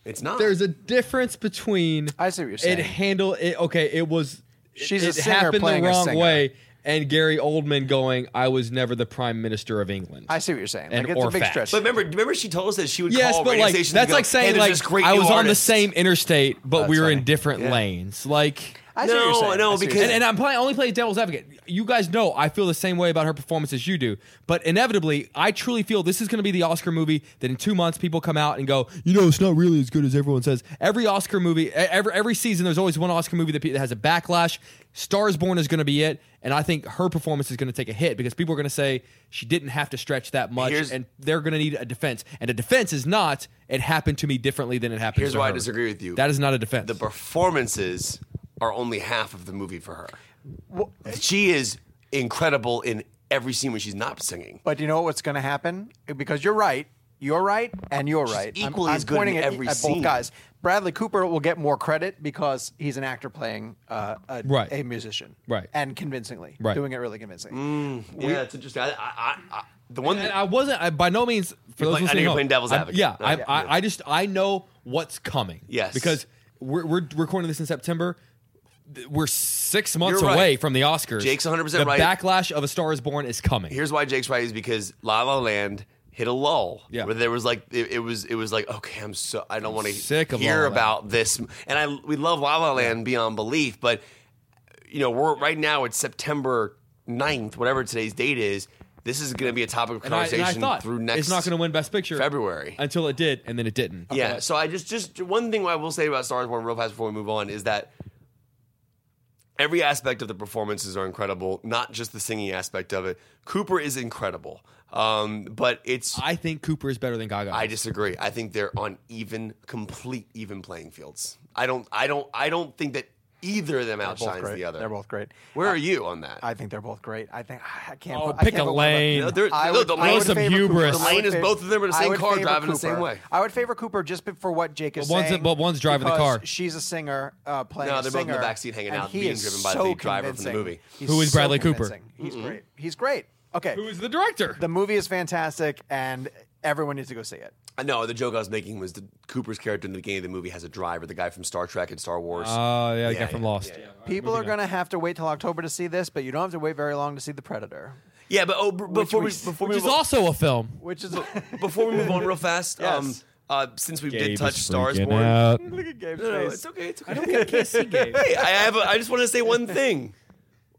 Speaker 4: It's not.
Speaker 3: there's a difference between
Speaker 2: I see what you're
Speaker 3: It
Speaker 2: saying.
Speaker 3: handle it. Okay, it was.
Speaker 2: She's
Speaker 3: it,
Speaker 2: a
Speaker 3: it
Speaker 2: singer
Speaker 3: happened
Speaker 2: playing a
Speaker 3: the wrong
Speaker 2: singer.
Speaker 3: way, and Gary Oldman going, "I was never the Prime Minister of England."
Speaker 2: I see what you're saying.
Speaker 3: And
Speaker 2: Like it's a
Speaker 3: or
Speaker 2: big
Speaker 3: fat.
Speaker 2: stretch.
Speaker 4: but remember, remember she told us that she would
Speaker 3: yes,
Speaker 4: call
Speaker 3: but
Speaker 4: radio
Speaker 3: like
Speaker 4: stations. and
Speaker 3: that's
Speaker 4: go,
Speaker 3: like
Speaker 4: "Hey,
Speaker 3: saying
Speaker 4: there's
Speaker 3: like
Speaker 4: this great
Speaker 3: I
Speaker 4: new
Speaker 3: was on the
Speaker 4: artist."
Speaker 3: same interstate, but we
Speaker 4: That's
Speaker 3: were in
Speaker 4: funny.
Speaker 3: different lanes. Like
Speaker 2: I see what you're
Speaker 4: No,
Speaker 2: saying. I
Speaker 4: no,
Speaker 2: see what
Speaker 4: because
Speaker 2: you're
Speaker 3: And, and I'm playing, only playing devil's advocate. You guys know I feel the same way about her performance as you do. But inevitably, I truly feel this is going to be the Oscar movie that in two months people come out and go, you know, it's not really as good as everyone says. Every Oscar movie, e- every every season, there's always one Oscar movie that, pe- that has a backlash. Stars Born is going to be it, and I think her performance is going to take a hit because people are going to say she didn't have to stretch that much,
Speaker 4: Here's-
Speaker 3: and they're going to need a defense. And a defense is not. It happened to me differently than it happened.
Speaker 4: Here's
Speaker 3: to
Speaker 4: why I
Speaker 3: her."
Speaker 4: disagree with you.
Speaker 3: That is not a defense.
Speaker 4: the performances are only half of the movie for her. she is incredible in every scene when she's not singing.
Speaker 2: But you know what's going to happen? Because you're right. You're right, and you're right.
Speaker 4: equally as good in
Speaker 2: pointing at,
Speaker 4: every
Speaker 2: at
Speaker 4: scene.
Speaker 2: both guys. Bradley Cooper will get more credit because he's an actor playing uh, a,
Speaker 3: Right.
Speaker 2: a musician,
Speaker 3: Right.
Speaker 2: and convincingly,
Speaker 3: Right.
Speaker 2: doing it really convincingly.
Speaker 4: Mm, Yeah, that's interesting. I, I, I, I, the one
Speaker 3: And
Speaker 4: that
Speaker 3: I wasn't. I, by no means. For
Speaker 4: You're
Speaker 3: those
Speaker 4: playing- I
Speaker 3: listening
Speaker 4: know
Speaker 3: at
Speaker 4: you're
Speaker 3: home,
Speaker 4: playing devil's
Speaker 3: I'm-
Speaker 4: advocate.
Speaker 3: yeah, I,
Speaker 4: Yeah.
Speaker 3: I, I just I know what's coming.
Speaker 4: Yes.
Speaker 3: because we're, we're recording this in September. th- we're six months
Speaker 4: You're right.
Speaker 3: away from the Oscars.
Speaker 4: Jake's 100%
Speaker 3: the
Speaker 4: right.
Speaker 3: backlash of A Star Is Born is coming.
Speaker 4: Here's why Jake's right is because La La Land hit a lull.
Speaker 3: Yeah.
Speaker 4: Where there was like it, it was it was like okay I'm so I don't want to
Speaker 3: Sick of La
Speaker 4: hear
Speaker 3: La Land.
Speaker 4: about this and I we love La La Land beyond belief but you know we're right now it's September 9th whatever today's date is this is going to be a topic of
Speaker 3: and I, and
Speaker 4: conversation
Speaker 3: I thought
Speaker 4: through next
Speaker 3: it's not going to win Best Picture
Speaker 4: February.
Speaker 3: until it did, and then it didn't.
Speaker 4: Yeah. So I just just one thing I will say about Star Wars Born real fast before we move on is that every aspect of the performances are incredible, not just the singing aspect of it. Cooper is incredible, um, but it's I,
Speaker 3: I think Cooper is better than Gaga.
Speaker 4: disagree. I think they're on even, complete even playing fields. I don't I don't I don't think that either of them
Speaker 2: both
Speaker 4: outshines
Speaker 2: great.
Speaker 4: the other.
Speaker 2: They're both great.
Speaker 4: Where are you on that?
Speaker 2: I think they're both great. I think I can't.
Speaker 3: Oh,
Speaker 2: I
Speaker 3: pick
Speaker 2: can't
Speaker 3: a
Speaker 2: put one above-
Speaker 3: lane.
Speaker 4: No, they're-
Speaker 2: I
Speaker 4: no,
Speaker 2: would-
Speaker 4: the
Speaker 2: I
Speaker 4: lane
Speaker 2: would
Speaker 3: Throw some
Speaker 2: favor Cooper.
Speaker 3: hubris.
Speaker 2: I
Speaker 3: The
Speaker 4: lane
Speaker 2: would
Speaker 4: is
Speaker 2: favor-
Speaker 4: both of them are the
Speaker 2: I
Speaker 4: same
Speaker 2: would
Speaker 4: car
Speaker 2: favor
Speaker 4: driving the same
Speaker 2: Cooper.
Speaker 4: way.
Speaker 2: I would favor Cooper just be- for what Jake is
Speaker 3: But one's
Speaker 2: saying.
Speaker 3: in- but one's driving the
Speaker 2: because
Speaker 3: car.
Speaker 2: She's a singer uh, playing.
Speaker 4: No,
Speaker 2: a
Speaker 4: they're both in the
Speaker 2: singer,
Speaker 4: back seat hanging
Speaker 2: and
Speaker 4: out,
Speaker 2: he
Speaker 4: being
Speaker 2: is
Speaker 4: driven by
Speaker 2: so
Speaker 4: the driver from the
Speaker 2: convincing.
Speaker 4: movie. Mm-hmm.
Speaker 2: He's
Speaker 3: Who is
Speaker 2: so
Speaker 3: Bradley Cooper?
Speaker 2: convincing. He's great. He's great. Okay.
Speaker 3: Who is the director?
Speaker 2: the movie is fantastic, and everyone needs to go see it.
Speaker 4: I know the joke I was making was the Cooper's character in the beginning of the movie has a driver, the guy from Star Trek and Star Wars.
Speaker 3: Oh yeah, the guy from
Speaker 4: yeah,
Speaker 3: Lost.
Speaker 2: People are going to have to wait till October to see this, but you don't have to wait very long to see The Predator,
Speaker 4: yeah, but oh, b- before we,
Speaker 2: we-
Speaker 4: before we
Speaker 3: Which is
Speaker 4: move on-
Speaker 3: also a film.
Speaker 2: which is
Speaker 4: before we move on real fast,
Speaker 2: Yes.
Speaker 4: um, uh, since we
Speaker 3: Gabe
Speaker 4: did
Speaker 3: is
Speaker 4: touch Stars
Speaker 3: freaking
Speaker 4: Born,
Speaker 3: out.
Speaker 2: look at Gabe's
Speaker 4: no, no,
Speaker 2: face.
Speaker 4: it's okay, it's okay. I don't get Hey, I have. A, I just want to say one thing.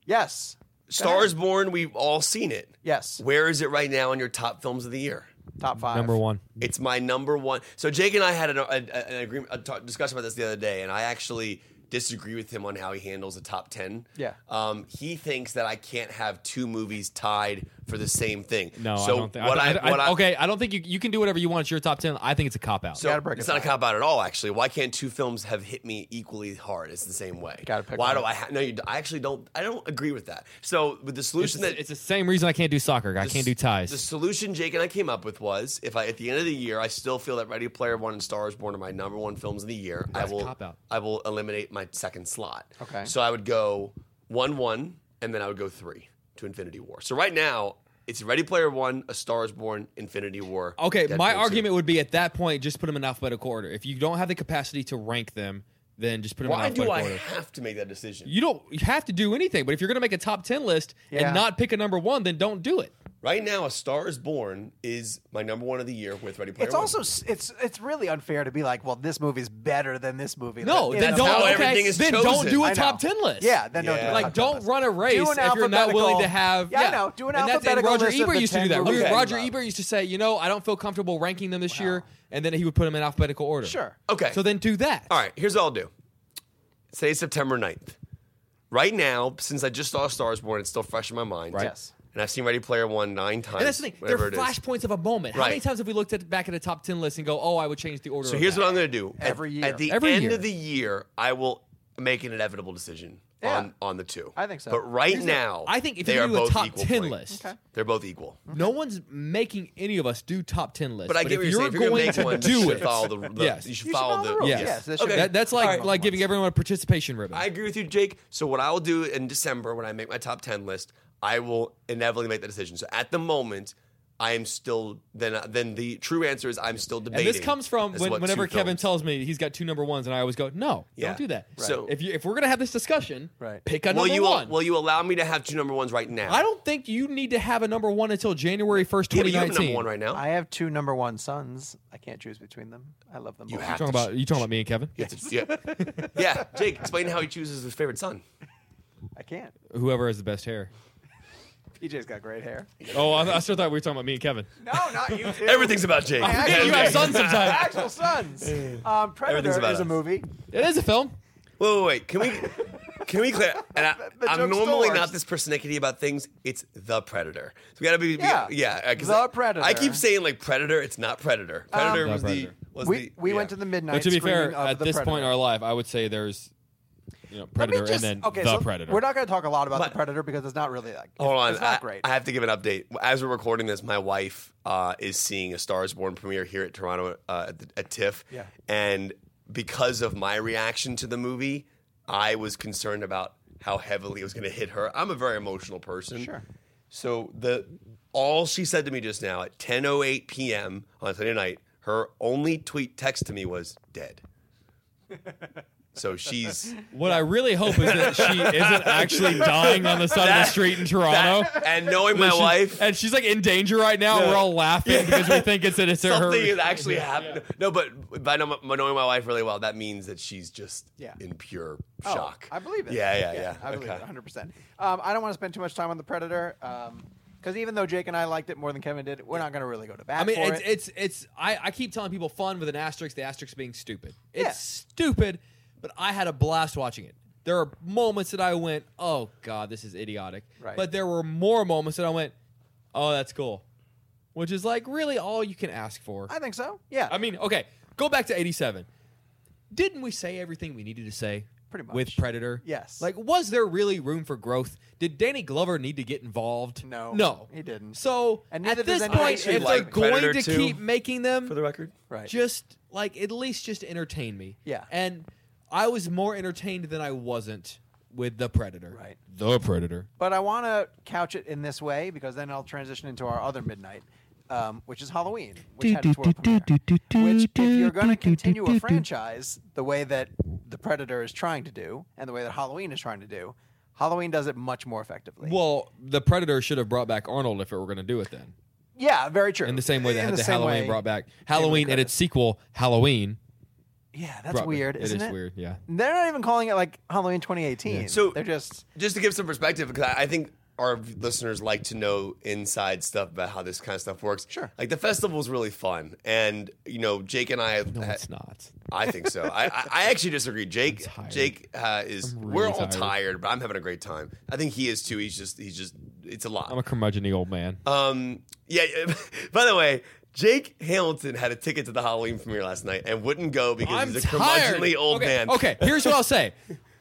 Speaker 2: Yes,
Speaker 4: Stars Born, we've all seen it.
Speaker 2: yes.
Speaker 4: Where is it right now in your top films of the year?
Speaker 2: Top five.
Speaker 3: Number one.
Speaker 4: It's my number one. So Jake and I had an, a, a- an agreement, a talk, discussion about this the other day, and I actually disagree with him on how he handles the top ten.
Speaker 2: Yeah.
Speaker 4: Um, he thinks that I can't have two movies tied for the same thing.
Speaker 3: No,
Speaker 4: so
Speaker 3: I don't think.
Speaker 4: What
Speaker 3: I,
Speaker 4: I,
Speaker 3: I-
Speaker 4: what I,
Speaker 3: okay, I don't think you you can do whatever you want. It's your top ten. I think it's a cop out.
Speaker 4: So
Speaker 2: Gotta break
Speaker 4: it's
Speaker 2: it
Speaker 4: not a
Speaker 2: back.
Speaker 4: cop out at all. Actually, why can't two films have hit me equally hard? It's the same way.
Speaker 2: Gotta pick
Speaker 4: Why do
Speaker 2: one.
Speaker 4: I? Ha- no, you, d- I actually don't. I don't agree with that. So, with the
Speaker 3: it's,
Speaker 4: solution
Speaker 3: the-
Speaker 4: that
Speaker 3: it's the same reason I can't do soccer. I can't do ties.
Speaker 4: The solution Jake and I came up with was if I at the end of the year I still feel that Ready Player One and Star Is Born are my number one films of the year, I
Speaker 3: That's a
Speaker 4: will
Speaker 3: cop-out.
Speaker 4: I will eliminate my second slot.
Speaker 2: Okay.
Speaker 4: So I would go one one, and then I would go three to Infinity War. So right now it's Ready Player One, A Star Is Born, Infinity War.
Speaker 3: Okay, my
Speaker 4: Deadpool 2.
Speaker 3: argument would be at that point, just put them in alphabetical order. If you don't have the capacity to rank them, then just put them in
Speaker 4: Why do
Speaker 3: alphabetical
Speaker 4: I
Speaker 3: order.
Speaker 4: have to make that decision?
Speaker 3: You don't you have to do anything, but if you're going to make a top 10 list
Speaker 2: Yeah.
Speaker 3: and not pick a number one, then don't do it.
Speaker 4: Right now, A Star Is Born is my number one of the year with Ready Player
Speaker 2: It's
Speaker 4: One.
Speaker 2: also s- it's it's really unfair to be like, well, this movie's better than this movie.
Speaker 3: No,
Speaker 2: Like,
Speaker 3: then
Speaker 2: it's
Speaker 3: don't,
Speaker 4: how
Speaker 3: okay,
Speaker 4: everything is
Speaker 3: then
Speaker 4: chosen.
Speaker 3: don't do
Speaker 2: I
Speaker 3: a
Speaker 2: know.
Speaker 3: top 10 list.
Speaker 2: Yeah, then don't do a
Speaker 4: Yeah.
Speaker 3: Like,
Speaker 2: top 10
Speaker 3: don't
Speaker 2: list.
Speaker 3: run a race
Speaker 2: Do an
Speaker 3: if you're not
Speaker 2: alphabetical-
Speaker 3: willing to have.
Speaker 2: Yeah, I know. Do an
Speaker 3: and that's- and
Speaker 2: alphabetical
Speaker 3: Roger
Speaker 2: list of
Speaker 3: Ebert
Speaker 2: the
Speaker 3: used to do
Speaker 2: 10
Speaker 3: that.
Speaker 2: movies.
Speaker 3: Roger
Speaker 2: Okay.
Speaker 3: Ebert used to say, you know, I don't feel comfortable ranking them this year, and then he would put them in alphabetical order.
Speaker 2: Sure.
Speaker 4: Okay.
Speaker 3: So then do that.
Speaker 4: All right, here's what I'll do. Today's September 9th. Right now, since I just saw Stars Born, it's still fresh in my mind.
Speaker 3: Right.
Speaker 2: Yes.
Speaker 4: And I've seen Ready Player One nine times.
Speaker 3: And that's the thing. They're
Speaker 4: whatever it is.
Speaker 3: flashpoints of a moment. How
Speaker 4: Right.
Speaker 3: many times have we looked at back at a top ten list and go, "Oh, I would change the order"?
Speaker 4: So here's what I'm going to do. At-
Speaker 2: Every year.
Speaker 4: At the
Speaker 3: Every
Speaker 4: end
Speaker 3: year.
Speaker 4: of the year, I will make an inevitable decision
Speaker 2: Yeah.
Speaker 4: on, on the two.
Speaker 2: I think so.
Speaker 4: But right now,
Speaker 3: I think if
Speaker 4: they
Speaker 3: you
Speaker 4: are
Speaker 3: do a
Speaker 4: both
Speaker 3: top
Speaker 4: equal
Speaker 3: ten
Speaker 4: point.
Speaker 3: list,
Speaker 4: They're both equal.
Speaker 3: no one's making any of us do top ten lists.
Speaker 4: But I get
Speaker 3: if
Speaker 4: what you're saying. If you're
Speaker 3: going
Speaker 4: going to make one,
Speaker 3: to
Speaker 4: you
Speaker 3: do
Speaker 4: should
Speaker 3: it.
Speaker 4: Follow the, the,
Speaker 3: Yes.
Speaker 4: You should
Speaker 2: You should
Speaker 4: follow,
Speaker 2: follow
Speaker 4: the
Speaker 2: the rules.
Speaker 4: Yes.
Speaker 2: Yes, that should
Speaker 4: okay.
Speaker 2: be-
Speaker 3: That- that's like
Speaker 4: All right.
Speaker 3: like giving everyone a participation ribbon.
Speaker 4: I agree with you, Jake. So what I will do in December when I make my top ten list, I will inevitably make that decision. So at the moment, I am still then then the true answer is I'm still
Speaker 3: and
Speaker 4: debating.
Speaker 3: this comes from
Speaker 4: as
Speaker 3: when,
Speaker 4: what
Speaker 3: whenever
Speaker 4: two
Speaker 3: Kevin
Speaker 4: films.
Speaker 3: tells me he's got two number ones, and I always go, "No,
Speaker 4: Yeah.
Speaker 3: don't do that."
Speaker 4: Right. So-
Speaker 3: if you, if we're gonna have this discussion,
Speaker 2: Right.
Speaker 3: pick a
Speaker 4: will
Speaker 3: number
Speaker 4: you
Speaker 3: one.
Speaker 4: will you allow me to have two number ones right now?
Speaker 3: I don't think you need to have a number one until January first,
Speaker 4: Yeah,
Speaker 3: twenty
Speaker 4: but you have a
Speaker 3: nineteen.
Speaker 4: number one right now.
Speaker 2: I have two number one sons. I can't choose between them. I love them.
Speaker 4: You
Speaker 2: both.
Speaker 4: have
Speaker 3: Talking
Speaker 4: to
Speaker 3: about you talking about me and Kevin,
Speaker 4: You have to- yeah. yeah, Jake, explain how he chooses his favorite son.
Speaker 2: I can't.
Speaker 3: whoever has the best hair.
Speaker 2: PJ's got great hair.
Speaker 3: Oh, I, I still thought we were talking about me and Kevin.
Speaker 2: No, not you. Too.
Speaker 4: Everything's about Jake.
Speaker 2: I
Speaker 3: Yeah,
Speaker 2: actually-
Speaker 3: you have sons sometimes.
Speaker 2: Actual sons. Um, Predator
Speaker 4: Everything's about
Speaker 2: is a
Speaker 4: us.
Speaker 2: movie.
Speaker 3: It is a film.
Speaker 4: Wait, wait, wait. Can we? Can we clear? And I,
Speaker 2: The
Speaker 4: I'm
Speaker 2: joke still
Speaker 4: normally
Speaker 2: works.
Speaker 4: not this persnickety about things. It's the predator. So we gotta be, be-
Speaker 2: Yeah.
Speaker 4: yeah. 'cause
Speaker 2: The
Speaker 4: I-
Speaker 2: Predator.
Speaker 4: I keep saying like predator. It's not predator. Predator
Speaker 3: Um,
Speaker 4: was
Speaker 3: Not
Speaker 4: the
Speaker 3: Predator.
Speaker 4: was
Speaker 2: We,
Speaker 4: the.
Speaker 2: we
Speaker 4: yeah.
Speaker 2: went to the midnight.
Speaker 3: But to be
Speaker 2: screening
Speaker 3: fair,
Speaker 2: of
Speaker 3: at
Speaker 2: the
Speaker 3: this point in
Speaker 2: Predator.
Speaker 3: our life, I would say there's, you know,
Speaker 2: Let me
Speaker 3: predator
Speaker 2: just-
Speaker 3: and then
Speaker 2: okay,
Speaker 3: the
Speaker 2: so
Speaker 3: predator.
Speaker 2: We're not going to talk a lot about
Speaker 4: But-
Speaker 2: the predator because it's not really like
Speaker 4: Hold on,
Speaker 2: It's not
Speaker 4: I,
Speaker 2: great.
Speaker 4: I have to give an update. As we're recording this, my wife uh, is seeing a Stars Born premiere here at Toronto uh, at, the, at TIFF.
Speaker 2: Yeah.
Speaker 4: And because of my reaction to the movie, I was concerned about how heavily it was going to hit her. I'm a very emotional person.
Speaker 2: Sure.
Speaker 4: So the all she said to me just now at 10:08 p.m. on Sunday night, her only tweet text to me was "dead." So she's
Speaker 3: What I really hope is that she isn't actually dying on the side of
Speaker 4: That-
Speaker 3: the street in Toronto.
Speaker 4: that- and knowing my
Speaker 3: She's-
Speaker 4: wife,
Speaker 3: and she's like in danger right now. and
Speaker 4: No.
Speaker 3: We're all laughing because we think it's it's her.
Speaker 4: something that actually happened. No, but by know- by knowing my wife really well, that means that she's just
Speaker 2: Yeah.
Speaker 4: in pure
Speaker 2: Oh,
Speaker 4: shock.
Speaker 2: I believe it.
Speaker 4: Yeah, yeah, yeah.
Speaker 2: I believe
Speaker 4: okay.
Speaker 2: it 100%. Um, I don't want to spend too much time on the Predator because even though Jake and I liked it more than Kevin did, we're not going to really go to bat
Speaker 3: I mean,
Speaker 2: for
Speaker 3: it's,
Speaker 2: it.
Speaker 3: it's it's I I keep telling people fun with an asterisk. The asterisk being stupid. It's
Speaker 2: Yeah.
Speaker 3: stupid, but I had a blast watching it. There are moments that I went, "Oh God, this is idiotic,"
Speaker 2: Right.
Speaker 3: but there were more moments that I went, "Oh, that's cool," which is like really all you can ask for.
Speaker 2: I think so. Yeah.
Speaker 3: I mean, okay, go back to 87. Didn't we say everything we needed to say?
Speaker 2: Pretty much.
Speaker 3: With Predator?
Speaker 2: Yes.
Speaker 3: Like, was there really room for growth? Did Danny Glover need to get involved?
Speaker 2: No,
Speaker 3: No.
Speaker 2: he didn't.
Speaker 3: So,
Speaker 2: And neither
Speaker 3: at
Speaker 2: does
Speaker 3: this
Speaker 2: anybody
Speaker 3: point, if
Speaker 2: who
Speaker 3: they're
Speaker 4: liked
Speaker 3: going
Speaker 4: Predator
Speaker 3: to
Speaker 4: 2,
Speaker 3: keep making them,
Speaker 4: For the record,
Speaker 2: right.
Speaker 3: just, like, at least just entertain me.
Speaker 2: Yeah.
Speaker 3: And I was more entertained than I wasn't with The Predator.
Speaker 2: Right.
Speaker 3: The Predator.
Speaker 2: But I want to couch it in this way because then I'll transition into our other midnight, um, which is Halloween, which had its world premiere. Which, if you're going to continue a franchise the way that The Predator is trying to do and the way that Halloween is trying to do, Halloween does it much more effectively.
Speaker 3: Well, The Predator should have brought back Arnold if it were going to do it then.
Speaker 2: yeah, very true.
Speaker 3: in the same way that
Speaker 2: In
Speaker 3: had the,
Speaker 2: same
Speaker 3: Halloween
Speaker 2: way-
Speaker 3: brought back Halloween and its sequel Halloween.
Speaker 2: Yeah, that's
Speaker 3: brought back-
Speaker 2: weird, isn't it?
Speaker 3: it is weird. Yeah,
Speaker 2: They're not even calling it like Halloween 2018.
Speaker 4: So-
Speaker 2: they're just
Speaker 4: just to give some perspective, because I, I think our listeners like to know inside stuff about how this kind of stuff works.
Speaker 2: Sure.
Speaker 4: Like the festival's really fun, and you know, Jake and I.
Speaker 3: no,
Speaker 4: ha-
Speaker 3: it's not.
Speaker 4: I think so. I, I, I actually disagree. Jake,
Speaker 3: tired.
Speaker 4: Jake uh, is.
Speaker 3: I'm
Speaker 4: we're
Speaker 3: really
Speaker 4: all
Speaker 3: tired.
Speaker 4: tired, but I'm having a great time. I think he is too. He's just. He's just. It's a lot.
Speaker 3: I'm a curmudgeon old man.
Speaker 4: Um, yeah. By the way, Jake Hamilton had a ticket to the Halloween premiere last night and wouldn't go because
Speaker 3: I'm
Speaker 4: he's a
Speaker 3: tired.
Speaker 4: curmudgeonly old
Speaker 3: okay,
Speaker 4: man.
Speaker 3: Okay, here's what I'll say.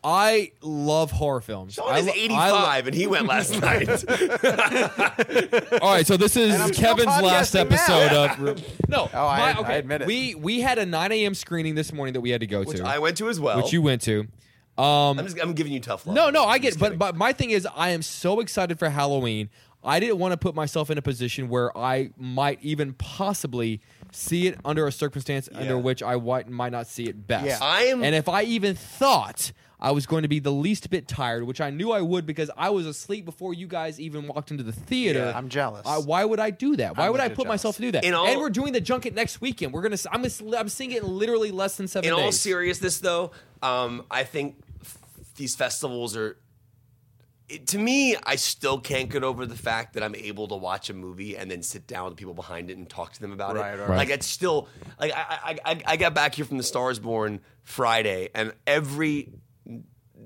Speaker 3: I love horror films.
Speaker 4: Sean
Speaker 3: I
Speaker 4: is
Speaker 3: lo- I
Speaker 4: 85 and he went last night.
Speaker 3: lo- all right, so this is
Speaker 2: And I'm still
Speaker 3: Kevin's last
Speaker 2: podcasting
Speaker 3: episode
Speaker 2: now.
Speaker 3: of. No,
Speaker 2: Oh, I-
Speaker 3: my-
Speaker 2: I admit it.
Speaker 3: We we had a 9 a.m. screening this morning that we had to go to,
Speaker 4: I went to as well.
Speaker 3: which you went to. Um,
Speaker 4: I'm, just, I'm giving you tough love.
Speaker 3: No, no, I
Speaker 4: I'm
Speaker 3: get.
Speaker 4: just
Speaker 3: it. But
Speaker 4: kidding.
Speaker 3: but my thing is, I am so excited for Halloween. I didn't want to put myself in a position where I might even possibly see it under a circumstance under which I might, might not see it best.
Speaker 2: Yeah.
Speaker 4: I am-
Speaker 3: and if I even thought I was going to be the least bit tired, which I knew I would because I was asleep before you guys even walked into the theater.
Speaker 4: Yeah,
Speaker 2: I'm jealous.
Speaker 3: I, why would I do that? Why
Speaker 2: I'm
Speaker 3: would I
Speaker 2: legit
Speaker 3: put myself to do that?
Speaker 4: In all-
Speaker 3: and we're doing the junket next weekend. We're gonna. s- I'm. gonna s- I'm seeing it in literally less than seven
Speaker 4: in
Speaker 3: days.
Speaker 4: all seriousness, though, um, I think f- these festivals are. It, to me, I still can't get over the fact that I'm able to watch a movie and then sit down with people behind it and talk to them about
Speaker 2: Right,
Speaker 4: it.
Speaker 2: right.
Speaker 4: Like it's still like I, I I I got back here from the Stars Born Friday, and every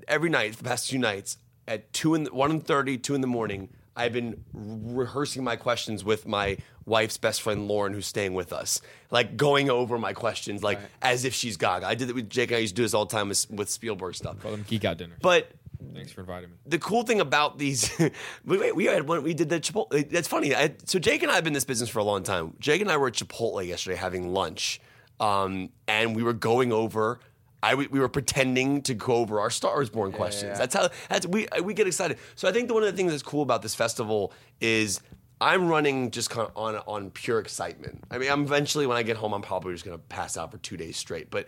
Speaker 4: every night for the past two nights at two in the, one thirty, two in the morning, I've been rehearsing my questions with my wife's best friend Lauren, who's staying with us. Like going over my questions, like as if she's Gaga. I did it with Jake. and I used to do this all the time with, with Spielberg stuff.
Speaker 3: Call them geek out dinner.
Speaker 4: But
Speaker 3: Thanks for inviting me.
Speaker 4: the cool thing about these, we, we- we had one, we did the Chipotle. That's funny. I, so Jake and I have been in this business for a long time. Jake and I were at Chipotle yesterday having lunch, um, and we were going over. I w- we were pretending to go over our Star Wars Born questions. That's how that's we we get excited. So I think the, one of the things that's cool about this festival is I'm running just kind of on on pure excitement. I mean, I'm eventually when I get home, I'm probably just gonna pass out for two days straight. But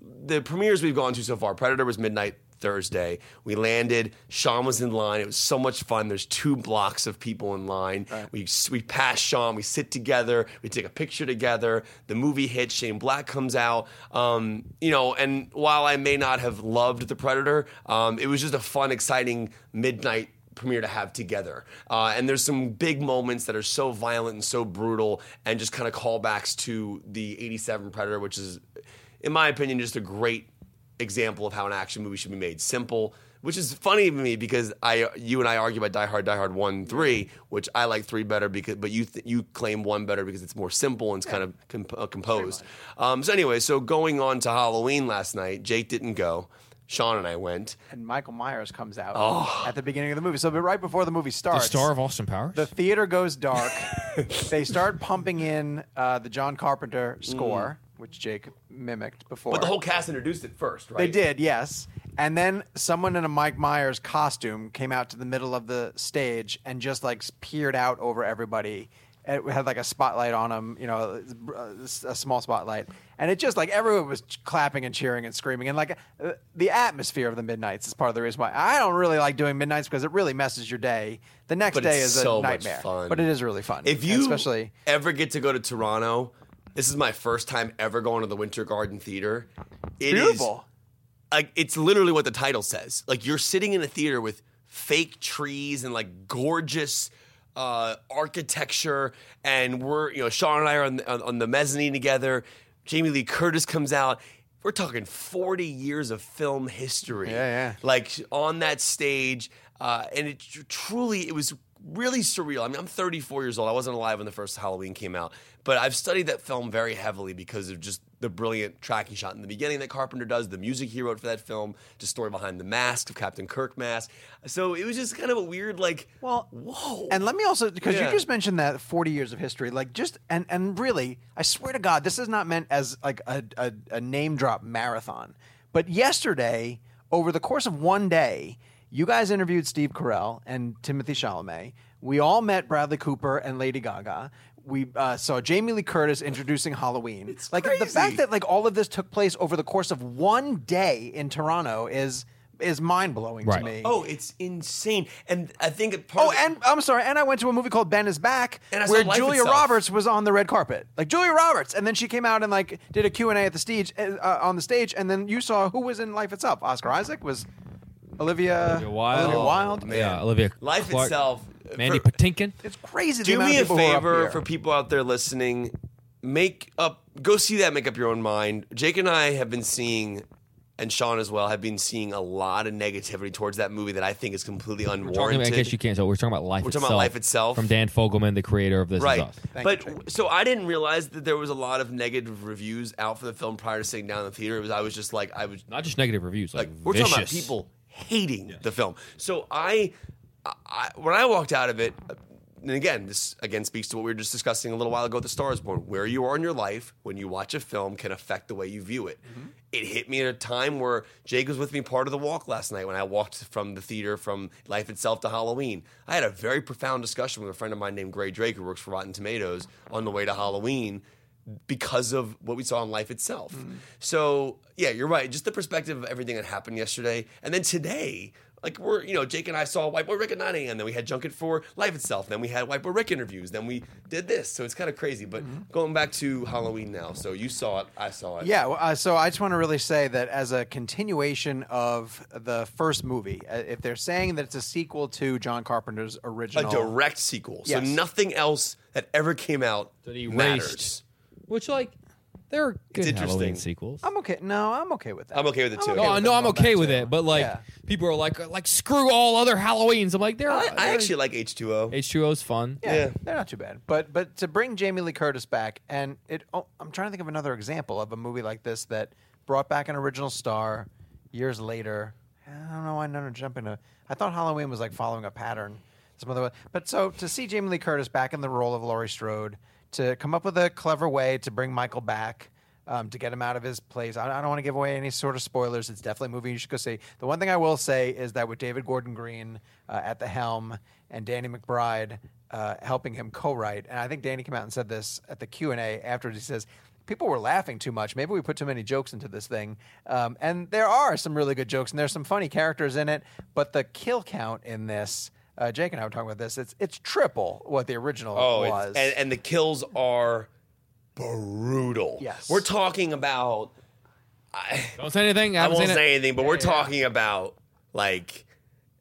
Speaker 4: the premieres we've gone to so far predator was midnight thursday we landed sean was in line it was so much fun there's two blocks of people in line we, we pass sean we sit together we take a picture together the movie hits shane black comes out um, you know and while i may not have loved the predator um, it was just a fun exciting midnight premiere to have together. Uh, and there's some big moments that are so violent and so brutal and just kind of callbacks to the 87 Predator, which is, in my opinion, just a great example of how an action movie should be made simple. Which is funny to me because I, you and I argue about Die Hard, Die Hard one, three, which I like three better because, but you th- you claim one better because it's more simple and it's kind of comp- uh, composed. Um, so anyway, so going on to Halloween last night, Jake didn't go, Sean and I went,
Speaker 2: and Michael Myers comes out at the beginning of the movie. So but right before the movie starts,
Speaker 3: of Austin Powers.
Speaker 2: the theater goes dark. they start pumping in uh, the John Carpenter score, which Jake mimicked before.
Speaker 4: Mm. but the whole cast introduced it first, right?
Speaker 2: they did, yes. And then someone in a Mike Myers costume came out to the middle of the stage and just like peered out over everybody it had like a spotlight on him, you know, uh, a, a small spotlight, and it just like everyone was clapping and cheering and screaming, and like uh, the atmosphere of the midnights is part of the reason why I don't really like doing midnights because it really messes your day. The next
Speaker 4: But
Speaker 2: day
Speaker 4: it's
Speaker 2: is
Speaker 4: so
Speaker 2: a
Speaker 4: much
Speaker 2: nightmare,
Speaker 4: fun.
Speaker 2: but it is really fun.
Speaker 4: If you
Speaker 2: especially
Speaker 4: ever get to go to Toronto, this is my first time ever going to the Winter Garden Theater. It is
Speaker 2: beautiful.
Speaker 4: like it's literally what the title says. Like you're sitting in a theater with fake trees and like gorgeous uh, architecture, and we're you know Sean and I are on the, on, on the mezzanine together. Jamie Lee Curtis comes out. We're talking 40 years of film history.
Speaker 2: Yeah, yeah.
Speaker 4: Like on that stage, uh, and it tr- truly it was really surreal. I mean, I'm 34 years old. I wasn't alive when the first Halloween came out, but I've studied that film very heavily because of just the brilliant tracking shot in the beginning that Carpenter does, the music he wrote for that film, the story behind the mask of Captain Kirk mask. So it was just kind of a weird like,
Speaker 2: Well,
Speaker 4: whoa.
Speaker 2: And let me also because
Speaker 4: Yeah.
Speaker 2: you just mentioned that 40 years of history, like just and and really, I swear to God, this is not meant as like a a, a name drop marathon. But yesterday, over the course of one day, you guys interviewed Steve Carell and Timothy Chalamet. We all met Bradley Cooper and Lady Gaga. We uh, saw Jamie Lee Curtis introducing Halloween. like the
Speaker 4: crazy.
Speaker 2: fact that like all of this took place over the course of one day in Toronto is is mind blowing
Speaker 3: Right.
Speaker 2: to me.
Speaker 4: oh, it's insane. And I think a part
Speaker 2: Oh,
Speaker 4: of it-
Speaker 2: and I'm sorry, and I went to a movie called Ben Is Back,
Speaker 4: And I saw
Speaker 2: where
Speaker 4: Life
Speaker 2: Julia
Speaker 4: Itself.
Speaker 2: Roberts was on the red carpet, like Julia Roberts, and then she came out and like did a Q and A at the stage uh, on the stage, and then you saw who was in Life Itself. Oscar Isaac was Olivia,
Speaker 3: Olivia Wilde. Oh,
Speaker 2: Olivia Wilde.
Speaker 3: Yeah, Olivia.
Speaker 4: Life
Speaker 3: Clark,
Speaker 4: itself.
Speaker 3: Mandy
Speaker 4: for-
Speaker 3: Patinkin.
Speaker 2: It's crazy. the
Speaker 4: do
Speaker 2: amount
Speaker 4: me
Speaker 2: of
Speaker 4: a
Speaker 2: people who are up
Speaker 4: favor
Speaker 2: here.
Speaker 4: for people out there listening make up go see that make up your own mind jake and i have been seeing and sean as well have been seeing a lot of negativity towards that movie that i think is completely
Speaker 3: Talking
Speaker 4: unwarranted
Speaker 3: about, I guess you can't tell. We're talking about life.
Speaker 4: We're
Speaker 3: itself,
Speaker 4: talking about Life Itself.
Speaker 3: from Dan Fogelman, the creator of this. Is
Speaker 4: right
Speaker 3: Us.
Speaker 4: but so i didn't realize that there was a lot of negative reviews out for the film prior to sitting down in the theater it was i was just like i was
Speaker 3: Not just negative reviews. Like,
Speaker 4: like we're talking about
Speaker 3: vicious.
Speaker 4: people hating the film. So I, I- I, when I walked out of it, and again, this again speaks to what we were just discussing a little while ago with *The Star Is Born*. Where you are in your life when you watch a film can affect the way you view it. It hit me at a time where Jake was with me part of the walk last night when I walked from the theater from Life Itself to Halloween. I had a very profound discussion with a friend of mine named Gray Drake who works for Rotten Tomatoes on the way to Halloween because of what we saw in life itself. So yeah, you're right. Just the perspective of everything that happened yesterday, and then today, like we're you know Jake and I saw White Boy Rick at 9 a.m. Then we had Junket for Life itself. Then we had White Boy Rick interviews. Then we did this. So it's kind of crazy. But going back to Halloween now. So you saw it. I saw it.
Speaker 2: Yeah, well, uh, so I just want to really say that as a continuation of the first movie, uh, if they're saying that it's a sequel to John Carpenter's
Speaker 4: A
Speaker 2: original,
Speaker 4: direct sequel. So
Speaker 2: Yes.
Speaker 4: nothing else that ever came out
Speaker 3: That he
Speaker 4: matters.
Speaker 3: Which like there are good
Speaker 4: interesting.
Speaker 3: Halloween sequels.
Speaker 2: I'm okay. No, I'm okay with that.
Speaker 4: I'm okay with it too.
Speaker 3: No, I know I'm
Speaker 2: on that
Speaker 3: okay with
Speaker 2: too.
Speaker 3: it, but like
Speaker 2: Yeah.
Speaker 3: people are like like screw all other Halloweens. I'm like there.
Speaker 4: I, I actually like H2O.
Speaker 3: H2O's fun.
Speaker 2: Yeah,
Speaker 4: Yeah.
Speaker 2: they're not too bad. But but to bring Jamie Lee Curtis back, and it, oh, I'm trying to think of another example of a movie like this that brought back an original star years later. I don't know why none are jumping to. I thought Halloween was like following a pattern. Some other, but so to see Jamie Lee Curtis back in the role of Laurie Strode, to come up with a clever way to bring Michael back. Um, to get him out of his place, I, I don't want to give away any sort of spoilers. It's definitely a movie you should go see. The one thing I will say is that with David Gordon Green uh, at the helm and Danny McBride, uh, helping him co-write, and I think Danny came out and said this at the Q and A afterwards. He says people were laughing too much. Maybe we put too many jokes into this thing, um, and there are some really good jokes, and there's some funny characters in it. But the kill count in this, uh, Jake and I were talking about this. It's it's triple what the original
Speaker 4: Oh, it's-
Speaker 2: was.
Speaker 4: And, and the kills are brutal.
Speaker 2: Yes.
Speaker 4: We're talking about.
Speaker 3: Don't say anything. I,
Speaker 4: I
Speaker 3: haven't
Speaker 4: won't
Speaker 3: seen it.
Speaker 4: say anything, but we're talking about like.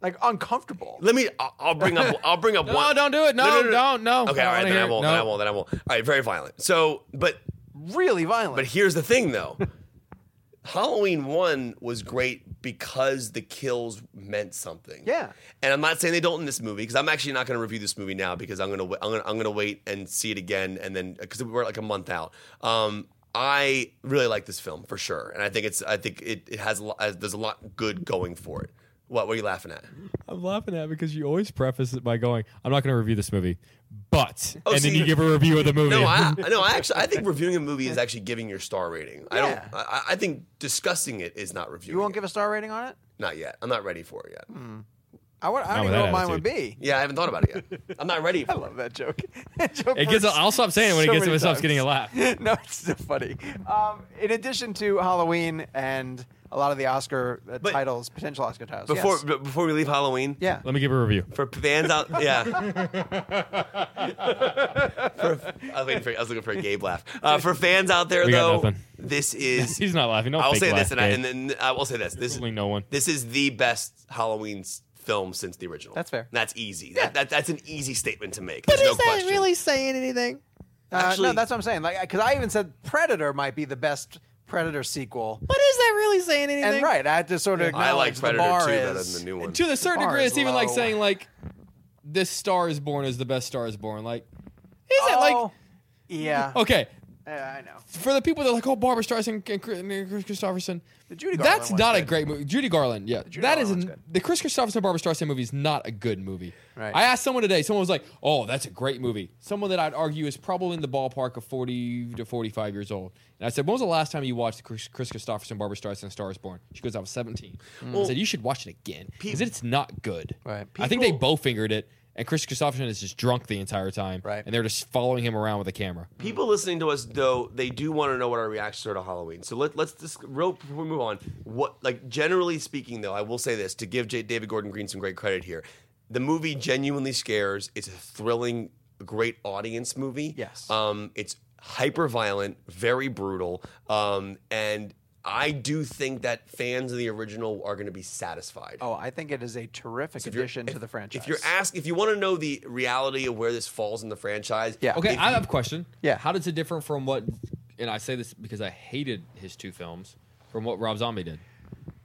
Speaker 2: like uncomfortable.
Speaker 4: Let me. I'll- I'll bring up. I'll bring up
Speaker 3: No,
Speaker 4: one.
Speaker 3: don't do it. No, don't, no.
Speaker 4: Okay,
Speaker 3: I
Speaker 4: all
Speaker 3: wanna
Speaker 4: right. Then
Speaker 3: hear
Speaker 4: I
Speaker 3: it.
Speaker 4: won't. Then I
Speaker 3: No.
Speaker 4: won't. Then I won't. All right. Very violent. So, but
Speaker 2: Really violent.
Speaker 4: but here's the thing, though. Halloween one was great because the kills meant something.
Speaker 2: Yeah.
Speaker 4: and I'm not saying they don't in this movie because I'm actually not going to review this movie now because I'm gonna wa- I'm gonna, I'm gonna wait and see it again and then because we're like a month out. Um, I really like this film for sure, and I think it's I think it, it has a lot, there's a lot good going for it. What were you laughing at?
Speaker 3: I'm laughing at it because you always preface it by going, "I'm not going to review this movie," but
Speaker 4: Oh,
Speaker 3: and then
Speaker 4: see,
Speaker 3: you give a review of the movie.
Speaker 4: No, I no, I actually I think reviewing a movie is actually giving your star rating. I don't.
Speaker 2: Yeah.
Speaker 4: I, I think discussing it is not reviewing.
Speaker 2: you won't
Speaker 4: it.
Speaker 2: give a star rating on it.
Speaker 4: Not yet. I'm not ready for it yet.
Speaker 2: I, want, I
Speaker 3: Not
Speaker 2: don't
Speaker 3: with
Speaker 2: even know
Speaker 3: that
Speaker 2: what mine would
Speaker 3: attitude.
Speaker 2: be.
Speaker 4: Yeah, I haven't thought about it yet. I'm not ready.
Speaker 2: I
Speaker 4: For
Speaker 2: love that joke. That joke
Speaker 3: It gets.
Speaker 2: works
Speaker 3: I'll stop saying it when
Speaker 2: so
Speaker 3: it gets to
Speaker 2: many
Speaker 3: myself
Speaker 2: times.
Speaker 3: getting a laugh.
Speaker 2: no, it's so funny. Um, in addition to Halloween and a lot of the Oscar uh,
Speaker 4: But-
Speaker 2: titles, potential Oscar titles.
Speaker 4: Before
Speaker 2: yes.
Speaker 4: b- before we leave Halloween,
Speaker 2: yeah. Uh,
Speaker 3: Let me give her a review.
Speaker 4: for fans out, yeah. For- I, was waiting for, I was looking for a Gabe laugh. Uh, for fans out there,
Speaker 3: We got
Speaker 4: though,
Speaker 3: nothing.
Speaker 4: this is.
Speaker 3: He's not laughing. No
Speaker 4: I will
Speaker 3: fake
Speaker 4: say
Speaker 3: laugh,
Speaker 4: this, and, I,
Speaker 3: Gabe.
Speaker 4: and then I will say this. This
Speaker 3: Absolutely no one.
Speaker 4: This is the best Halloween s- film since the original.
Speaker 2: That's fair.
Speaker 4: That's easy. That, that, that's an easy statement to make. But no question.
Speaker 3: saying anything?
Speaker 2: Uh,
Speaker 4: Actually-
Speaker 2: no, that's what I'm saying. Like, because I even said Predator might be the best Predator sequel.
Speaker 3: But is that really saying anything?
Speaker 2: And right, I had to sort of
Speaker 4: I
Speaker 2: acknowledge
Speaker 4: like
Speaker 2: the
Speaker 4: Predator
Speaker 2: bar
Speaker 4: 2
Speaker 2: is.
Speaker 4: better than the new one.
Speaker 3: to a certain
Speaker 2: Bar
Speaker 3: degree,
Speaker 2: is
Speaker 3: it's even like
Speaker 2: low.
Speaker 3: saying like, "This Star Is Born" is the best Star Is Born. Like, is it like Oh.
Speaker 2: Oh, yeah.
Speaker 3: okay
Speaker 2: Yeah, I know.
Speaker 3: for the people that are like, "Oh, Barbara Streisand and Chris- and Chris Christopherson."
Speaker 2: The Judy Garland
Speaker 3: That's
Speaker 2: one's
Speaker 3: not a
Speaker 2: good.
Speaker 3: great movie. Judy Garland, yeah,
Speaker 2: Judy
Speaker 3: that
Speaker 2: Garland
Speaker 3: is
Speaker 2: one's
Speaker 3: an-
Speaker 2: good.
Speaker 3: the Chris Christopherson Barbara Streisand movie is not a good movie.
Speaker 2: Right.
Speaker 3: I asked someone today. Someone was like, "Oh, that's a great movie." Someone that I'd argue is probably in the ballpark of forty to forty-five years old. And I said, "When was the last time you watched the Chris, Chris Christopherson Barbara Streisand Star Is Born?" She goes, "I was 17. I said, "You should watch it again because it's not good."
Speaker 2: Mm. Right.
Speaker 3: I think they bow fingered it, and Chris Christopherson is just drunk the entire time.
Speaker 2: Right.
Speaker 3: And they're just following him around with a camera.
Speaker 4: People listening to us though, they do want to know what our reactions are to Halloween. So let, let's just real before we move on. What like generally speaking though, I will say this to give J- David Gordon Green some great credit here. The movie genuinely scares. It's a thrilling, great audience movie.
Speaker 2: Yes.
Speaker 4: Um, it's hyper violent, very brutal, um, and I do think that fans of the original are going to be satisfied.
Speaker 2: Oh, I think it is a terrific
Speaker 4: you're-
Speaker 2: addition to the franchise.
Speaker 4: If you're ask, if you want to know the reality of where this falls in the franchise,
Speaker 2: Yeah.
Speaker 3: Okay,
Speaker 4: if
Speaker 3: I have a question.
Speaker 2: Yeah.
Speaker 3: How does it differ from what, and I say this because I hated his two films, from what Rob Zombie did?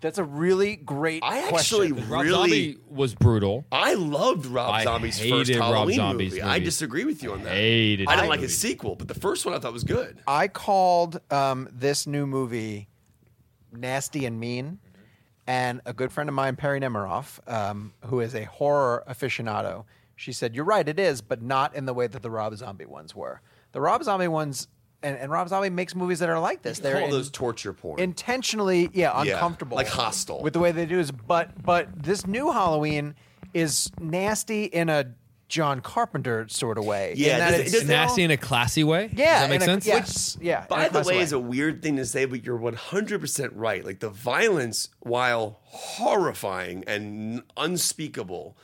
Speaker 2: that's a really great.
Speaker 4: I
Speaker 2: question.
Speaker 4: actually
Speaker 3: Rob
Speaker 4: really
Speaker 3: Zombie was brutal.
Speaker 2: Uh,
Speaker 4: I loved Rob
Speaker 3: I
Speaker 4: Zombie's first
Speaker 3: hated Rob
Speaker 4: Halloween
Speaker 3: Zombie's
Speaker 4: movie. I
Speaker 3: movies.
Speaker 4: disagree with you on that.
Speaker 3: hated
Speaker 4: I didn't
Speaker 3: that
Speaker 4: like his
Speaker 3: movie.
Speaker 4: sequel, but the first one I thought was good.
Speaker 2: I called um, this new movie nasty and mean, and a good friend of mine, Perry Nemiroff, um, who is a horror aficionado, she said, "You're right, it is, but not in the way that the Rob Zombie ones were. The Rob Zombie ones, and, and Rob Zombie makes movies that are like this. They're
Speaker 4: Call
Speaker 2: in-
Speaker 4: those torture porn.
Speaker 2: intentionally, yeah, uncomfortable,
Speaker 4: like Hostel.
Speaker 2: with the way they do is. But but this new Halloween is nasty in a John Carpenter sort of way. in
Speaker 4: Yeah,
Speaker 2: that
Speaker 4: does it-
Speaker 2: it's
Speaker 4: does
Speaker 2: still-
Speaker 4: it-
Speaker 3: Nasty in a classy way.
Speaker 2: yeah,
Speaker 3: Does that make
Speaker 2: in a-
Speaker 3: sense?
Speaker 2: yes, yeah. in
Speaker 4: By
Speaker 2: a
Speaker 4: the
Speaker 2: classy
Speaker 4: way, is a weird thing to say, but you're 100% right. Like the violence, while horrifying and unspeakable,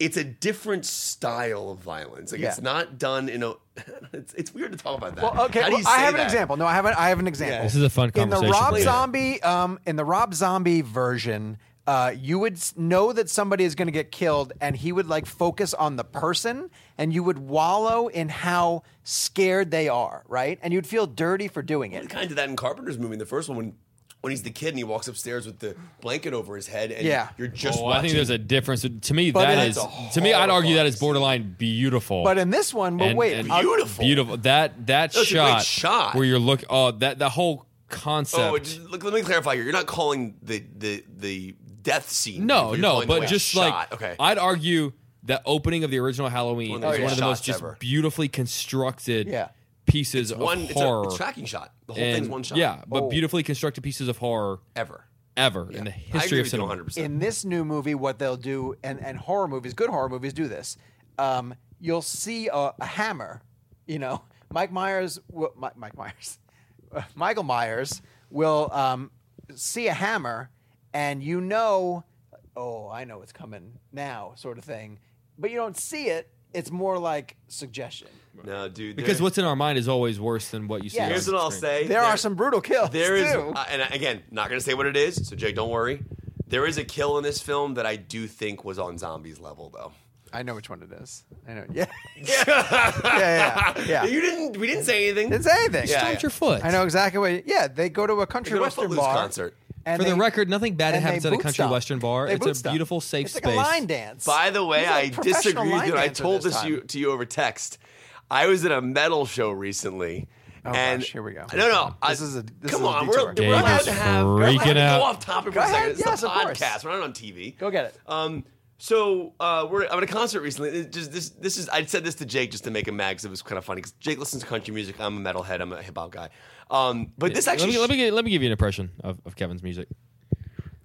Speaker 4: it's a different style of violence. Like it's
Speaker 2: Yeah.
Speaker 4: not done in a. It's, it's weird to talk about that.
Speaker 2: Well, okay.
Speaker 4: How do you
Speaker 2: well, I
Speaker 4: say
Speaker 2: have an
Speaker 4: that?
Speaker 2: example. No, I have an, I have an example.
Speaker 3: This is a fun
Speaker 2: In
Speaker 3: conversation
Speaker 2: the Rob
Speaker 3: for later.
Speaker 2: Zombie, um, in the Rob Zombie version, uh, you would s- know that somebody is going to get killed, and he would like focus on the person, and you would wallow in how scared they are, right? And you'd feel dirty for doing it.
Speaker 4: kind of did that in Carpenter's movie, the first one, when when he's the kid and he walks upstairs with the blanket over his head, and
Speaker 2: Yeah.
Speaker 4: you're just.
Speaker 3: Oh, I
Speaker 4: watching.
Speaker 3: think there's a difference. To me,
Speaker 2: But
Speaker 3: that
Speaker 2: it's
Speaker 3: is.
Speaker 4: a
Speaker 3: To me, I'd argue that is
Speaker 4: horrifying
Speaker 3: borderline beautiful.
Speaker 2: But in this one, but
Speaker 3: And-
Speaker 2: wait,
Speaker 3: and-
Speaker 2: I'll-
Speaker 4: beautiful.
Speaker 3: beautiful. That that
Speaker 4: That's a great
Speaker 3: shot,
Speaker 4: shot.
Speaker 3: where you're looking. Oh, that the whole concept.
Speaker 4: Oh, just, look, let me clarify here. You're not calling the the the death scene.
Speaker 3: No,
Speaker 4: You're
Speaker 3: no,
Speaker 4: calling the way
Speaker 3: but
Speaker 4: it's
Speaker 3: just
Speaker 4: shot.
Speaker 3: like
Speaker 4: okay.
Speaker 3: I'd argue the opening of the original Halloween
Speaker 4: One of the
Speaker 3: is
Speaker 4: greatest
Speaker 3: one of the most
Speaker 4: shots
Speaker 3: just
Speaker 4: ever.
Speaker 3: beautifully constructed
Speaker 2: Yeah.
Speaker 3: pieces of
Speaker 4: one, it's a,
Speaker 3: horror.
Speaker 4: it's a tracking shot. The whole
Speaker 3: and-
Speaker 4: thing's one shot.
Speaker 3: Yeah, but
Speaker 2: Oh.
Speaker 3: beautifully constructed pieces of horror
Speaker 4: ever.
Speaker 3: ever in the
Speaker 4: I
Speaker 3: history
Speaker 4: agree
Speaker 3: of
Speaker 4: with you
Speaker 3: cinema.
Speaker 4: 100%.
Speaker 2: in this new movie, what they'll do, and, and horror movies, good horror movies do this. Um, you'll see a, a hammer. You know, Mike Myers, will, Mike, Mike Myers, Uh, Michael Myers will um, see a hammer, and you know, oh, I know it's coming now, sort of thing. But you don't see it. It's more like suggestion.
Speaker 4: no, dude.
Speaker 3: Because
Speaker 4: there-
Speaker 3: what's in our mind is always worse than what you see.
Speaker 4: here's
Speaker 3: on
Speaker 4: what I'll
Speaker 3: screen.
Speaker 4: say.
Speaker 2: There, are some brutal kills
Speaker 4: There is,
Speaker 2: too.
Speaker 4: uh, and again, not going to say what it is. So Jake, don't worry. There is a kill in this film that I do think was on zombies level, though.
Speaker 2: I know which one it is. I know. Yeah. yeah. Yeah. Yeah.
Speaker 4: You didn't. We didn't say anything.
Speaker 2: It's anything.
Speaker 4: Yeah,
Speaker 3: Stomped your foot.
Speaker 2: I know exactly what. Yeah, they go to a country
Speaker 4: Go to a
Speaker 2: western
Speaker 4: Footloose
Speaker 2: bar
Speaker 4: concert.
Speaker 2: and
Speaker 3: For the
Speaker 2: they-
Speaker 3: record, nothing bad
Speaker 2: and
Speaker 3: happens
Speaker 2: they
Speaker 3: at a
Speaker 2: boot
Speaker 3: country
Speaker 2: stomp.
Speaker 3: western bar.
Speaker 2: They
Speaker 3: It's
Speaker 2: boot
Speaker 3: a
Speaker 2: stomp.
Speaker 3: beautiful, safe
Speaker 2: it's
Speaker 3: space.
Speaker 2: Like a line dance.
Speaker 4: By the way,
Speaker 2: He's like a
Speaker 4: I
Speaker 2: professional
Speaker 4: disagree with
Speaker 2: line
Speaker 4: you. and I
Speaker 2: dancer
Speaker 4: told this,
Speaker 2: time.
Speaker 4: you, to you over text. I was at a metal show recently. and
Speaker 2: Oh, gosh, here we go.
Speaker 4: No, no. I-
Speaker 2: This is a- this
Speaker 4: come
Speaker 2: is a
Speaker 4: on.
Speaker 2: detour.
Speaker 4: We're, we're
Speaker 3: Gabe
Speaker 4: allowed
Speaker 3: is
Speaker 4: to have. We're allowed
Speaker 3: freaking
Speaker 4: to
Speaker 3: out.
Speaker 4: Go off topic
Speaker 2: Go
Speaker 4: for a second.
Speaker 2: ahead,
Speaker 4: It's
Speaker 2: yes,
Speaker 4: a
Speaker 2: of course.
Speaker 4: podcast. We're not on TV.
Speaker 2: Go get it.
Speaker 4: Um. So uh, we're I'm at a concert recently. It just this this is I said this to Jake just to make him mad because it was kind of funny because Jake listens to country music. I'm a metalhead. I'm a hip hop guy. Um, but this
Speaker 3: Let
Speaker 4: actually
Speaker 3: me, let, me, give- let me give you an impression of, of Kevin's music.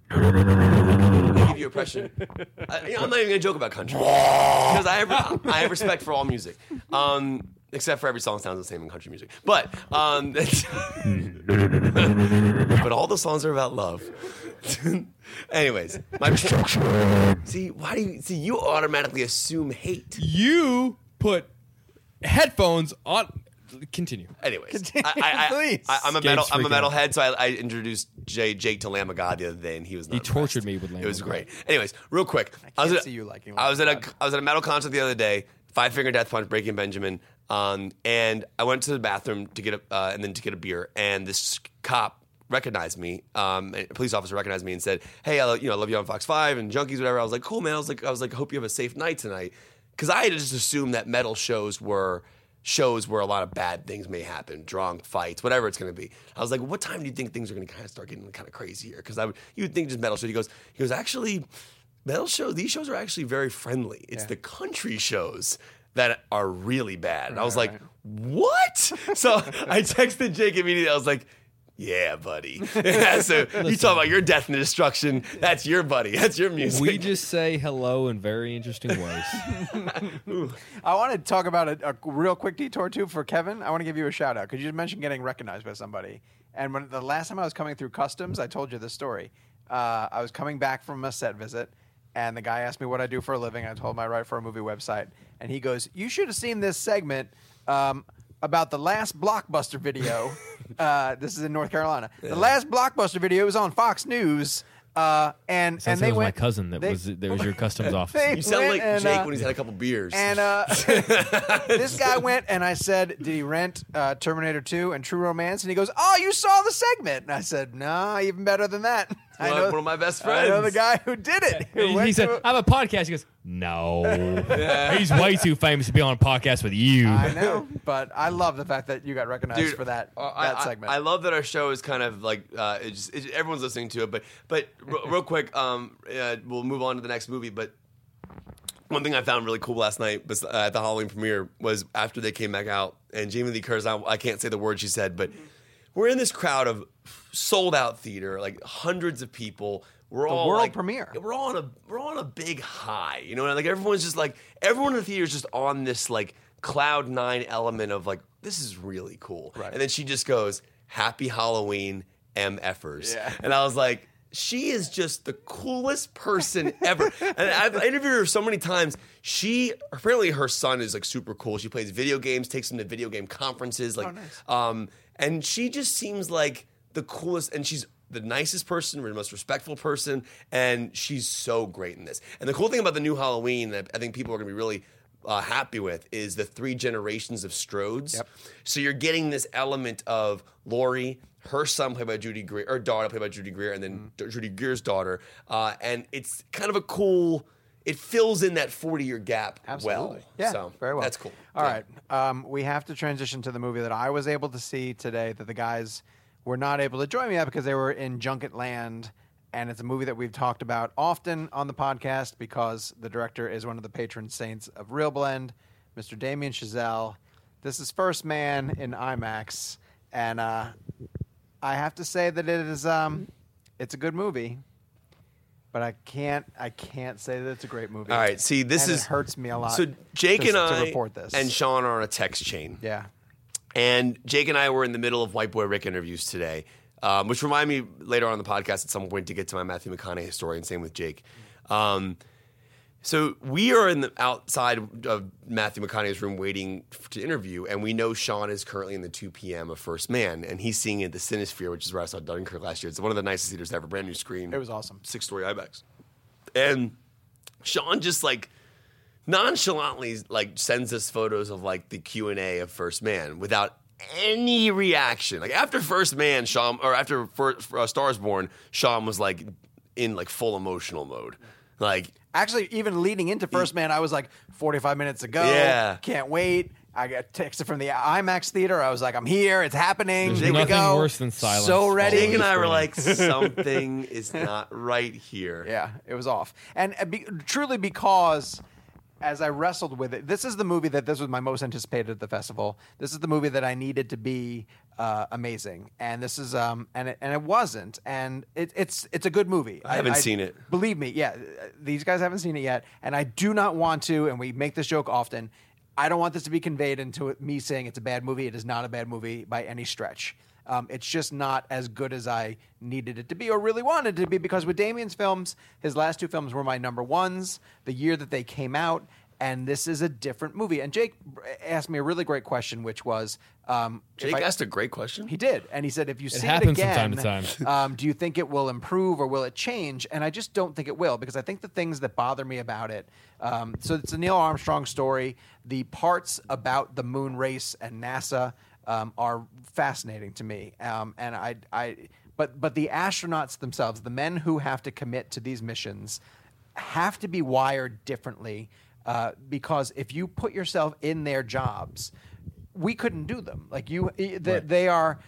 Speaker 4: give you impression. I, you know, I'm not even gonna joke about country because I have, I have respect for all music, um, except for every song sounds the same in country music. But um, but all the songs are about love. Anyways, my see why do you see you automatically assume hate.
Speaker 3: You put headphones on. Continue.
Speaker 4: Anyways, I, I,
Speaker 2: Please.
Speaker 4: I, I, am a
Speaker 3: Gabe's
Speaker 4: metal. I'm a
Speaker 3: freaking out.
Speaker 4: metalhead, so I, I introduced Jay, Jake to Lamb of God the other day, and he was not
Speaker 3: He tortured
Speaker 4: impressed.
Speaker 3: me with Lamb
Speaker 4: It was
Speaker 3: of
Speaker 4: great. Anyways, real quick, I, was
Speaker 2: can't
Speaker 4: at,
Speaker 2: see you liking
Speaker 4: I
Speaker 2: Lamb
Speaker 4: was at a I was at a metal concert the other day. Five Finger Death Punch, Breaking Benjamin, um, and I went to the bathroom to get a uh, and then to get a beer, and this cop recognized me. Um, a police officer recognized me and said, "Hey, I, lo- you know, I love you on Fox Five and Junkies, whatever." I was like, "Cool, man." I was like, "I was like, hope you have a safe night tonight," because I had just assumed that metal shows were shows where a lot of bad things may happen, drunk fights, whatever it's going to be. I was like, what time do you think things are going to kind of start getting kind of crazy here? Because I would, you would think just metal shows. He goes, he goes, actually, metal shows. These shows are actually very friendly. It's the country shows that are really bad. And I was like, what? So I texted Jake immediately. I was like. Yeah, buddy. so you talk about your death and destruction. That's your buddy. That's your music.
Speaker 3: We just say hello in very interesting ways.
Speaker 2: I want to talk about a, a real quick detour too for Kevin. I want to give you a shout out because you mentioned getting recognized by somebody. And when the last time I was coming through customs, I told you this story. Uh, I was coming back from a set visit, and the guy asked me what I do for a living. I told him I write for a movie website, and he goes, "You should have seen this segment." Um, about the last blockbuster video. Uh, this is in North Carolina. The last blockbuster video was on Fox News, uh, and and
Speaker 3: Sounds
Speaker 2: they
Speaker 3: like it was
Speaker 2: went.
Speaker 3: my cousin that
Speaker 2: they-
Speaker 3: was that was your customs
Speaker 2: they
Speaker 4: you
Speaker 3: office.
Speaker 4: sound
Speaker 2: went
Speaker 4: like
Speaker 2: and,
Speaker 4: Jake
Speaker 2: uh,
Speaker 4: when he's had a couple beers.
Speaker 2: and uh, this guy went and I said, Did he rent uh, Terminator 2 and True Romance? And he goes, Oh, you saw the segment. And I said, No, even better than that. I
Speaker 4: One-
Speaker 2: know,
Speaker 4: one of my best
Speaker 2: I know the
Speaker 4: friends.
Speaker 2: guy who did it. who
Speaker 3: He,
Speaker 2: went
Speaker 3: he said,
Speaker 2: to-
Speaker 3: "I have a podcast." He goes, "No, he's way too famous to be on a podcast with you."
Speaker 2: I know, but I love the fact that you got recognized for that,
Speaker 4: uh, I-
Speaker 2: that
Speaker 4: I,
Speaker 2: segment.
Speaker 4: I love that our show is kind of like uh, it's, it's, everyone's listening to it, but but real, real quick, um, uh, we'll move on to the next movie. But one thing I found really cool last night was, uh, at the Halloween premiere was after they came back out, and Jamie Lee Curtis. I, I can't say the word she said, but we're in this crowd of sold out theater, like hundreds of people. We're all
Speaker 2: world
Speaker 4: like-
Speaker 2: premiere.
Speaker 4: We're all on a we're on a big high, you know. and, Like everyone's just like everyone in the theater is just on this like cloud nine element of like this is really cool. Right. And then she just goes, "Happy Halloween, M effers," and I was like. She is just the coolest person ever. And I've interviewed her so many times. She apparently her son is like super cool. She plays video games, takes him to video game conferences. Like, um, and she just seems like the coolest and she's the nicest person, the most respectful person, and she's so great in this. And the cool thing about the new Halloween that I think people are going to be really uh, happy with is the three generations of Strodes. So you're getting this element of Lori, her son played by Judy Greer, or daughter played by Judy Greer, and then
Speaker 2: Mm-hmm.
Speaker 4: Judy Greer's daughter, uh, and it's kind of a cool. It fills in that 40 year gap well.
Speaker 2: Yeah,
Speaker 4: so
Speaker 2: very well.
Speaker 4: That's cool.
Speaker 2: All
Speaker 4: Yeah.
Speaker 2: right, um, we have to transition to the movie that I was able to see today that the guys were not able to join me at because they were in Junket Land, and it's a movie that we've talked about often on the podcast because the director is one of the patron saints of Real Blend, Mr. Damien Chazelle. This is First Man in IMAX, and uh, I have to say that it is um, it's a good movie. But I can't. I can't say that it's a great movie.
Speaker 4: All right. See, this
Speaker 2: And it
Speaker 4: is
Speaker 2: hurts me a lot.
Speaker 4: So Jake
Speaker 2: just
Speaker 4: and I
Speaker 2: to report this.
Speaker 4: and Sean are on a text chain.
Speaker 2: yeah,
Speaker 4: And Jake and I were in the middle of White Boy Rick interviews today, um, which remind me later on in the podcast at some point to get to my Matthew McConaughey story, and same with Jake. Um, so we are in the outside of Matthew McConaughey's room waiting f- to interview, and we know Sean is currently in the 2 p.m. of First Man, and he's seeing it at the Cinesphere, which is where I saw Dunkirk last year. It's one of the nicest theaters ever, brand new screen.
Speaker 2: it was awesome.
Speaker 4: six story IMAX. And Sean just like nonchalantly like sends us photos of like the Q and A of First Man without any reaction. Like after First Man, Sean or after First, uh, Stars Born, Sean was like in like full emotional mode. Like
Speaker 2: Actually, even leading into First Man, I was like, 45 minutes ago.
Speaker 4: Yeah.
Speaker 2: can't wait. I got texted from the IMAX theater. I was like, I'm here. It's happening.
Speaker 3: There's
Speaker 2: here we
Speaker 3: nothing
Speaker 2: go.
Speaker 3: worse than silence.
Speaker 2: So ready.
Speaker 4: Jake and I were like, something is not right here.
Speaker 2: Yeah, it was off, and uh, be, truly because as I wrestled with it, this is the movie that this was my most anticipated at the festival. This is the movie that I needed to be uh, amazing, and this is um and it, and it wasn't, and it, it's it's a good movie.
Speaker 4: I haven't seen it.
Speaker 2: Believe me, yeah, uh, these guys haven't seen it yet, and I do not want to. And we make this joke often. I don't want this to be conveyed into it- me saying it's a bad movie. It is not a bad movie by any stretch. Um, it's just not as good as I needed it to be or really wanted it to be because with Damien's films, his last two films were my number ones the year that they came out, and this is a different movie. And Jake asked me a really great question, which was um, if
Speaker 4: Jake
Speaker 2: I-
Speaker 4: asked a great question.
Speaker 2: he did, and he said, "If you see
Speaker 3: happens
Speaker 2: it
Speaker 3: from
Speaker 2: again,
Speaker 3: time to time.
Speaker 2: um, do you think it will improve or will it change?" And I just don't think it will because I think the things that bother me about it. Um, so it's a Neil Armstrong story. The parts about the moon race and NASA um, are fascinating to me, um, and I, I, but but the astronauts themselves, the men who have to commit to these missions, have to be wired differently uh, because if you put yourself in their jobs, we couldn't do them. Like you, i- the, they are.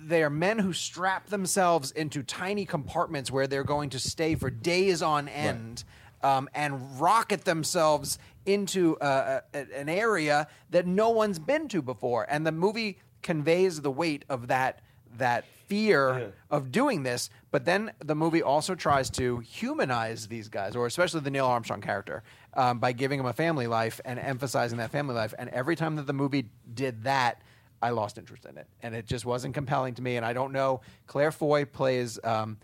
Speaker 2: They are men who strap themselves into tiny compartments where they're going to stay for days on end um, and rocket themselves into uh, a, a- an area that no one's been to before. And the movie conveys the weight of that that fear of doing this. But then the movie also tries to humanize these guys, or especially the Neil Armstrong character, um, by giving him a family life and emphasizing that family life. And every time that the movie did that, I lost interest in it, and it just wasn't compelling to me. And I don't know. Claire Foy plays. Um,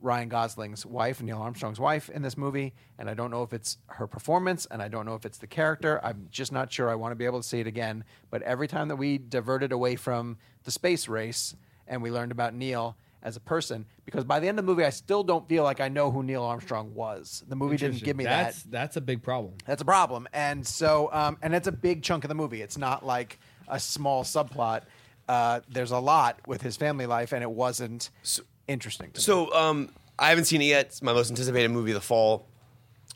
Speaker 2: Ryan Gosling's wife, Neil Armstrong's wife, in this movie, and I don't know if it's her performance, and I don't know if it's the character. I'm just not sure. I want to be able to see it again. But every time that we diverted away from the space race and we learned about Neil as a person, because by the end of the movie, I still don't feel like I know who Neil Armstrong was. The movie didn't give me that.
Speaker 3: that's, That's a big problem.
Speaker 2: That's a problem. And so, um, and it's a big chunk of the movie. It's not like a small subplot. Uh, there's a lot with his family life, and it wasn't interesting. To me.
Speaker 4: So um, I haven't seen it yet. It's my most anticipated movie of the fall.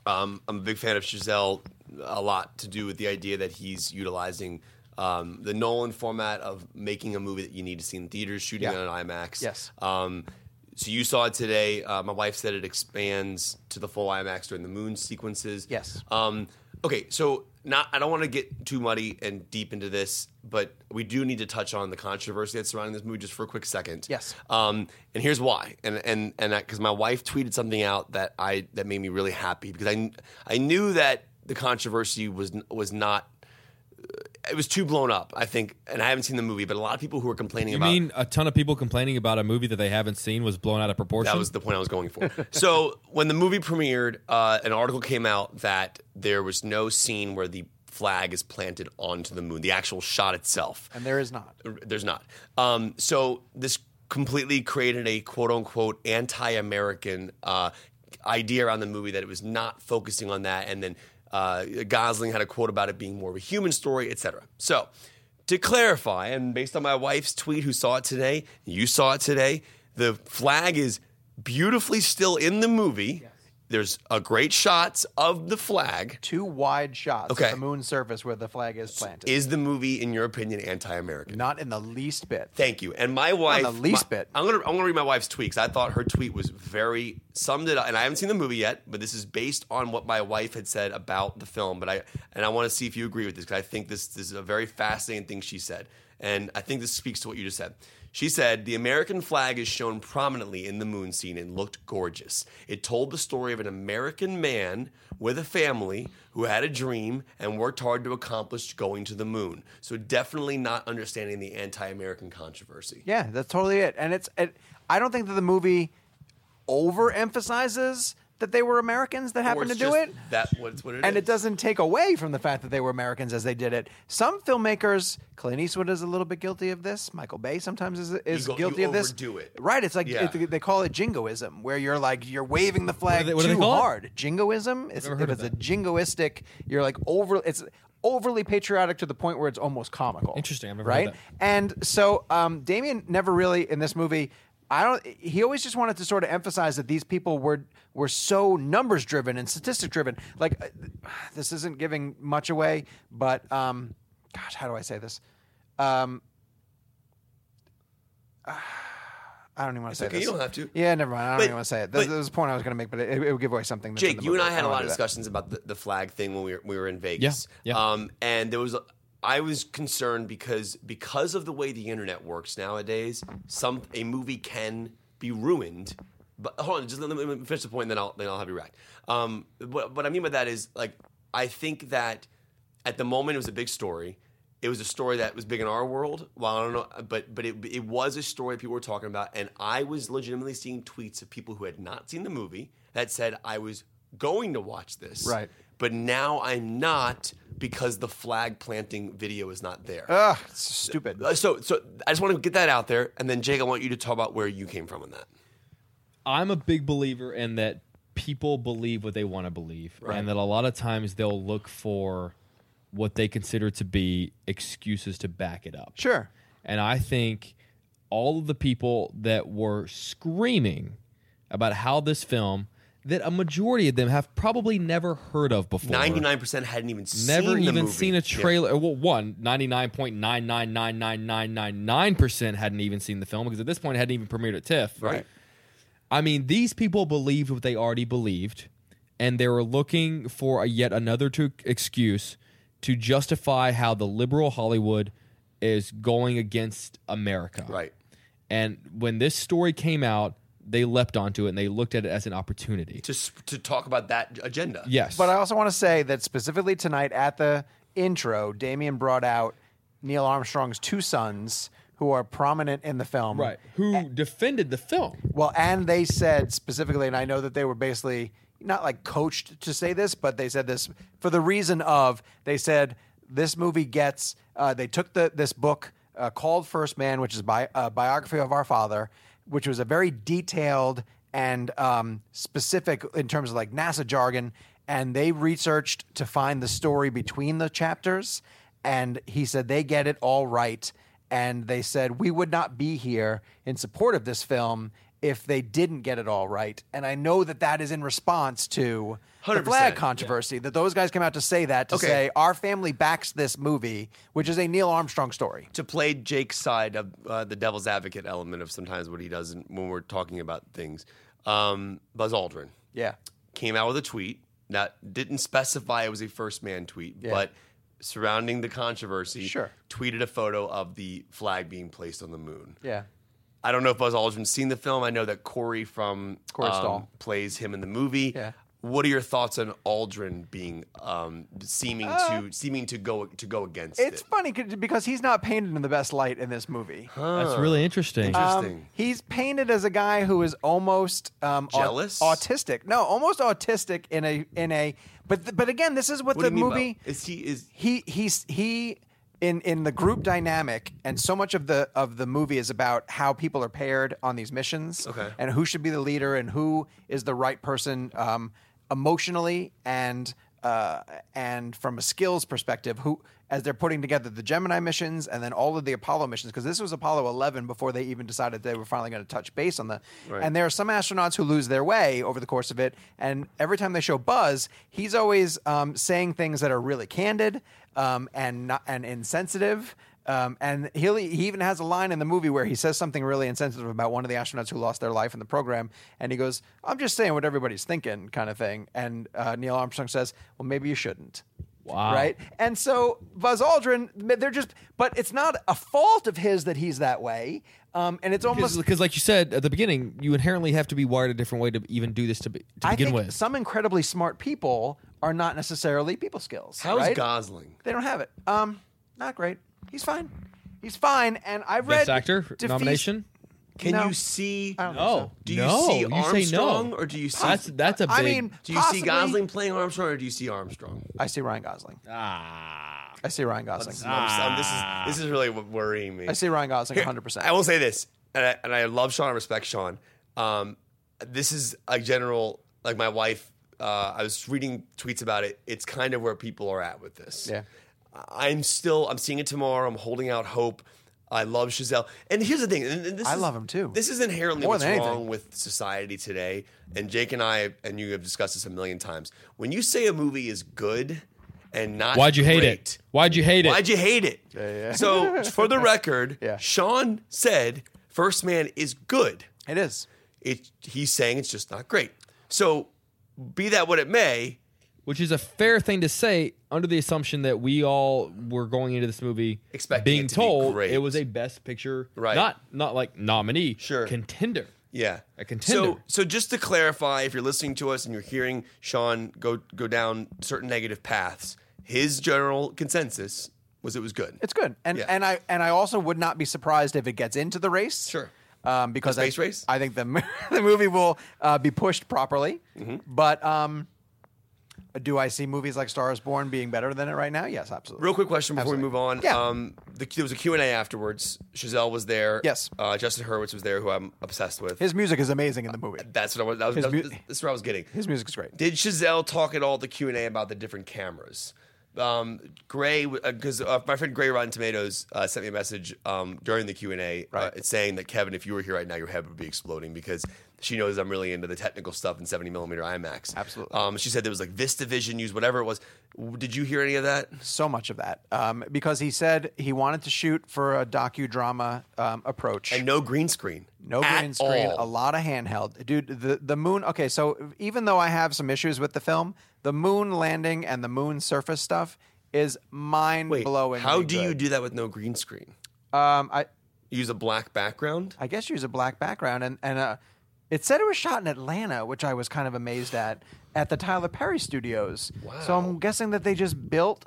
Speaker 4: Um, I'm a big fan of Chazelle. A lot to do with the idea that he's utilizing um, the Nolan format of making a movie that you need to see in theaters, shooting
Speaker 2: Yeah.
Speaker 4: it on IMAX.
Speaker 2: Yes.
Speaker 4: Um, so you saw it today. Uh, my wife said it expands to the full IMAX during the moon sequences.
Speaker 2: Yes.
Speaker 4: Um, okay, so not I don't want to get too muddy and deep into this, but we do need to touch on the controversy that's surrounding this movie just for a quick second.
Speaker 2: Yes.
Speaker 4: Um, and here's why, and and and because my wife tweeted something out that I that made me really happy because I I knew that the controversy was was not. It was too blown up, I think, and I haven't seen the movie. But a lot of people who are complaining
Speaker 3: You
Speaker 4: about
Speaker 3: mean a ton of people complaining about a movie that they haven't seen was blown out of proportion?
Speaker 4: that was the point I was going for. so when the movie premiered, uh, an article came out that there was no scene where the flag is planted onto the moon, the actual shot itself.
Speaker 2: and there is not.
Speaker 4: There's not. Um, so this completely created a quote unquote anti American uh, idea around the movie that it was not focusing on that. And then uh, Gosling had a quote about it being more of a human story, etc. So to clarify, and based on my wife's tweet, who saw it today, you saw it today, the flag is beautifully still in the movie. There's a great shots of the flag.
Speaker 2: two wide shots
Speaker 4: Okay.
Speaker 2: of the moon surface where the flag is planted.
Speaker 4: Is the movie, in your opinion, anti-American?
Speaker 2: Not in the least bit.
Speaker 4: Thank you. And my wife,
Speaker 2: the least
Speaker 4: my-
Speaker 2: bit.
Speaker 4: I'm gonna I'm gonna read my wife's tweet 'cause I thought her tweet was very summed it up. And I haven't seen the movie yet, but this is based on what my wife had said about the film. But I and I want to see if you agree with this because I think this this is a very fascinating thing she said, and I think this speaks to what you just said. She said the American flag is shown prominently in the moon scene and looked gorgeous. It told the story of an American man with a family who had a dream and worked hard to accomplish going to the moon. So definitely not understanding the anti-American controversy.
Speaker 2: Yeah, that's totally it. And it's it, I don't think that the movie overemphasizes that they were Americans that
Speaker 4: Or
Speaker 2: happened to
Speaker 4: it's
Speaker 2: do
Speaker 4: just
Speaker 2: it.
Speaker 4: That what's what it
Speaker 2: and
Speaker 4: is.
Speaker 2: it doesn't take away from the fact that they were Americans as they did it. Some filmmakers, Clint Eastwood is a little bit guilty of this. Michael Bay sometimes is, is
Speaker 4: go- you
Speaker 2: guilty of this.
Speaker 4: overdo it.
Speaker 2: right? It's like
Speaker 4: Yeah.
Speaker 2: it- they call it jingoism, where you're like you're waving the flag
Speaker 3: do they- what do they
Speaker 2: too
Speaker 3: call it?
Speaker 2: hard. Jingoism is
Speaker 3: never
Speaker 2: if
Speaker 3: heard
Speaker 2: it's
Speaker 3: of
Speaker 2: a jingoistic, you're like over. It's overly patriotic to the point where it's almost comical.
Speaker 3: Interesting, I've never heard
Speaker 2: right?
Speaker 3: that.
Speaker 2: And so um, Damien never really in this movie. I don't. He always just wanted to sort of emphasize that these people were were so numbers driven and statistic driven. Like uh, this isn't giving much away, but um, gosh, how do I say this? Um, I don't even want to
Speaker 4: It's
Speaker 2: say
Speaker 4: okay,
Speaker 2: this.
Speaker 4: you don't have to.
Speaker 2: Yeah, never mind. I don't
Speaker 4: But-
Speaker 2: even want to say it. This,
Speaker 4: but-
Speaker 2: this was a point I was going to make, but it, it would give away something. That's in
Speaker 4: Jake,
Speaker 2: the
Speaker 4: you and
Speaker 2: movie.
Speaker 4: I had a
Speaker 2: don't
Speaker 4: lot
Speaker 2: wanna do that.
Speaker 4: of discussions about the, the flag thing when we were, we were in Vegas.
Speaker 3: yeah.
Speaker 4: Um, and there was, a- I was concerned because because of the way the internet works nowadays, some a movie can be ruined. But hold on, just let me, let me finish the point, then I'll then I'll have you racked. Um, what, what I mean by that is like I think that at the moment it was a big story. It was a story that was big in our world. Well, I don't know, but but it, it was a story people were talking about, and I was legitimately seeing tweets of people who had not seen the movie that said I was going to watch this,
Speaker 2: Right.
Speaker 4: But now I'm not because the flag planting video is not there.
Speaker 3: Ah.
Speaker 2: Ugh, it's Ah, stupid.
Speaker 4: Uh, so so I just want to get that out there, and then Jake, I want you to talk about where you came from on that.
Speaker 3: I'm a big believer in that people believe what they want to believe, and that a lot of times they'll look for what they consider to be excuses to back it up.
Speaker 2: Sure.
Speaker 3: And I think all of the people that were screaming about how this film that a majority of them have probably never heard of before.
Speaker 4: Ninety nine percent hadn't even seen
Speaker 3: Never
Speaker 4: the
Speaker 3: even
Speaker 4: movie.
Speaker 3: seen a
Speaker 4: Yeah.
Speaker 3: trailer. Well, one, 99.9999999% hadn't even seen the film because at this point it hadn't even premiered at TIFF.
Speaker 4: Right.
Speaker 3: I mean, these people believed what they already believed, and they were looking for a yet another to excuse to justify how the liberal Hollywood is going against America.
Speaker 4: Right.
Speaker 3: And when this story came out, they leapt onto it and they looked at it as an opportunity.
Speaker 4: To sp- to talk about that agenda.
Speaker 3: Yes.
Speaker 2: But I also want to say that specifically tonight at the intro, Damien brought out Neil Armstrong's two sons who are prominent in the film.
Speaker 3: right. Who
Speaker 2: Eh.
Speaker 3: defended the film?
Speaker 2: Well, and they said specifically, and I know that they were basically not like coached to say this, but they said this for the reason of they said this movie gets. Uh, they took the this book uh, called First Man, which is bi- a biography of our father, which was a very detailed and um, specific in terms of like NASA jargon, and they researched to find the story between the chapters. And he said they get it all right and they said we would not be here in support of this film if they didn't get it all right. And I know that that is in response to the
Speaker 4: 100%,
Speaker 2: flag
Speaker 4: yeah.
Speaker 2: controversy that those guys came out to say that to
Speaker 4: Okay.
Speaker 2: say our family backs this movie, which is a Neil Armstrong story.
Speaker 4: to play Jake's side of uh, the devil's advocate element of sometimes what he does in- when we're talking about things. Um, Buzz Aldrin
Speaker 2: Yeah,
Speaker 4: came out with a tweet that didn't specify it was a first man tweet, but surrounding the controversy,
Speaker 2: Sure.
Speaker 4: tweeted a photo of the flag being placed on the moon.
Speaker 2: yeah,
Speaker 4: I don't know if Buzz Aldrin's seen the film. I know that Corey from um,
Speaker 2: Corey Stoll.
Speaker 4: plays him in the movie.
Speaker 2: Yeah.
Speaker 4: What are your thoughts on Aldrin being um, seeming to seeming to go to go against
Speaker 2: Uh, it's
Speaker 4: it?
Speaker 2: funny 'cause- because he's not painted in the best light in this movie.
Speaker 3: That's really interesting.
Speaker 2: um,
Speaker 4: Interesting.
Speaker 2: He's painted as a guy who is almost um, au-
Speaker 4: Jealous?
Speaker 2: autistic. No, almost autistic in a in a. But th- but again, this is what,
Speaker 4: what
Speaker 2: the
Speaker 4: do you mean by-
Speaker 2: movie
Speaker 4: is he is
Speaker 2: he he's he in in the group dynamic and so much of the of the movie is about how people are paired on these missions
Speaker 4: Okay.
Speaker 2: and who should be the leader and who is the right person um, emotionally and uh, and from a skills perspective who as they're putting together the Gemini missions and then all of the Apollo missions because this was Apollo 11 before they even decided they were finally going to touch base on the and there are some astronauts who lose their way over the course of it and every time they show Buzz he's always um, saying things that are really candid um, and not, and insensitive um, and he'll, he even has a line in the movie where he says something really insensitive about one of the astronauts who lost their life in the program. And he goes, I'm just saying what everybody's thinking, kind of thing. And uh, Neil Armstrong says, Well, maybe you shouldn't.
Speaker 3: Wow.
Speaker 2: Right? And so Buzz Aldrin, they're just, but it's not a fault of his that he's that way. Um, and it's almost.
Speaker 3: because, like you said at the beginning, you inherently have to be wired a different way to even do this to, be, to
Speaker 2: I
Speaker 3: begin
Speaker 2: think
Speaker 3: with.
Speaker 2: some incredibly smart people are not necessarily people skills.
Speaker 4: how's
Speaker 2: right?
Speaker 4: Gosling?
Speaker 2: They don't have it. Um, Not great. He's fine. He's fine. And I've read.
Speaker 3: Best actor
Speaker 2: Defeat-
Speaker 3: nomination?
Speaker 4: Can
Speaker 2: No.
Speaker 4: you see?
Speaker 2: I don't think so.
Speaker 3: No,
Speaker 4: Oh, Do you
Speaker 3: Oh, no,
Speaker 4: see
Speaker 3: you say
Speaker 4: Armstrong
Speaker 3: no.
Speaker 4: or do you see?
Speaker 3: That's that's a big.
Speaker 2: I mean,
Speaker 4: do you see
Speaker 2: possibly-
Speaker 4: Gosling playing Armstrong or do you see Armstrong?
Speaker 2: I see Ryan Gosling.
Speaker 3: ah,
Speaker 2: I see Ryan
Speaker 4: This is-
Speaker 2: Gosling.
Speaker 4: I'm- this is this is really what worrying me.
Speaker 2: I see Ryan Gosling 100. percent
Speaker 4: I will say this, and I, and I love Sean. I respect Sean. Um, this is a general like my wife. Uh, I was reading tweets about it. It's kind of where people are at with this.
Speaker 2: Yeah.
Speaker 4: I'm still. I'm seeing it tomorrow. I'm holding out hope. I love Chazelle. And here's the thing. And and this
Speaker 2: I
Speaker 4: is-
Speaker 2: love him too.
Speaker 4: This is inherently
Speaker 2: More
Speaker 4: what's
Speaker 2: than anything.
Speaker 4: wrong with society today. And Jake and I and you have discussed this a million times. When you say a movie is good and not
Speaker 3: why'd you hate
Speaker 4: great,
Speaker 3: it? Why'd you hate it?
Speaker 4: Why'd you hate it? So, for the record,
Speaker 2: Yeah.
Speaker 4: Sean said First Man is good.
Speaker 2: It is.
Speaker 4: It he's saying it's just not great. So be that what it may,
Speaker 3: which is a fair thing to say under the assumption that we all were going into this movie
Speaker 4: Expecting
Speaker 3: being
Speaker 4: it to be
Speaker 3: told
Speaker 4: great.
Speaker 3: it was a best picture,
Speaker 4: Right.
Speaker 3: Not not like nominee,
Speaker 4: Sure.
Speaker 3: contender.
Speaker 4: Yeah,
Speaker 3: A contender.
Speaker 4: So, so just to clarify, if you're listening to us and you're hearing Sean go go down certain negative paths, his general consensus was it was good.
Speaker 2: It's good, and
Speaker 4: Yeah.
Speaker 2: and I and I also would not be surprised if it gets into the race.
Speaker 4: Sure.
Speaker 2: um, because
Speaker 4: The space
Speaker 2: I,
Speaker 4: race?
Speaker 2: I think the mo- the movie will uh, be pushed properly.
Speaker 4: Mm-hmm.
Speaker 2: But um, do I see movies like Star Is Born being better than it right now? Yes, absolutely.
Speaker 4: Real quick question before we move on.
Speaker 2: Yeah.
Speaker 4: Um, the, there was a Q and A afterwards. Chazelle was there.
Speaker 2: Yes.
Speaker 4: Uh, Justin Hurwitz was there, who I'm obsessed with.
Speaker 2: His music is amazing in the movie.
Speaker 4: that's what I was. That was,
Speaker 2: his
Speaker 4: that was
Speaker 2: mu-
Speaker 4: this is what I was getting.
Speaker 2: His music is great.
Speaker 4: Did Chazelle talk at all the Q and A about the different cameras? Um, Gray, because uh, my friend Gray Rotten Tomatoes uh, sent me a message um, during the Q and A,
Speaker 2: Right.
Speaker 4: saying that Kevin, if you were here right now, your head would be exploding because she knows I'm really into the technical stuff in 70 millimeter IMAX.
Speaker 2: Absolutely.
Speaker 4: Um, she said there was like VistaVision used, whatever it was. W- Did you hear any of that?
Speaker 2: so much of that um, because he said he wanted to shoot for a docudrama um, approach.
Speaker 4: And no green screen.
Speaker 2: No
Speaker 4: At
Speaker 2: green screen,
Speaker 4: all.
Speaker 2: a lot of handheld. Dude, the, the moon. Okay, so even though I have some issues with the film, the moon landing and the moon surface stuff is mind
Speaker 4: Wait,
Speaker 2: blowing.
Speaker 4: how do you do that with no green screen?
Speaker 2: Um, I
Speaker 4: Use a black background.
Speaker 2: I guess use a black background and and uh, it said it was shot in Atlanta, which I was kind of amazed at at the Tyler Perry Studios. So I'm guessing that they just built.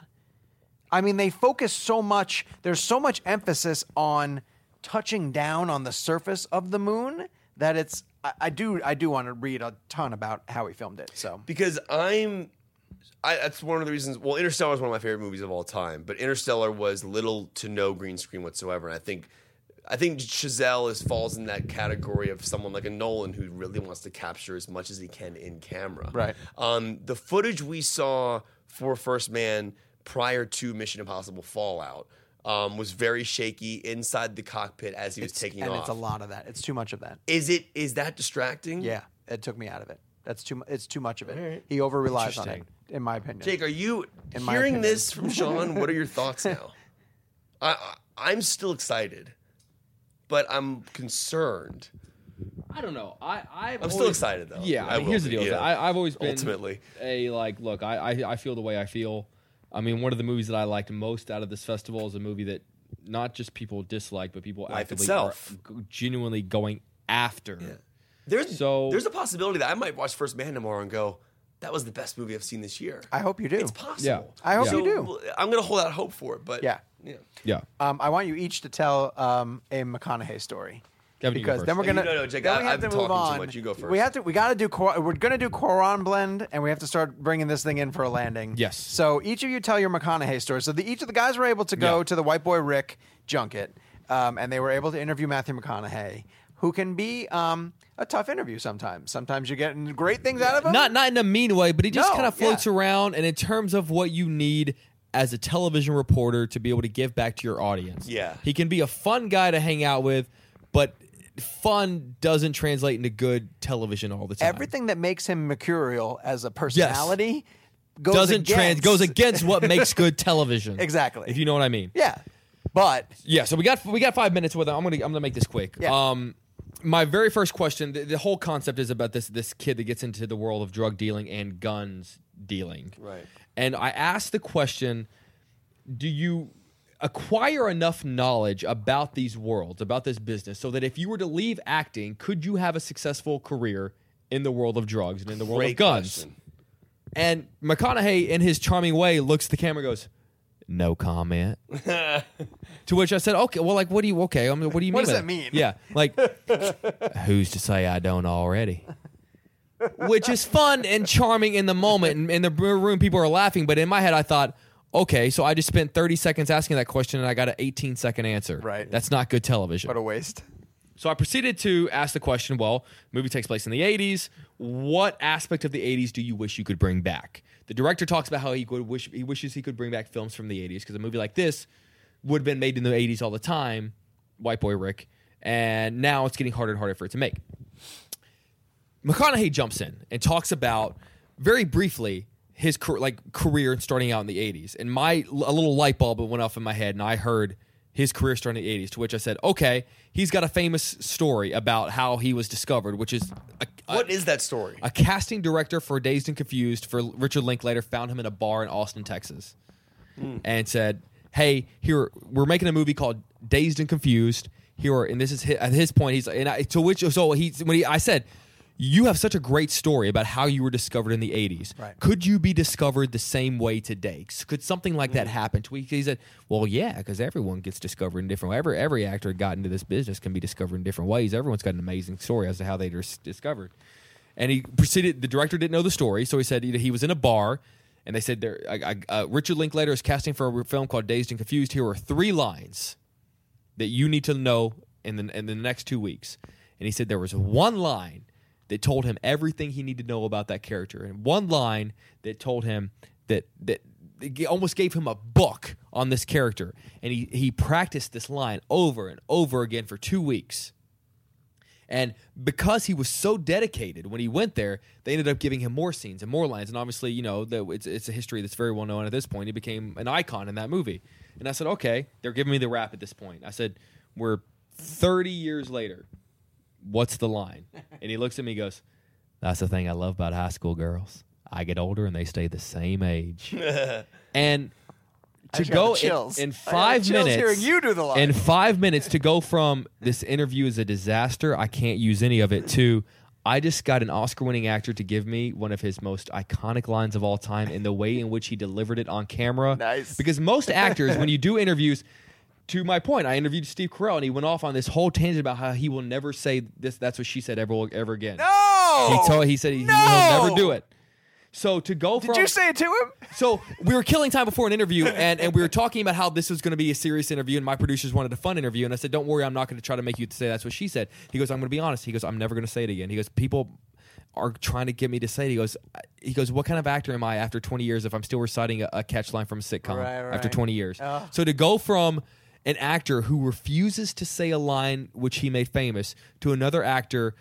Speaker 2: I mean, they focus so much. There's so much emphasis on touching down on the surface of the moon that it's. I, I do. I do want to read a ton about how he filmed it. So
Speaker 4: because I'm. I, that's one of the reasons. Well, Interstellar is one of my favorite movies of all time, but Interstellar was little to no green screen whatsoever. And I think, I think Chazelle is falls in that category of someone like a Nolan who really wants to capture as much as he can in camera.
Speaker 2: Right.
Speaker 4: Um, the footage we saw for First Man prior to Mission Impossible Fallout um, was very shaky inside the cockpit as he was taking
Speaker 2: and
Speaker 4: off.
Speaker 2: it's a lot of that. It's too much of that.
Speaker 4: Is it is that distracting?
Speaker 2: Yeah, it took me out of it. That's too. mu- It's too much of it. He over relies on it, in my opinion.
Speaker 4: Jake, are you
Speaker 2: In my
Speaker 4: hearing
Speaker 2: opinion.
Speaker 4: this from Sean? What are your thoughts now? I, I I'm still excited, but I'm concerned.
Speaker 3: I don't know. I I've
Speaker 4: I'm still
Speaker 3: always-
Speaker 4: excited though.
Speaker 3: Yeah, I
Speaker 4: I
Speaker 3: mean,
Speaker 4: will
Speaker 3: here's the
Speaker 4: be,
Speaker 3: deal. with
Speaker 4: yeah.
Speaker 3: it. I, I've always been
Speaker 4: Ultimately.
Speaker 3: a like. Look, I, I I feel the way I feel. I mean, one of the movies that I liked most out of this festival is a movie that not just people dislike, but people actively
Speaker 4: itself.
Speaker 3: are g- genuinely going after.
Speaker 4: there's
Speaker 3: so-
Speaker 4: there's a possibility that I might watch First Man tomorrow and go, that was the best movie I've seen this year.
Speaker 2: I hope you do.
Speaker 4: it's possible.
Speaker 3: Yeah.
Speaker 2: I hope you do.
Speaker 4: well, I'm gonna hold out hope for it, but
Speaker 2: Yeah.
Speaker 3: Yeah,
Speaker 2: Um, I want you each to tell um, a McConaughey story.
Speaker 3: Kevin, you go
Speaker 2: because
Speaker 3: first.
Speaker 2: then we're
Speaker 4: No, you-
Speaker 2: gonna
Speaker 4: no, no, Jake,
Speaker 2: then
Speaker 4: I-
Speaker 2: we have
Speaker 4: I'm
Speaker 2: to
Speaker 4: talking
Speaker 2: move
Speaker 4: too
Speaker 2: on.
Speaker 4: much. You go
Speaker 2: We
Speaker 4: first.
Speaker 2: have to. We got to do. Quar- We're gonna do Quran blend, and we have to start bringing this thing in for a landing.
Speaker 3: Yes.
Speaker 2: So each of you tell your McConaughey story. So the, each of the guys were able to go
Speaker 3: Yeah.
Speaker 2: to the White Boy Rick junket, um, and they were able to interview Matthew McConaughey, who can be um, a tough interview sometimes. Sometimes you're getting great things out of him.
Speaker 3: not not in a mean way, but he just
Speaker 2: No,
Speaker 3: kind of floats
Speaker 2: yeah.
Speaker 3: around. And in terms of what you need as a television reporter to be able to give back to your audience,
Speaker 4: Yeah.
Speaker 3: he can be a fun guy to hang out with, but fun doesn't translate into good television all the time.
Speaker 2: everything that makes him mercurial as a personality goes
Speaker 3: doesn't
Speaker 2: against,
Speaker 3: trans goes against what makes good television.
Speaker 2: Exactly.
Speaker 3: If you know what I mean.
Speaker 2: Yeah. But
Speaker 3: Yeah, so we got we got five minutes with it. I'm gonna I'm gonna make this quick.
Speaker 2: Yeah.
Speaker 3: Um, my very first question. The, the whole concept is about this this kid that gets into the world of drug dealing and guns dealing.
Speaker 4: Right.
Speaker 3: And I asked the question: Do you acquire enough knowledge about these worlds, about this business, so that if you were to leave acting, could you have a successful career in the world of drugs and in the world
Speaker 4: Great
Speaker 3: of guns?
Speaker 4: question.
Speaker 3: And McConaughey, in his charming way, looks at the camera, and goes, "No comment." to which I said, "Okay, well, like, what do you? Okay, I mean, what do you
Speaker 2: What
Speaker 3: mean?
Speaker 2: does
Speaker 3: by
Speaker 2: that mean?
Speaker 3: Yeah, like, who's to say I don't already?" Which is fun and charming in the moment, and in the room people are laughing. But in my head, I thought, "Okay, so I just spent 30 seconds asking that question, and I got an 18 second answer.
Speaker 2: Right.
Speaker 3: That's not good television."
Speaker 2: what a waste.
Speaker 3: So I proceeded to ask the question well, movie takes place in the 80s. What aspect of the 80s do you wish you could bring back? The director talks about how he would wish he wishes he could bring back films from the 80s because a movie like this would have been made in the 80s all the time, White Boy Rick, and now it's getting harder and harder for it to make. McConaughey jumps in and talks about very briefly his car- like career starting out in the 80s. And my a little light bulb went off in my head and I heard his career starting in the 80s. To which I said, okay, he's got a famous story about how he was discovered, which is a, a-
Speaker 4: What is that story?
Speaker 3: a casting director for Dazed and Confused for Richard Linklater found him in a bar in Austin, Texas, and said, "Hey, here we're making a movie called Dazed and Confused. Here, are, and this is his, at his point. He's and I, to which so he when he I said." You have such a great story about how you were discovered in the 80s.
Speaker 2: Right.
Speaker 3: Could you be discovered the same way today? S- Could something like that happen? To he said, "Well, yeah, because everyone gets discovered in different. Every every actor got into this business can be discovered in different ways. Everyone's got an amazing story as to how they were s- discovered." and he proceeded. The director didn't know the story, so he said he was in a bar, and they said, there, I, I, uh, "Richard Linklater is casting for a film called Dazed and Confused. Here are three lines that you need to know in the in the next two weeks." And he said there was one line that told him everything he needed to know about that character, and one line that told him that that that g- almost gave him a book on this character, and he he practiced this line over and over again for two weeks. And because he was so dedicated when he went there, they ended up giving him more scenes and more lines. And obviously, you know, the, it's, it's a history that's very well known at this point. He became an icon in that movie. And I said, okay, they're giving me the rap at this point. I said, we're 30 years later. What's the line? And he looks at me and goes, that's the thing I love about high school girls. I get older and they stay the same age. and to
Speaker 2: just got
Speaker 3: go
Speaker 2: the
Speaker 3: in-
Speaker 2: chills.
Speaker 3: In,
Speaker 2: I got the
Speaker 3: five
Speaker 2: chills
Speaker 3: minutes,
Speaker 2: hearing you do the line.
Speaker 3: in five minutes to go from this interview is a disaster, I can't use any of it, to I just got an Oscar winning actor to give me one of his most iconic lines of all time and the way in which he delivered it on camera.
Speaker 4: Nice.
Speaker 3: Because most actors, when you do interviews, to my point, I interviewed Steve Carell and he went off on this whole tangent about how he will never say this, that's what she said ever, ever again.
Speaker 2: No.
Speaker 3: He, told, he said he,
Speaker 2: No!
Speaker 3: will never do it. So to go from
Speaker 2: Did you say it to him?
Speaker 3: so we were killing time before an interview, and, and we were talking about how this was going to be a serious interview, and my producers wanted a fun interview, and I said, "Don't worry, I'm not going to try to make you say that's what she said." He goes, "I'm going to be honest." He goes, "I'm never going to say it again." He goes, "People are trying to get me to say it." He goes, I- "He goes, what kind of actor am I after 20 years if I'm still reciting a, a catch line from a sitcom
Speaker 2: Right, Oh.
Speaker 3: after
Speaker 2: right.
Speaker 3: 20 years?" So to go from an actor who refuses to say a line which he made famous to another actor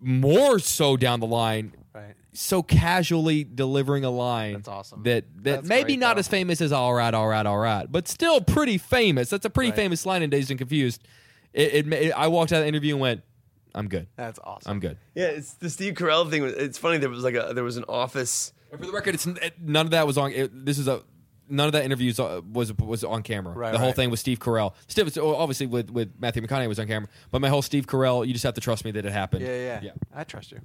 Speaker 3: more so down the line
Speaker 2: Right.
Speaker 3: so casually delivering a line
Speaker 2: That's awesome.
Speaker 3: that that
Speaker 2: That's
Speaker 3: maybe
Speaker 2: great,
Speaker 3: not
Speaker 2: though.
Speaker 3: as famous as all right all right all right but still pretty famous that's a pretty
Speaker 2: Right.
Speaker 3: famous line in dazed and confused it, it, ma- i walked out of the interview and went i'm good
Speaker 2: That's awesome.
Speaker 3: i'm good
Speaker 4: Yeah, it's the Steve Carell thing. was- It's funny there was like a there was an office.
Speaker 3: And for the record it's n- it- none of that was on it, this is a None of that interview is, uh, was was on camera.
Speaker 2: Right,
Speaker 3: the whole
Speaker 2: right.
Speaker 3: thing was Steve Carell. Steve, so obviously, with, with Matthew McConaughey was on camera, but my whole Steve Carell, you just have to trust me that it happened.
Speaker 2: Yeah, yeah,
Speaker 3: yeah.
Speaker 2: I trust you.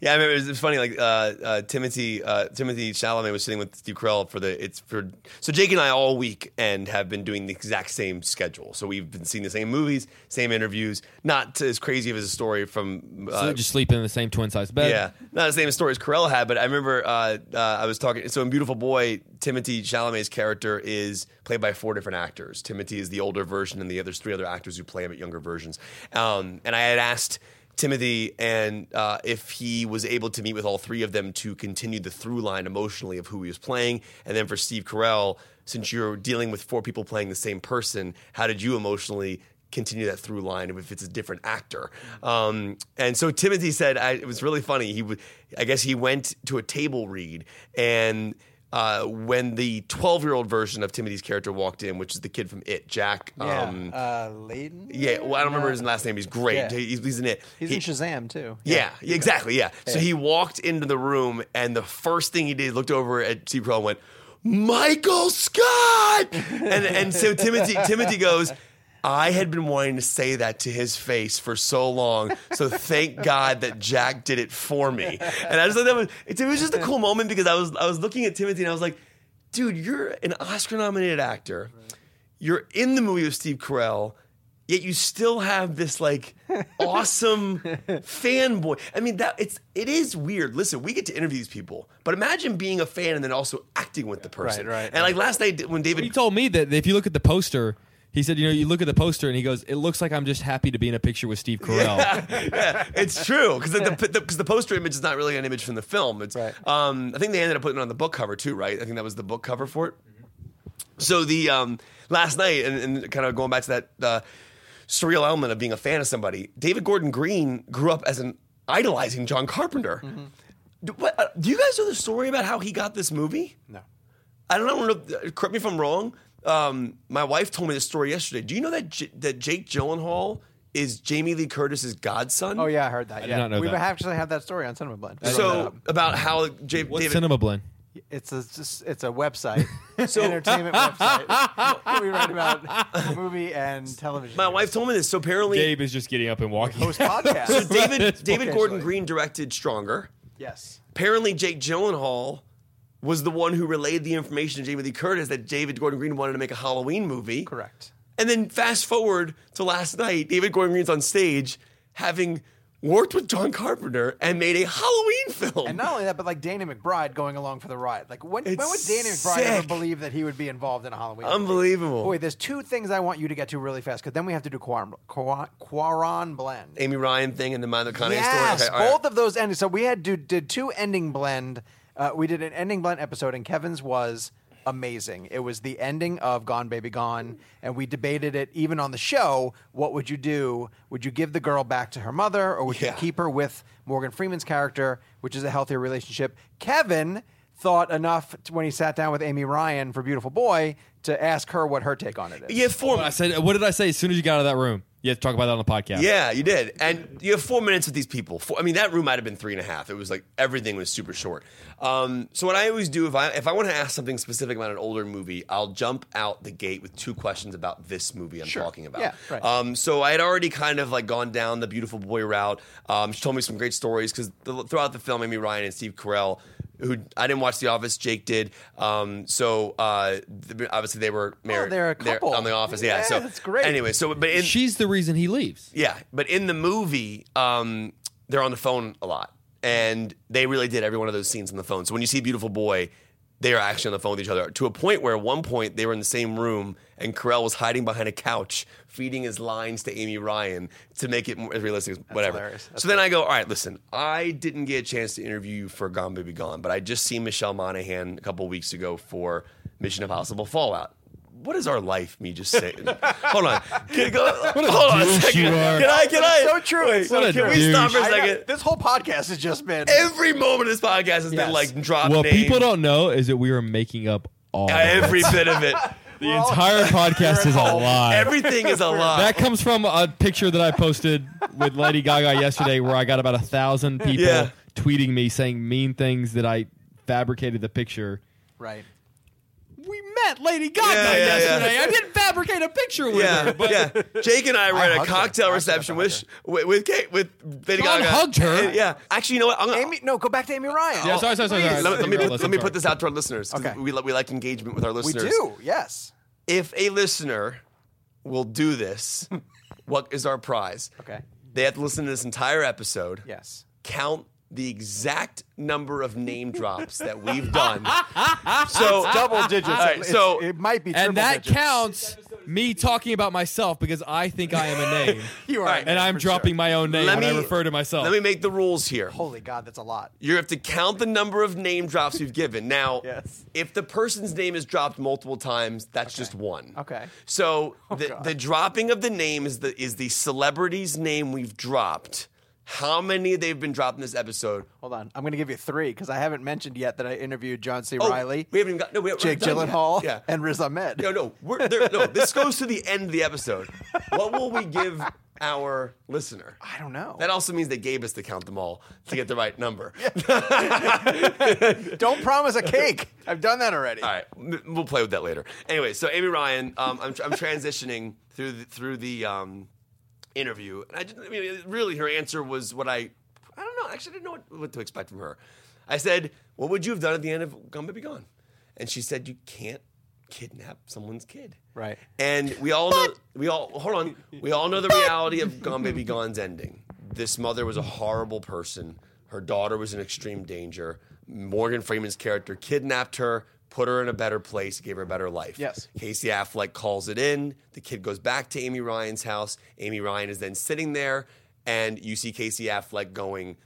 Speaker 4: Yeah, I remember it was, it was funny. Like uh, uh, Timothy uh, Timothy Chalamet was sitting with Steve Carell for the it's for so Jake and I all week and have been doing the exact same schedule. So we've been seeing the same movies, same interviews. Not as crazy of a story from
Speaker 3: So
Speaker 4: uh,
Speaker 3: just sleeping in the same twin size bed.
Speaker 4: Yeah, not the same story as Carell had, but I remember uh, uh, I was talking. So in Beautiful Boy, Timothy Chalamet's character is played by four different actors. Timothy is the older version, and the others three other actors who play him at younger versions. Um, and I had asked. Timothy and uh, if he was able to meet with all three of them to continue the through line emotionally of who he was playing, and then for Steve Carell, since you're dealing with four people playing the same person, how did you emotionally continue that through line if it's a different actor. Um, and so Timothy said, I, it was really funny. He, w- I guess he went to a table read and. Uh, when the 12 year old version of Timothy's character walked in, which is the kid from It, Jack.
Speaker 2: Yeah.
Speaker 4: Um,
Speaker 2: uh, Layden.
Speaker 4: yeah, well, I don't remember his last name. He's great.
Speaker 2: Yeah.
Speaker 4: He- He's, in it.
Speaker 2: He's
Speaker 4: He-
Speaker 2: in Shazam too.
Speaker 4: yeah, yeah, exactly. Yeah. So he walked into the room, and the first thing he did, he looked over at Steve Carell and went, "Michael Scott." and and so Timothy Timothy goes. I had been wanting to say that to his face for so long, so thank God that Jack did it for me. And I just thought that was it was just a cool moment because I was I was looking at Timothy and I was like, dude, you're an Oscar nominated actor. You're in the movie with Steve Carell, yet you still have this like awesome fanboy. I mean, that it's it is weird. Listen, we get to interview these people, but imagine being a fan and then also acting with the person.
Speaker 2: right,
Speaker 4: And like last night when David
Speaker 3: He told me that if you look at the poster, he said, you know, you look at the poster and he goes, it looks like I'm just happy to be in a picture with Steve Carell.
Speaker 4: yeah, it's true because the, the, the, 'cause the poster image is not really an image from the film. It's,
Speaker 2: Right.
Speaker 4: um, I think they ended up putting it on the book cover too, right? I think that was the book cover for it. So the um, last night, and, and kind of going back to that uh, surreal element of being a fan of somebody, David Gordon Green grew up as an idolizing John Carpenter.
Speaker 2: Mm-hmm.
Speaker 4: Do, what, uh, do you guys know the story about how he got this movie?
Speaker 2: No.
Speaker 4: I don't know. Correct me if I'm wrong. um, my wife told me this story yesterday. Do you know that J- that Jake Gyllenhaal is Jamie Lee Curtis's godson?
Speaker 2: Oh yeah, I heard that. yeah,
Speaker 3: not know
Speaker 2: we've
Speaker 3: that.
Speaker 2: actually had that story on Cinema Blend. I looked that
Speaker 4: So
Speaker 2: up.
Speaker 4: about how J-
Speaker 3: What's
Speaker 4: David
Speaker 3: Cinema Blend?
Speaker 2: it's a it's just- it's a website, entertainment website. we write about movie and television.
Speaker 4: My wife told me this. So apparently,
Speaker 3: Gabe is just getting up and walking.
Speaker 2: host podcast.
Speaker 4: David David
Speaker 2: Okay,
Speaker 4: Gordon
Speaker 2: sorry.
Speaker 4: Green directed Stronger.
Speaker 2: yes.
Speaker 4: Apparently, Jake Gyllenhaal was the one who relayed the information to Jamie Lee Curtis that David Gordon Green wanted to make a Halloween movie.
Speaker 2: Correct.
Speaker 4: And then fast forward to last night, David Gordon Green's on stage having worked with John Carpenter and made a Halloween film.
Speaker 2: And not only that, but like Dana McBride going along for the ride. Like when, when would
Speaker 4: It's
Speaker 2: Dana McBride ever
Speaker 4: sick.
Speaker 2: believe that he would be involved in a Halloween? movie?
Speaker 4: Unbelievable.
Speaker 2: Boy, there's two things I want you to get to really fast because then we have to do Quaron, Quaron, Quaron blend.
Speaker 4: Amy Ryan thing and the Mind McConaughey
Speaker 2: Yes,
Speaker 4: story. Okay, all right.
Speaker 2: both of those endings. So we had do, did two ending blend. Uh, we did an ending blend episode, and Kevin's was amazing. It was the ending of Gone Baby Gone, and we debated it even on the show. What would you do? Would you give the girl back to her mother, or would
Speaker 4: Yeah.
Speaker 2: you keep her with Morgan Freeman's character, which is a healthier relationship? Kevin thought enough t- when he sat down with Amy Ryan for Beautiful Boy to ask her what her take on it is.
Speaker 4: You have four.
Speaker 3: I said, what did I say? As soon as you got out of that room, you had to talk about that on the podcast.
Speaker 4: Yeah, you did. And you have four minutes with these people. Four, I mean, that room might have been three and a half. It was like everything was super short. Um, so what I always do if I if I want to ask something specific about an older movie, I'll jump out the gate with two questions about this movie I'm talking about.
Speaker 2: Yeah, right.
Speaker 4: Um, so I had already kind of like gone down the beautiful boy route. Um, she told me some great stories because throughout the film, Amy Ryan and Steve Carell, who I didn't watch The Office, Jake did. Um, so uh, th- obviously they were married.
Speaker 2: Oh, they're a couple.
Speaker 4: on The Office. Yeah,
Speaker 2: Yeah,
Speaker 4: so
Speaker 2: that's great.
Speaker 4: Anyway, so but in,
Speaker 3: She's the reason he leaves.
Speaker 4: yeah, but in the movie, um, they're on the phone a lot, and they really did every one of those scenes on the phone. So when you see Beautiful Boy, they are actually on the phone with each other to a point where at one point they were in the same room, and Carell was hiding behind a couch, feeding his lines to Amy Ryan to make it more as realistic. as whatever.
Speaker 2: hilarious.
Speaker 4: so then I go, all right, listen, I didn't get a chance to interview you for Gone Baby Gone, but I just seen Michelle Monaghan a couple weeks ago for Mission Impossible Fallout. What is our life? Me just saying. hold on. Can I go, hold on a
Speaker 3: douche
Speaker 4: second.
Speaker 3: you are.
Speaker 4: Can I? Can I?
Speaker 2: so true.
Speaker 4: Wait,
Speaker 2: It's so
Speaker 3: What a
Speaker 4: can
Speaker 2: true.
Speaker 4: we stop for a
Speaker 2: I know.
Speaker 4: second?
Speaker 2: This whole podcast has just been.
Speaker 4: Every moment of this podcast has
Speaker 2: Yes.
Speaker 4: been like drop
Speaker 3: What
Speaker 4: names.
Speaker 3: people don't know is that we are making up all
Speaker 4: Every bit of it.
Speaker 3: the entire podcast is a lie.
Speaker 4: Everything is a lie.
Speaker 3: that comes from a picture that I posted with Lady Gaga yesterday, where I got about a thousand people
Speaker 4: Yeah.
Speaker 3: tweeting me saying mean things that I fabricated the picture.
Speaker 2: right.
Speaker 3: We met Lady Gaga
Speaker 4: Yeah, yeah, yeah.
Speaker 3: yesterday. I didn't fabricate a picture with
Speaker 4: Yeah,
Speaker 3: her, but
Speaker 4: yeah. Jake and I were at a
Speaker 2: hugged her.
Speaker 4: cocktail
Speaker 2: I
Speaker 4: reception
Speaker 2: actually
Speaker 4: with, with with Kate with Lady
Speaker 3: John
Speaker 4: Gaga.
Speaker 3: hugged her?
Speaker 4: And- yeah. Actually, you know what? I'm gonna,
Speaker 2: Amy, no, go back to Amy Ryan.
Speaker 3: Yeah, sorry, sorry, sorry, sorry.
Speaker 4: let, me- let me
Speaker 3: Sorry,
Speaker 4: put,
Speaker 3: I'm
Speaker 4: let me
Speaker 3: sorry.
Speaker 4: put this out to our listeners. 'cause
Speaker 2: Okay.
Speaker 4: We, lo- we like engagement with our
Speaker 2: We
Speaker 4: listeners.
Speaker 2: do, yes.
Speaker 4: If a listener will do this, what is our prize?
Speaker 2: Okay.
Speaker 4: They have to listen to this entire episode.
Speaker 2: Yes.
Speaker 4: count the exact number of name drops that we've done. so
Speaker 2: Double digits.
Speaker 4: All right,
Speaker 2: It's-
Speaker 4: so
Speaker 2: it might be triple
Speaker 3: and that
Speaker 2: digits.
Speaker 3: counts me talking about myself because I think I am a name,
Speaker 2: You are.
Speaker 4: All right,
Speaker 3: and I'm
Speaker 2: for sure.
Speaker 3: dropping my own name
Speaker 4: Let
Speaker 3: when I
Speaker 4: me-
Speaker 3: refer to myself.
Speaker 4: let me make the rules here.
Speaker 2: Holy God, that's a lot.
Speaker 4: You have to count the number of name drops you've given. Now,
Speaker 2: Yes.
Speaker 4: if the person's name is dropped multiple times, that's just one.
Speaker 2: Okay. Oh,
Speaker 4: So the,
Speaker 2: God.
Speaker 4: the dropping of the name is the is the celebrity's name we've dropped. How many they've been dropped in this episode?
Speaker 2: Hold on. I'm going to give you three because I haven't mentioned yet that I interviewed John C.
Speaker 4: Oh,
Speaker 2: Riley,
Speaker 4: We haven't even got no. We haven't
Speaker 2: Jake
Speaker 4: done yet.
Speaker 2: Gyllenhaal,
Speaker 4: Yeah.
Speaker 2: and Riz Ahmed.
Speaker 4: No, no, we're, there, no. This goes to the end of the episode. What will we give our listener?
Speaker 2: I don't know.
Speaker 4: That also means they gave us to count them all to get the right number.
Speaker 2: Don't promise a cake. I've done that already.
Speaker 4: All right, m- we'll play with that later. Anyway, so Amy Ryan, um, I'm, I'm transitioning through the, through the um, interview, and I, didn't, I mean, really, her answer was what I, I don't know. Actually, I didn't know what, what to expect from her. I said, "What would you have done at the end of Gone Baby Gone?" And she said, "You can't kidnap someone's kid."
Speaker 2: Right.
Speaker 4: And we all know we all hold on. We all know the reality of Gone Baby Gone's ending. This mother was a horrible person. Her daughter was in extreme danger. Morgan Freeman's character kidnapped her, put her in a better place, gave her a better life.
Speaker 2: Yes.
Speaker 4: Casey Affleck calls it in. The kid goes back to Amy Ryan's house. Amy Ryan is then sitting there, and you see Casey Affleck going,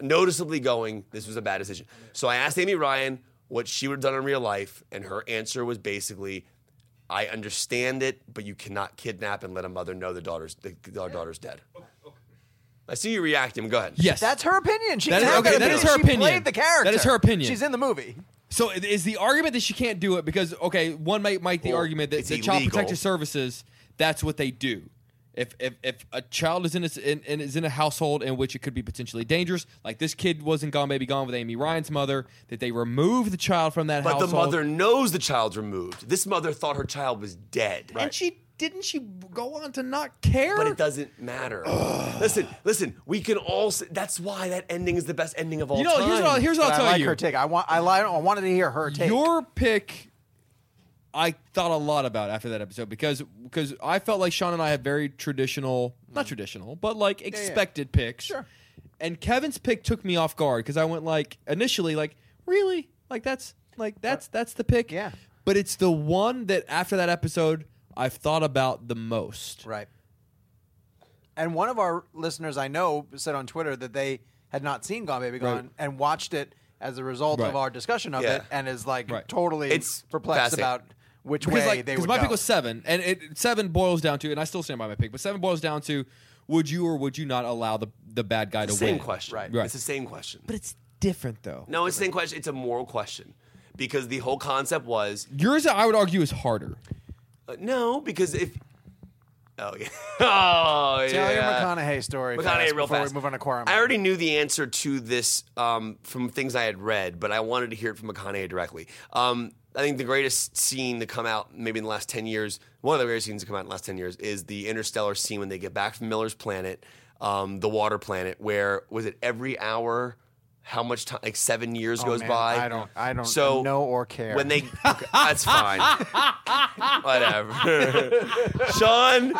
Speaker 4: noticeably going, this was a bad decision. So I asked Amy Ryan what she would have done in real life, and her answer was basically, I understand it, but you cannot kidnap and let a mother know the daughter's the, our daughter's dead. I see you reacting. Go ahead.
Speaker 3: yes,
Speaker 2: That's her opinion. She
Speaker 3: That is-
Speaker 2: had
Speaker 3: okay, that
Speaker 2: opinion.
Speaker 3: is her
Speaker 2: she
Speaker 3: opinion.
Speaker 2: played the character.
Speaker 3: That is her opinion.
Speaker 2: She's in the movie.
Speaker 3: So i- is the argument that she can't do it because okay, one might make the
Speaker 4: Well,
Speaker 3: argument that
Speaker 4: it's
Speaker 3: the child
Speaker 4: illegal.
Speaker 3: protective services that's what they do. If if, if a child is in, a, s- in, in is in a household in which it could be potentially dangerous, like this kid was in Gone Baby Gone with Amy Ryan's mother, that they remove the child from that
Speaker 4: But
Speaker 3: household.
Speaker 4: the mother knows the child's removed. This mother thought her child was dead.
Speaker 3: and she didn't she go on to not care.
Speaker 4: But it doesn't matter. listen, listen. We can all. s that's why that ending is the best ending of all
Speaker 3: you know,
Speaker 4: time.
Speaker 3: here's what I'll, here's
Speaker 2: But
Speaker 3: what
Speaker 2: I
Speaker 3: I'll tell
Speaker 2: like
Speaker 3: you.
Speaker 2: her take. I want. I, li- I wanted to hear her take.
Speaker 3: Your pick, I thought a lot about after that episode because because I felt like Sean and I have very traditional,
Speaker 2: Mm.
Speaker 3: not traditional, but like expected picks. Sure. And Kevin's pick took me off guard because I went like initially like really like that's like that's that's the pick.
Speaker 2: Uh, Yeah.
Speaker 3: But it's the one that after that episode I've thought about the most.
Speaker 2: Right. And one of our listeners I know said on Twitter that they had not seen Gone Baby Gone
Speaker 3: Right.
Speaker 2: and watched it as a result
Speaker 3: Right.
Speaker 2: of our discussion of
Speaker 4: Yeah.
Speaker 2: it and is like
Speaker 3: Right.
Speaker 2: totally
Speaker 4: It's
Speaker 2: perplexed
Speaker 4: fascinating.
Speaker 2: about which
Speaker 3: because
Speaker 2: way
Speaker 3: like
Speaker 2: they
Speaker 3: because
Speaker 2: would
Speaker 3: my
Speaker 2: go.
Speaker 3: pick was seven, and it seven boils down to, and I still stand by my pick, but seven boils down to, would you or would you not allow the the bad guy to
Speaker 4: Same
Speaker 3: win?
Speaker 4: question.
Speaker 2: Right.
Speaker 3: Right.
Speaker 4: It's the same question.
Speaker 3: But it's different though.
Speaker 4: no, it's the same question. It's a moral question because the whole concept was
Speaker 3: Yours, I would argue, is harder.
Speaker 4: uh, no because if oh yeah oh
Speaker 2: Tell your
Speaker 4: yeah.
Speaker 2: McConaughey story.
Speaker 4: McConaughey,
Speaker 2: fast
Speaker 4: real
Speaker 2: before
Speaker 4: fast.
Speaker 2: we move on to Quorum.
Speaker 4: I already knew the answer to this um, from things I had read, but I wanted to hear it from McConaughey directly. Um, I think the greatest scene to come out, maybe in the last ten years, one of the greatest scenes to come out in the last ten years, is the interstellar scene when they get back from Miller's planet, um, the water planet, where was it every hour? How much time? Like seven years goes
Speaker 2: Oh, man,
Speaker 4: by.
Speaker 2: I don't- I don't
Speaker 4: so
Speaker 2: know or care.
Speaker 4: When they, okay, that's fine. Whatever. Sean,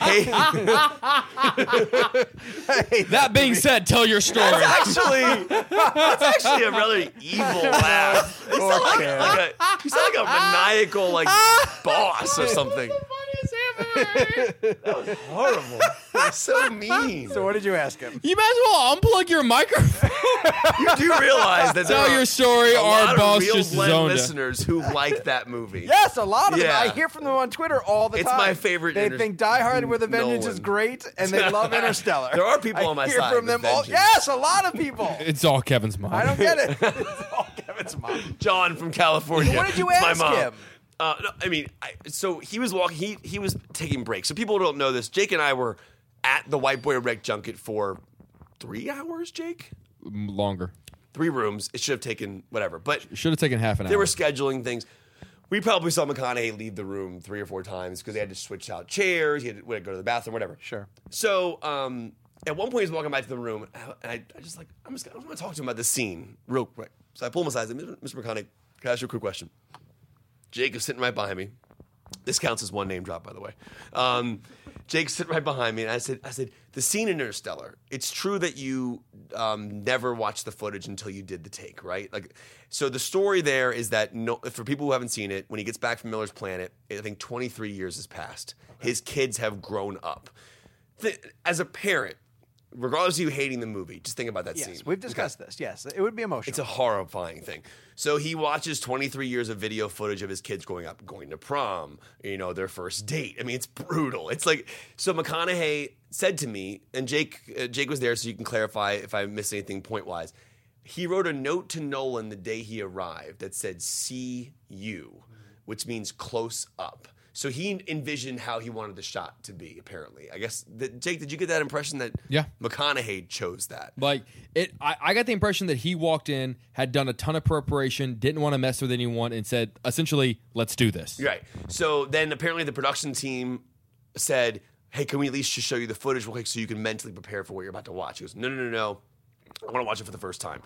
Speaker 4: hey.
Speaker 3: That being said, tell your story.
Speaker 4: actually that's actually a rather evil laugh. You sound like, like a, you sound like a maniacal like boss or something. Horrible. That's so mean.
Speaker 2: So what did you ask him?
Speaker 3: you might as well unplug your microphone.
Speaker 4: you do realize that
Speaker 3: tell
Speaker 4: there
Speaker 3: your
Speaker 4: are
Speaker 3: story.
Speaker 4: a lot
Speaker 3: Our
Speaker 4: of
Speaker 3: boss
Speaker 4: real
Speaker 3: just
Speaker 4: Blend
Speaker 3: zoned us.
Speaker 4: listeners who like that movie.
Speaker 2: Yes, a lot of
Speaker 4: Yeah.
Speaker 2: them. I hear from them on Twitter all the
Speaker 4: It's
Speaker 2: time.
Speaker 4: my favorite
Speaker 2: They
Speaker 4: inter-
Speaker 2: think Die Hard with a Vengeance
Speaker 4: Nolan.
Speaker 2: is great, and they love Interstellar.
Speaker 4: There are people
Speaker 2: I
Speaker 4: on my
Speaker 2: hear
Speaker 4: side
Speaker 2: From
Speaker 4: with
Speaker 2: them all.
Speaker 4: vengeance.
Speaker 2: Yes, a lot of people.
Speaker 3: It's all Kevin's mind.
Speaker 2: I don't get it. It's all Kevin's mom.
Speaker 4: John from California.
Speaker 2: What did you
Speaker 4: It's my
Speaker 2: ask
Speaker 4: mom.
Speaker 2: him?
Speaker 4: Uh, no, I mean, I, so he was walking. He he was taking breaks. So people don't know this. Jake and I were at the White Boy Rec Junket for three hours. Jake,
Speaker 3: Longer.
Speaker 4: three rooms. It should have taken whatever, but
Speaker 3: Should have taken half an hour.
Speaker 4: they were scheduling things. We probably saw McConaughey leave the room three or four times because they had to switch out chairs. He had to, we had to go to the bathroom, whatever.
Speaker 2: Sure.
Speaker 4: So um, at one point, he's walking back to the room, and I, I just like I'm just gonna- I want to talk to him about this scene real quick. So I pull him aside. I said, Mr. McConaughey, can I ask you a quick question? Jake is sitting right behind me. This counts as one name drop, by the way. Um, Jake's sitting right behind me, and I said, "I said the scene in Interstellar. It's true that you um, never watched the footage until you did the take, right? Like, so the story there is that no, for people who haven't seen it, when he gets back from Miller's planet, I think 23 years has passed. His kids have grown up. Th- as a parent, regardless of you hating the movie, just think about that scene.
Speaker 2: Yes, we've
Speaker 4: Okay.
Speaker 2: discussed this. Yes, it would be emotional.
Speaker 4: It's a horrifying thing. So he watches 23 years of video footage of his kids growing up, going to prom, you know, their first date. I mean, it's brutal. It's like so McConaughey said to me, and Jake uh, Jake was there, so you can clarify if I missed anything point wise. He wrote a note to Nolan the day he arrived that said "see you," which means close up. So he envisioned how he wanted the shot to be. Apparently, I guess that, Jake, did you get that impression that
Speaker 3: Yeah.
Speaker 4: McConaughey chose that?
Speaker 3: Like it, I, I got the impression that he walked in, had done a ton of preparation, didn't want to mess with anyone, and said essentially, "Let's do this."
Speaker 4: Right. So then apparently the production team said, Hey, can we at least just show you the footage real quick so you can mentally prepare for what you're about to watch? He goes, No, no, no, no. I want to watch it for the first time.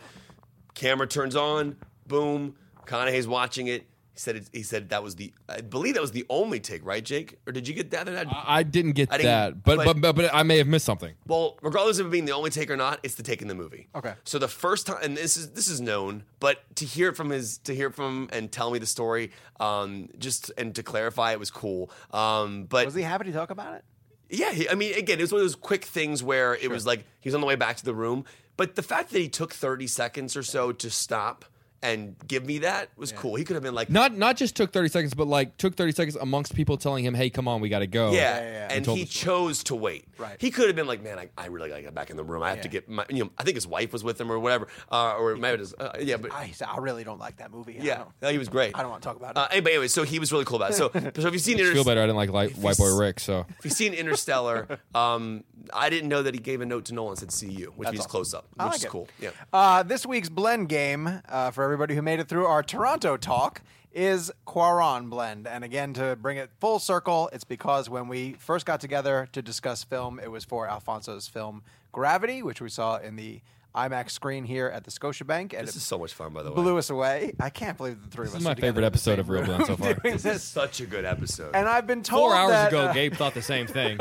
Speaker 4: Camera turns on, boom. Conahay's watching it. He said, it, he said that was the, I believe that was the only take, right, Jake? Or did you get that?
Speaker 2: Uh,
Speaker 3: I, I didn't get
Speaker 4: I didn't-
Speaker 3: that, but but,
Speaker 4: but-
Speaker 3: but but I may have missed something.
Speaker 4: Well, regardless of it being the only take or not, it's the take in the movie.
Speaker 2: Okay.
Speaker 4: So the first time, and this is this is known, but to hear it from his, to hear it from him and tell me the story, um, just and to clarify, it was cool. Um, but
Speaker 2: was he happy to talk about it?
Speaker 4: yeah, he, I mean, again, it was one of those quick things where it was like he was on the way back to the room, but the fact that he took 30 seconds or so to stop and give me that was cool. He could have been like,
Speaker 3: Not not just took thirty seconds, but like took thirty seconds amongst people telling him, "Hey, come on, we got to go."
Speaker 4: yeah,
Speaker 2: yeah, yeah.
Speaker 4: and
Speaker 3: told
Speaker 4: he
Speaker 3: the story.
Speaker 4: chose to wait.
Speaker 2: Right.
Speaker 4: He could have been like, man, I, I really got to get back in the room. I have to get my, you know, I think his wife was with him or whatever, uh, or maybe it was, uh, yeah, but
Speaker 2: I, I really don't like that movie. I
Speaker 4: yeah,
Speaker 2: don't-
Speaker 4: no, he was great.
Speaker 2: I don't want to talk about it.
Speaker 4: Uh, anyway, anyway, so he was really cool about it. So, so if you've seen
Speaker 3: Feel
Speaker 4: Interstellar,
Speaker 3: better. I didn't like light, White Boy Rick, so
Speaker 4: if you've seen Interstellar, um, I didn't know that he gave a note to Nolan and said "See you," which means
Speaker 2: awesome.
Speaker 4: close up, which
Speaker 2: I like
Speaker 4: is
Speaker 2: it.
Speaker 4: cool. Yeah.
Speaker 2: Uh, this week's blend game uh, for everybody who made it through our Toronto talk is Quaron blend. And again, to bring it full circle, it's because when we first got together to discuss film, it was for Alfonso's film Gravity, which we saw in the IMAX screen here at the Scotiabank, and
Speaker 4: This is
Speaker 2: it
Speaker 4: so much fun, by the way.
Speaker 2: blew us away. I can't believe the three of us.
Speaker 3: this is
Speaker 2: are
Speaker 3: my
Speaker 2: together
Speaker 3: favorite
Speaker 2: in the
Speaker 3: episode
Speaker 2: same
Speaker 3: of Real
Speaker 2: room
Speaker 3: Blend so far.
Speaker 2: doing
Speaker 4: This is
Speaker 2: this.
Speaker 4: such a good episode.
Speaker 2: And I've been told
Speaker 3: Four hours
Speaker 2: that,
Speaker 3: ago,
Speaker 2: uh,
Speaker 3: Gabe thought the same thing.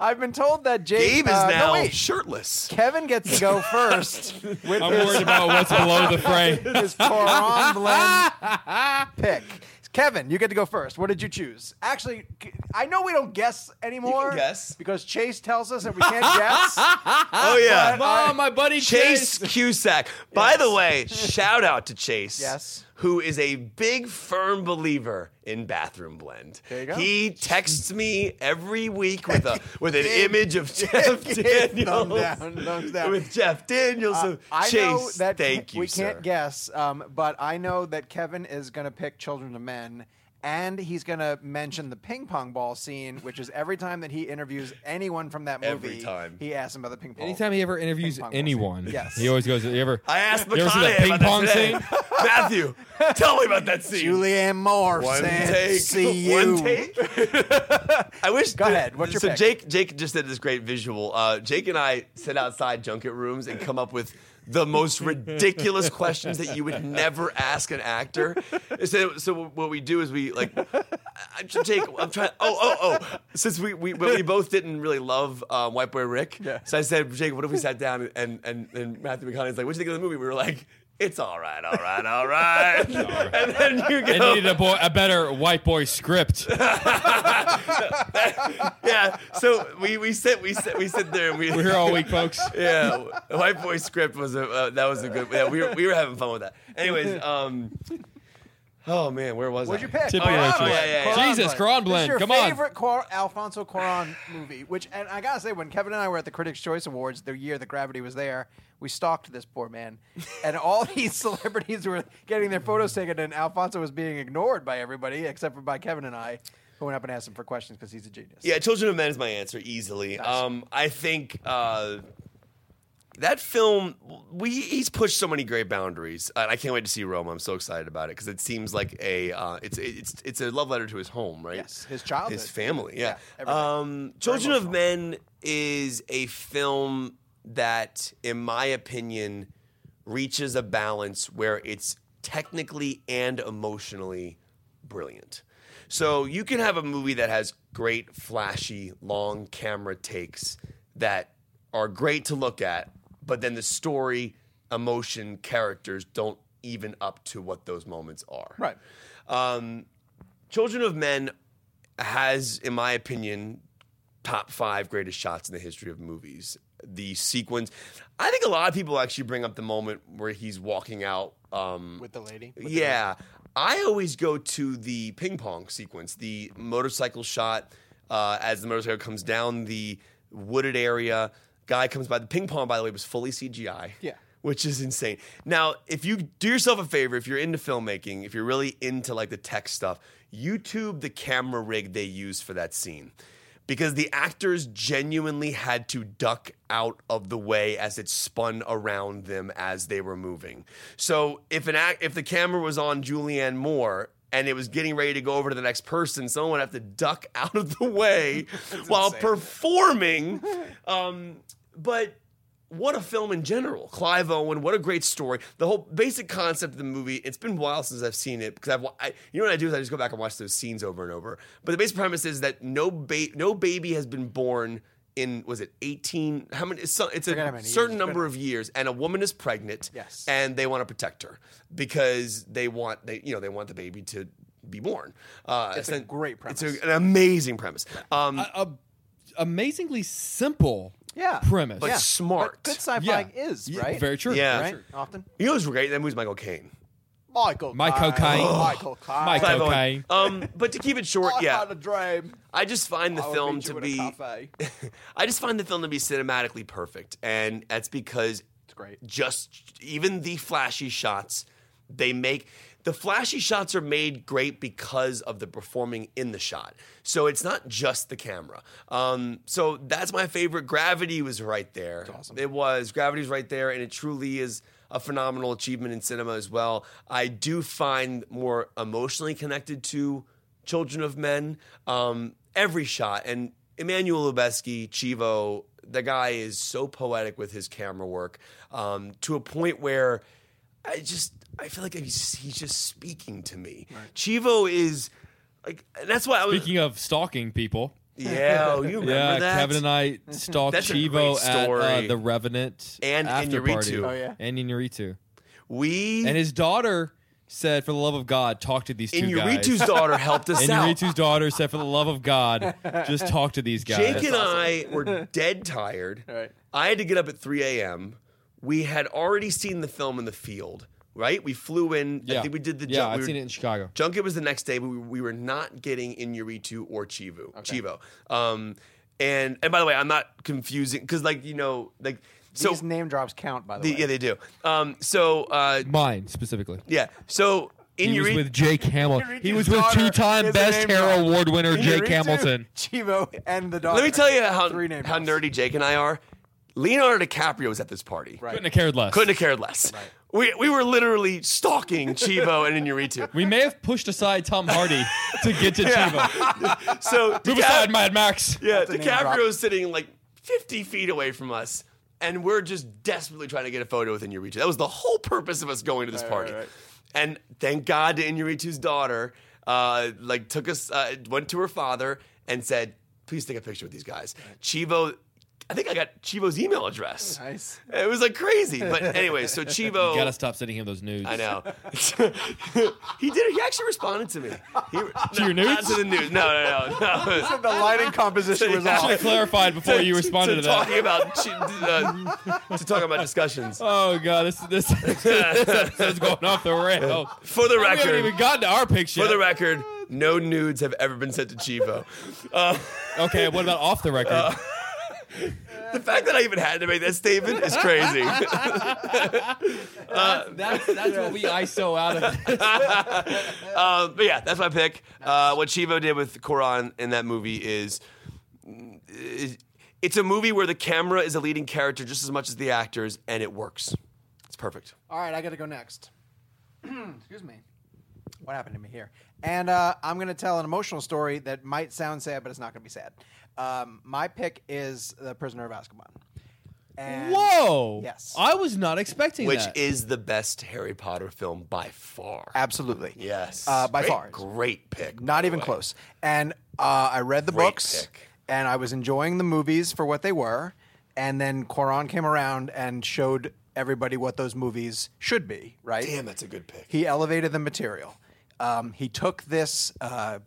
Speaker 2: I've been told that Jake,
Speaker 4: Gabe is
Speaker 2: uh, no,
Speaker 4: now
Speaker 2: wait.
Speaker 4: shirtless.
Speaker 2: Kevin gets to go first with
Speaker 3: I'm
Speaker 2: his-
Speaker 3: worried about what's below the fray.
Speaker 2: his Toron blend pick. Kevin, you get to go first. What did you choose? Actually, c- I know we don't guess anymore.
Speaker 4: guess.
Speaker 2: because Chase tells us that we can't guess.
Speaker 4: Oh yeah,
Speaker 3: Mom, my buddy
Speaker 4: Chase
Speaker 3: Chase.
Speaker 4: Cusack. By the way, shout out to Chase.
Speaker 2: Yes.
Speaker 4: Who is a big firm believer in bathroom blend?
Speaker 2: There you go.
Speaker 4: He texts me every week with a with an
Speaker 2: Gabe-
Speaker 4: image of Jeff
Speaker 2: Thumb
Speaker 4: Daniels.
Speaker 2: down, thumbs down.
Speaker 4: With Jeff Daniels.
Speaker 2: Uh, I
Speaker 4: Chase,
Speaker 2: know that
Speaker 4: thank you,
Speaker 2: we
Speaker 4: sir.
Speaker 2: can't guess, um, but I know that Kevin is going to pick Children of Men, and he's going to mention the ping pong ball scene, which is every time that he interviews anyone from that movie.
Speaker 4: Every time.
Speaker 2: he asks them about the ping pong.
Speaker 3: Anytime he ever interviews
Speaker 2: Ping pong ball
Speaker 3: anyone,
Speaker 2: scene. Yes.
Speaker 3: he always goes, "You ever?"
Speaker 4: I asked
Speaker 3: You ever see that
Speaker 4: McConaughey
Speaker 3: ping
Speaker 4: about that
Speaker 3: pong
Speaker 4: today.
Speaker 3: scene?
Speaker 4: Matthew, tell me about that scene.
Speaker 2: Julianne Moore
Speaker 4: One
Speaker 2: said,
Speaker 4: take.
Speaker 2: "See you."
Speaker 4: One take. I wish.
Speaker 2: Go ahead. What's your
Speaker 4: so
Speaker 2: pick?
Speaker 4: Jake? Jake just did this great visual. Uh, Jake and I sit outside junket rooms and come up with the most ridiculous questions that you would never ask an actor. So, so what we do is we like. I- I- Jake, I'm trying. Oh, oh, oh! Since we we, but we both didn't really love uh, White Boy Rick,
Speaker 2: Yeah.
Speaker 4: so I said, Jake, what if we sat down and and and Matthew McConaughey's like, what do you think of the movie? We were like, it's all right, all right, all right. and then you go,
Speaker 3: I needed a, boy, a better white boy script.
Speaker 4: yeah. So we we sit we sit we sit there and we
Speaker 3: We're here all week, folks.
Speaker 4: yeah, the white boy script was a uh, that was a good. Yeah, we were we were having fun with that. Anyways, um, oh man, where was
Speaker 2: What'd
Speaker 4: I?
Speaker 2: you pick?
Speaker 3: Tipping
Speaker 4: Oh, yeah,
Speaker 3: ratio.
Speaker 4: yeah, yeah, yeah.
Speaker 2: Cuarón
Speaker 3: Jesus,
Speaker 2: blend.
Speaker 3: Cuarón blend,
Speaker 2: This is
Speaker 3: come
Speaker 2: your
Speaker 3: on.
Speaker 2: favorite Cuar- Alfonso Cuarón movie, which, and I gotta say, when Kevin and I were at the Critics' Choice Awards, the year that Gravity was there, we stalked this poor man, and all these celebrities were getting their photos taken, and Alfonso was being ignored by everybody except for by Kevin and I, who went up and asked him for questions because he's a genius.
Speaker 4: Yeah, Children of Men is my answer easily. Um, I think uh, that film we he's pushed so many great boundaries, and I can't wait to see Rome. I'm so excited about it because it seems like a uh, it's it's it's a love letter to his home, right?
Speaker 2: Yes, his childhood.
Speaker 4: his family. Yeah.
Speaker 2: Yeah, everything.
Speaker 4: um, Children of Men is a film that, in my opinion, reaches a balance where it's technically and emotionally brilliant. So you can have a movie that has great, flashy, long camera takes that are great to look at, but then the story, emotion, characters don't even up to what those moments are.
Speaker 2: right.
Speaker 4: Um, Children of Men has, in my opinion, top five greatest shots in the history of movies. The sequence, I think a lot of people actually bring up the moment where he's walking out. Um,
Speaker 2: With the lady.
Speaker 4: yeah, I always go to the ping pong sequence, the motorcycle shot uh, as the motorcycle comes down the wooded area. Guy comes by. The ping pong, by the way, was fully CGI.
Speaker 2: Yeah.
Speaker 4: Which is insane. Now, if you do yourself a favor, if you're into filmmaking, if you're really into like the tech stuff, YouTube the camera rig they used for that scene. Because the actors genuinely had to duck out of the way as it spun around them as they were moving. So if an act, if the camera was on Julianne Moore and it was getting ready to go over to the next person, someone would have to duck out of the way while
Speaker 2: insane.
Speaker 4: performing. Um, but what a film in general. Clive Owen, what a great story. The whole basic concept of the movie, it's been a while since I've seen it because I've, wa- I, you know what I do is I just go back and watch those scenes over and over. But the basic premise is that no, ba- no baby has been born in, was it 18? How many? It's, so- it's
Speaker 2: Forget how
Speaker 4: a
Speaker 2: many
Speaker 4: certain
Speaker 2: years.
Speaker 4: number of years and a woman is pregnant
Speaker 2: Yes.
Speaker 4: and they want to protect her because they want, they, you know, they want the baby to be born. Uh,
Speaker 2: It's a
Speaker 4: an-
Speaker 2: great premise. Uh,
Speaker 4: It's a- an amazing premise. Um,
Speaker 3: A amazingly simple
Speaker 2: Yeah.
Speaker 3: premise.
Speaker 4: But
Speaker 2: yeah.
Speaker 4: smart.
Speaker 2: But good sci-fi
Speaker 3: Yeah.
Speaker 2: is
Speaker 3: Yeah,
Speaker 2: right.
Speaker 3: Very true.
Speaker 4: Yeah.
Speaker 2: Right. Often.
Speaker 4: You know who's great? That movie's Michael Caine.
Speaker 2: Michael.
Speaker 3: Mike
Speaker 2: Caine,
Speaker 3: O'Kane.
Speaker 2: Michael. Caine.
Speaker 3: Mike
Speaker 4: Clive Owen.
Speaker 3: Okay.
Speaker 4: Um, but to keep it short,
Speaker 2: I
Speaker 4: yeah,
Speaker 2: had a dream.
Speaker 4: I just find the
Speaker 2: I would
Speaker 4: film
Speaker 2: meet you
Speaker 4: to
Speaker 2: in a
Speaker 4: be.
Speaker 2: cafe.
Speaker 4: I just find the film to be cinematically perfect, and that's because
Speaker 2: It's great.
Speaker 4: just even the flashy shots they make the flashy shots are made great because of the performing in the shot so it's not just the camera um, so that's my favorite gravity was right there it was gravity was right there and it truly is a phenomenal achievement in cinema as well i do find more emotionally connected to children of men um, every shot and emmanuel lubezki chivo the guy is so poetic with his camera work um, to a point where I just I feel like he's, he's just speaking to me. Chivo is like and that's why I was
Speaker 3: Speaking of stalking people,
Speaker 4: yeah oh, you remember
Speaker 3: yeah,
Speaker 4: that
Speaker 3: Kevin and I stalked
Speaker 4: That's a
Speaker 3: Chivo
Speaker 4: great
Speaker 3: at uh,
Speaker 4: story.
Speaker 3: the Revenant
Speaker 4: And
Speaker 3: after party.
Speaker 4: Inarritu. Oh,
Speaker 2: yeah.
Speaker 3: and Inuritu.
Speaker 4: we
Speaker 3: And his daughter said, "For the love of God, talk to these two
Speaker 4: and Yuritu's
Speaker 3: guys."
Speaker 4: daughter helped us
Speaker 3: and
Speaker 4: out.
Speaker 3: Yuritu's daughter said, "For the love of God, just talk to these guys."
Speaker 4: Jake and I were dead tired.
Speaker 2: right.
Speaker 4: I had to get up at 3 a.m. We had already seen the film in the field, right? We flew in. I
Speaker 3: yeah,
Speaker 4: think we did the
Speaker 3: yeah.
Speaker 4: jump- we
Speaker 3: I've
Speaker 4: were-
Speaker 3: seen it in Chicago.
Speaker 4: Junket was the next day, but we, we were not getting Inuritu or Chivo. Chivo. Um, and and by the way, I'm not confusing because like you know like so
Speaker 2: These name drops count, by the,
Speaker 4: the,
Speaker 2: way.
Speaker 4: yeah they do. Um, so uh,
Speaker 3: Mine specifically.
Speaker 4: yeah, so
Speaker 3: He was
Speaker 4: Inuritu
Speaker 3: with Jake Hamilton.
Speaker 2: Inarritu's
Speaker 3: He was with
Speaker 2: daughter
Speaker 3: two-time
Speaker 2: is a
Speaker 3: Best
Speaker 2: name
Speaker 3: Hair
Speaker 2: drop.
Speaker 3: Award winner Jake
Speaker 2: Inarritu,
Speaker 3: Hamilton.
Speaker 2: Chivo and the dog.
Speaker 4: Let me tell you how,
Speaker 2: Three name
Speaker 4: how
Speaker 2: drops.
Speaker 4: nerdy Jake and I are. Leonardo DiCaprio was at this party. Right.
Speaker 3: Couldn't have cared less.
Speaker 4: Couldn't have cared less. We, we were literally stalking Chivo and Inuritu.
Speaker 3: We may have pushed aside Tom Hardy to get to Chivo.
Speaker 4: So
Speaker 3: Move
Speaker 4: DiCap-
Speaker 3: aside Mad Max.
Speaker 4: Yeah,
Speaker 2: a name drop.
Speaker 4: DiCaprio's sitting like 50 feet away from us, and we're just desperately trying to get a photo with Inuritu. That was the whole purpose of us going to this party.
Speaker 2: right, right.
Speaker 4: And thank God to Inuritu's daughter, uh, like took us, uh, went to her father and said, "Please take a picture with these guys." Chivo, I think I got Chivo's email address.
Speaker 2: Nice.
Speaker 4: It was like crazy, but anyway, so Chivo.
Speaker 3: Gotta stop sending him those news.
Speaker 4: I know. he did. He actually responded to me. He, to
Speaker 3: your
Speaker 4: Not
Speaker 3: nudes?
Speaker 4: to the news. No, no, no. no.
Speaker 2: The lighting composition was
Speaker 4: Yeah.
Speaker 3: Should have
Speaker 2: off.
Speaker 3: clarified before you
Speaker 4: to-
Speaker 3: responded to, that.
Speaker 4: Talking about uh, to talking about discussions.
Speaker 3: Oh god, this this, this episode's going off the rail.
Speaker 4: For the
Speaker 3: We haven't even
Speaker 4: record,
Speaker 3: gotten to our picture.
Speaker 4: for the record, no nudes have ever been sent to Chivo. Uh,
Speaker 3: okay, what about off the record?
Speaker 4: the fact that I even had to make that statement is crazy.
Speaker 3: that's that's what we ISO out of.
Speaker 4: Um, but yeah, that's my pick. Uh, what Chivo did with Koran in that movie is. is- It's a movie where the camera is a leading character just as much as the actors, and it works. It's perfect.
Speaker 2: All right, I got to go next. Excuse me. What happened to me here? And uh, I'm going to tell an emotional story that might sound sad, but it's not going to be sad. Um, my pick is The Prisoner of Azkaban. And
Speaker 3: Whoa!
Speaker 2: Yes.
Speaker 3: I was not expecting
Speaker 4: Which
Speaker 3: that.
Speaker 4: is the best Harry Potter film by far.
Speaker 2: Absolutely.
Speaker 4: Yes.
Speaker 2: Uh, by
Speaker 4: Great-
Speaker 2: far.
Speaker 4: Great pick. by
Speaker 2: Not
Speaker 4: the
Speaker 2: even
Speaker 4: way.
Speaker 2: close. And uh, I read the
Speaker 4: Great
Speaker 2: books,
Speaker 4: pick.
Speaker 2: and I was enjoying the movies for what they were. And then Quran came around and showed everybody what those movies should be. Right?
Speaker 4: Damn, that's a good pick.
Speaker 2: He elevated the material. Um, he took this. Uh,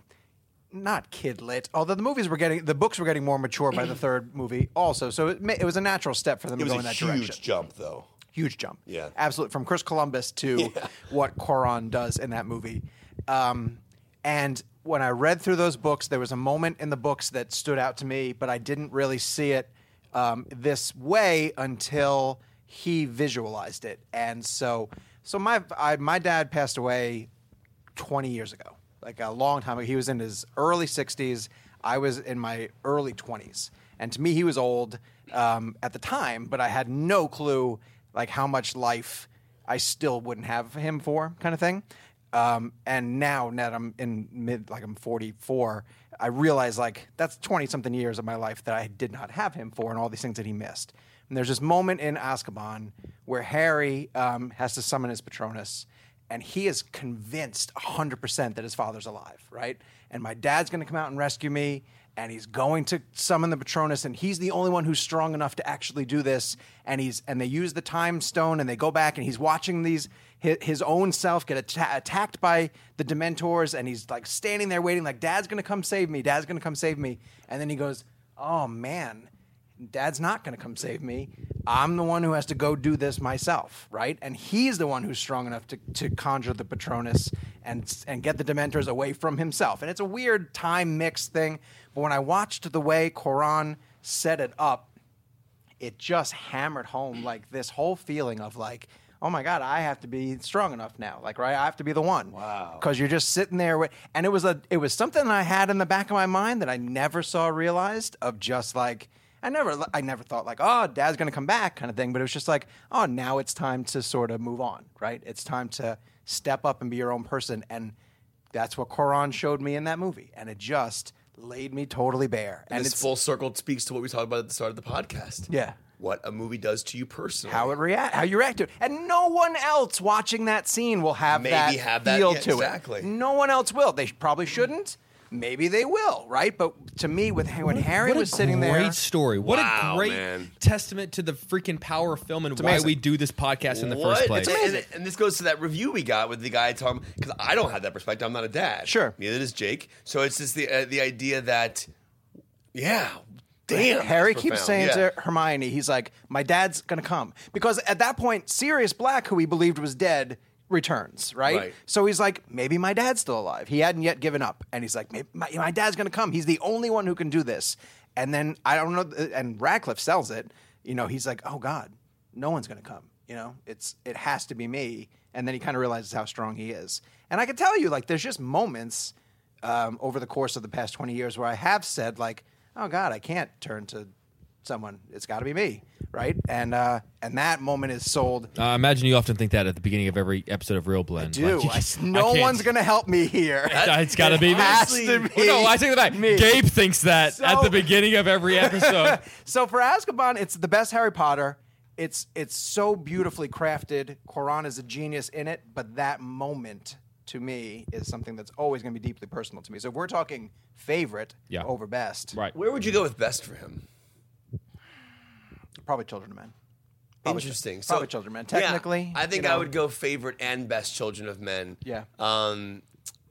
Speaker 2: not kid lit, although the movies were getting, the books were getting more mature by the third movie, also. So it, ma- it was a natural step for them to
Speaker 4: It was
Speaker 2: go
Speaker 4: a
Speaker 2: in that
Speaker 4: huge
Speaker 2: direction.
Speaker 4: jump, though.
Speaker 2: huge jump.
Speaker 4: Yeah.
Speaker 2: absolutely. From Chris Columbus to what Coron does in that movie. Um, and when I read through those books, there was a moment in the books that stood out to me, but I didn't really see it um, this way until he visualized it. And so, so my I, my dad passed away 20 years ago, like a long time ago. He was in his early 60s. I was in my early 20s. And to me, he was old um, at the time, but I had no clue like how much life I still wouldn't have him for, kind of thing. Um, and now, now that I'm in mid, like I'm 44, I realize like that's 20 something years of my life that I did not have him for, and all these things that he missed. And there's this moment in Azkaban where Harry um, has to summon his Patronus, and he is convinced 100% that his father's alive, right? And my dad's going to come out and rescue me, and he's going to summon the Patronus, and he's the only one who's strong enough to actually do this. And he's and they use the time stone, and they go back, and he's watching these his, his own self get atta- attacked by the Dementors, and he's like standing there waiting, like Dad's going to come save me, Dad's going to come save me, and then he goes, "Oh man." Dad's not going to come save me. I'm the one who has to go do this myself, right? And he's the one who's strong enough to, to conjure the Patronus and and get the Dementors away from himself. And it's a weird time mix thing. But when I watched the way Koran set it up, it just hammered home like this whole feeling of like oh my god i have to be strong enough now like right i have to be the one wow because you're just sitting there with, and it was a it was something i had in the back of my mind that i never saw realized of just like i never i never thought like oh dad's gonna come back kind of thing but it was just like oh now it's time to sort of move on right it's time to step up and be your own person and that's what Koran showed me in that movie and it just laid me totally bare
Speaker 4: And, this full circle speaks to what we talked about at the start of the podcast.
Speaker 2: Yeah.
Speaker 4: What a movie does to you personally.
Speaker 2: how it react, how you react to it, and no one else watching that scene will have
Speaker 4: Maybe
Speaker 2: that
Speaker 4: have that-
Speaker 2: feel
Speaker 4: yeah,
Speaker 2: to
Speaker 4: exactly.
Speaker 2: it. No one else will. They sh- probably shouldn't. Maybe they will, right? But to me, with when Harry
Speaker 3: What a
Speaker 2: was sitting
Speaker 3: great
Speaker 2: there,
Speaker 3: story. What
Speaker 4: Wow,
Speaker 3: a great
Speaker 4: man.
Speaker 3: testament to the freaking power of film and why
Speaker 2: amazing.
Speaker 3: we do this podcast in the
Speaker 4: What?
Speaker 3: first place.
Speaker 4: It's amazing. And, and this goes to that review we got with the guy talking because I don't have that perspective. I'm not a dad.
Speaker 2: Sure.
Speaker 4: Neither does Jake. So it's just the uh, the idea that, yeah, damn.
Speaker 2: Harry
Speaker 4: that's
Speaker 2: keeps
Speaker 4: profound.
Speaker 2: saying
Speaker 4: Yeah.
Speaker 2: to Hermione, he's like, "My dad's gonna come," because at that point, Sirius Black, who he believed was dead, returns, right?
Speaker 4: Right.
Speaker 2: So he's like, "Maybe my dad's still alive. He hadn't yet given up." And he's like, "Maybe my, my dad's gonna come. He's the only one who can do this." And then I don't know. And Radcliffe sells it. You know, he's like, "Oh God, no one's gonna come." You know, it's it has to be me. And then he kind of realizes how strong he is. And I can tell you, like, there's just moments um, over the course of the past 20 years where I have said, like, oh God, I can't turn to someone. It's got to be me, right? And uh, and that moment is sold.
Speaker 3: I Uh, imagine you often think that at the beginning of every episode of Real Blend.
Speaker 2: Do
Speaker 3: Like,
Speaker 2: I s no
Speaker 3: can't-
Speaker 2: one's gonna help me here.
Speaker 3: It's got to be me.
Speaker 2: has
Speaker 4: Honestly,
Speaker 2: to
Speaker 3: Oh,
Speaker 2: be
Speaker 3: no, I take that back.
Speaker 2: me.
Speaker 3: Gabe thinks that at the
Speaker 2: So-
Speaker 3: beginning of every episode.
Speaker 2: So for Azkaban, it's the best Harry Potter. It's it's so beautifully crafted. Quran is a genius in it, but that moment to me is something that's always going to be deeply personal to me. So if we're talking favorite
Speaker 3: Yeah.
Speaker 2: over best,
Speaker 3: right.
Speaker 4: Where would you go with best for him?
Speaker 2: Probably Children of Men.
Speaker 4: Interesting.
Speaker 2: probably Children of Men.
Speaker 4: yeah,
Speaker 2: Technically,
Speaker 4: I think
Speaker 2: you
Speaker 4: I
Speaker 2: know.
Speaker 4: would go favorite and best Children of Men.
Speaker 2: Yeah.
Speaker 4: Um,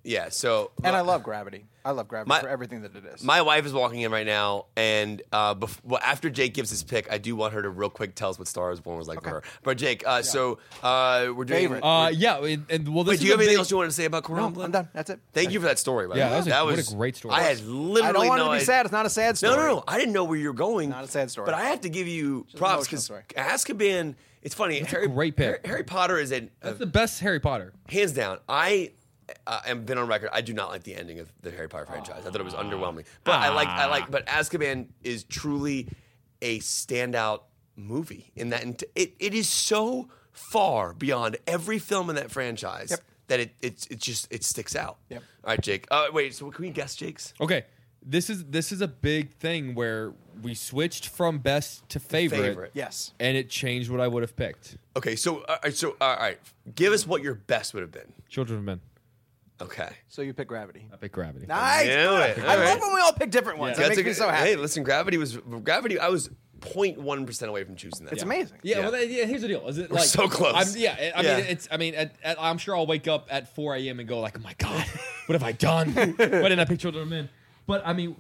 Speaker 4: yeah. So
Speaker 2: And I
Speaker 4: my-
Speaker 2: love Gravity. I love Gravity
Speaker 4: My-
Speaker 2: for everything that it is.
Speaker 4: My wife is walking in right now, and uh, bef- well, after Jake gives his pick, I do want her to real quick tell us what Star Wars Born was like for her. But Jake, uh, so uh, we're doing.
Speaker 2: Favorite.
Speaker 3: Uh, yeah. And, and- well, this
Speaker 4: Wait,
Speaker 3: is
Speaker 4: do you have
Speaker 3: a
Speaker 4: anything
Speaker 3: big-
Speaker 4: else you wanted to say about Corona?
Speaker 2: no, I'm done. That's it.
Speaker 4: Thank you for that story. By the
Speaker 3: Yeah,
Speaker 4: way.
Speaker 3: that was a- what a great story.
Speaker 4: I had literally
Speaker 2: I don't want
Speaker 4: no
Speaker 2: to be
Speaker 4: idea-
Speaker 2: sad. It's not a sad story.
Speaker 4: No, no, no. I didn't know where you were going.
Speaker 2: Not a sad story.
Speaker 4: But I have to give you
Speaker 2: an
Speaker 4: props
Speaker 2: emotional
Speaker 4: because
Speaker 2: story.
Speaker 4: Azkaban. It's funny. Harry,
Speaker 3: great pick.
Speaker 4: Harry, Harry Potter is a, a
Speaker 3: That's the best Harry Potter.
Speaker 4: hands down, I uh, am been on record. I do not like the ending of the Harry Potter franchise. I thought it was underwhelming, but I like I like. But Azkaban is truly a standout movie in that int- it it is so far beyond every film in that franchise that it it's it's just it sticks out. Yep. All right, Jake. Uh, wait, so can we guess Jake's?
Speaker 3: Okay. This is this is a big thing where we switched from best to favorite.
Speaker 4: favorite.
Speaker 2: Yes.
Speaker 3: And it changed what I would have picked.
Speaker 4: Okay, so all right, so all right, give us what your best would have been.
Speaker 3: Children of Men.
Speaker 4: Okay.
Speaker 2: So you pick Gravity.
Speaker 3: I pick Gravity.
Speaker 2: Nice.
Speaker 4: Knew it.
Speaker 2: I
Speaker 4: All right.
Speaker 2: love when we all pick different ones. That
Speaker 4: That's
Speaker 2: makes
Speaker 4: a
Speaker 2: me
Speaker 4: good-
Speaker 2: so happy.
Speaker 4: Hey, listen, Gravity was Gravity. I was 0.1 percent away from choosing that.
Speaker 2: it's amazing.
Speaker 3: Yeah,
Speaker 4: Yeah.
Speaker 3: well, that- yeah. Here's the deal: is it like
Speaker 4: so close.
Speaker 3: I'm, yeah, it- I
Speaker 4: Yeah.
Speaker 3: mean, it's. I mean, at, at, I'm sure I'll wake up at 4 a.m. and go like, "Oh my god, what have I done? Why didn't I pick Children of Men?" But I mean,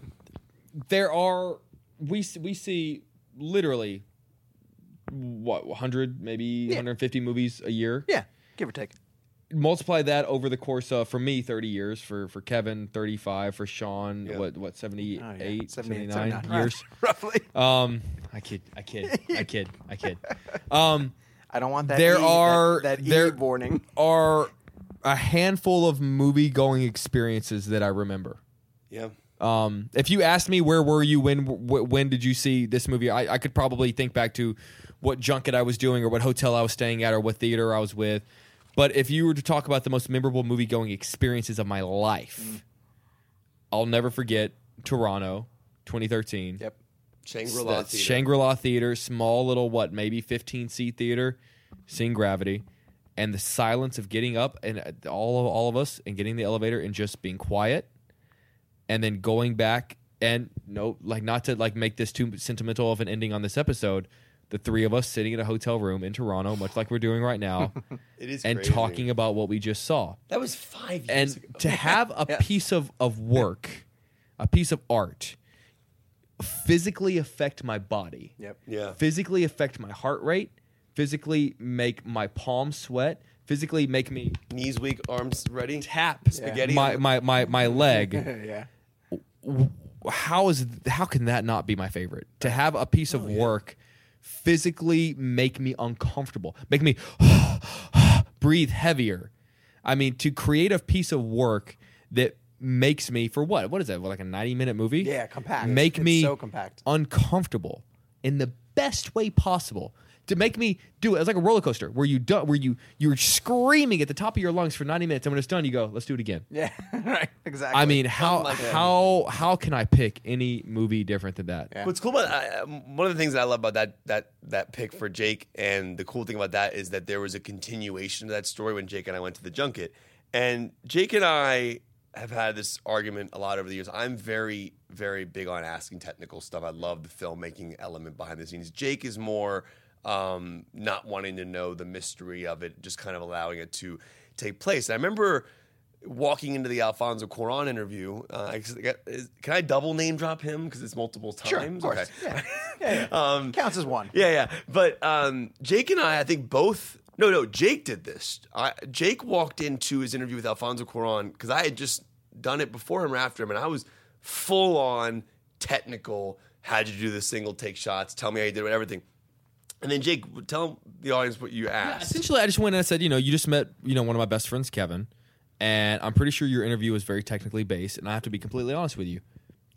Speaker 3: there are we s- we see literally what 100 maybe 150 movies a year.
Speaker 2: Yeah. Give or take.
Speaker 3: Multiply that over the course of for me 30 years, for for Kevin 35, for Sean what what 78,
Speaker 2: Oh, yeah.
Speaker 3: 79,
Speaker 2: 79.
Speaker 3: years.
Speaker 2: Roughly.
Speaker 3: Um, I kid, I kid, I kid, I kid. Um.
Speaker 2: I don't want that.
Speaker 3: There
Speaker 2: E,
Speaker 3: are-
Speaker 2: that, that
Speaker 3: there-
Speaker 2: e warning.
Speaker 3: are a handful of movie going experiences that I remember.
Speaker 4: Yeah.
Speaker 3: Um, if you asked me where were you when wh- when did you see this movie, I, I could probably think back to what junket I was doing or what hotel I was staying at or what theater I was with. But if you were to talk about the most memorable movie going experiences of my life, I'll never forget Toronto, 2013.
Speaker 2: Yep.
Speaker 4: Shangri La
Speaker 3: That's Shangri-La Theater, small little what, maybe 15 seat theater, seeing Gravity, and the silence of getting up and uh, all of all of us and getting the elevator and just being quiet, and then going back and no, like not to like make this too sentimental of an ending on this episode, the three of us sitting in a hotel room in Toronto, much like we're doing right now,
Speaker 4: It is
Speaker 3: and
Speaker 4: crazy.
Speaker 3: talking about what we just saw
Speaker 4: That was five years ago.
Speaker 3: and to have a piece of, of work, a piece of art physically affect my body.
Speaker 2: Yep.
Speaker 4: Yeah.
Speaker 3: Physically affect my heart rate, physically make my palms sweat, physically make me
Speaker 4: Knees weak, arms ready.
Speaker 3: tap
Speaker 4: Spaghetti.
Speaker 3: my, my, my, my leg.
Speaker 2: yeah.
Speaker 3: how is how can that not be my favorite? To have a piece
Speaker 2: Oh,
Speaker 3: of work physically make me uncomfortable, make me breathe heavier. I mean, to create a piece of work that makes me for what? What is that? Like a 90 minute movie?
Speaker 2: Yeah, compact.
Speaker 3: Make
Speaker 2: It's
Speaker 3: me
Speaker 2: so compact.
Speaker 3: uncomfortable in the best way possible. To make me do it. It's like a roller coaster where you do, where you you're screaming at the top of your lungs for 90 minutes and when it's done you go, let's do it again.
Speaker 2: Yeah. right. Exactly.
Speaker 3: I mean, how
Speaker 4: like that.
Speaker 3: how how can I pick any movie different than that?
Speaker 2: Yeah.
Speaker 4: What's cool about I, um, one of the things that I love about that that that pick for Jake, and the cool thing about that is that there was a continuation of that story when Jake and I went to the junket, and Jake and I have had this argument a lot over the years. I'm very very big on asking technical stuff. I love the filmmaking element behind the scenes. Jake is more um, not wanting to know the mystery of it, just kind of allowing it to take place. And I remember walking into the Alfonso Cuarón interview. Uh, I got- is- can I double name drop him because it's multiple times?
Speaker 2: sure. Of course.
Speaker 4: Okay.
Speaker 2: Yeah. Yeah, yeah.
Speaker 4: Um,
Speaker 2: Counts as one.
Speaker 4: yeah, yeah. But um, Jake and I, I think both. No, no. Jake did this. I, Jake walked into his interview with Alfonso Cuarón because I had just done it before him or after him, and I was full on technical. How'd you do the single take shots? Tell me how you did it, everything. And then Jake, tell the audience what you asked.
Speaker 3: Essentially, I just went and I said, you know, you just met, you know, one of my best friends, Kevin, and I'm pretty sure your interview was very technically based. And I have to be completely honest with you,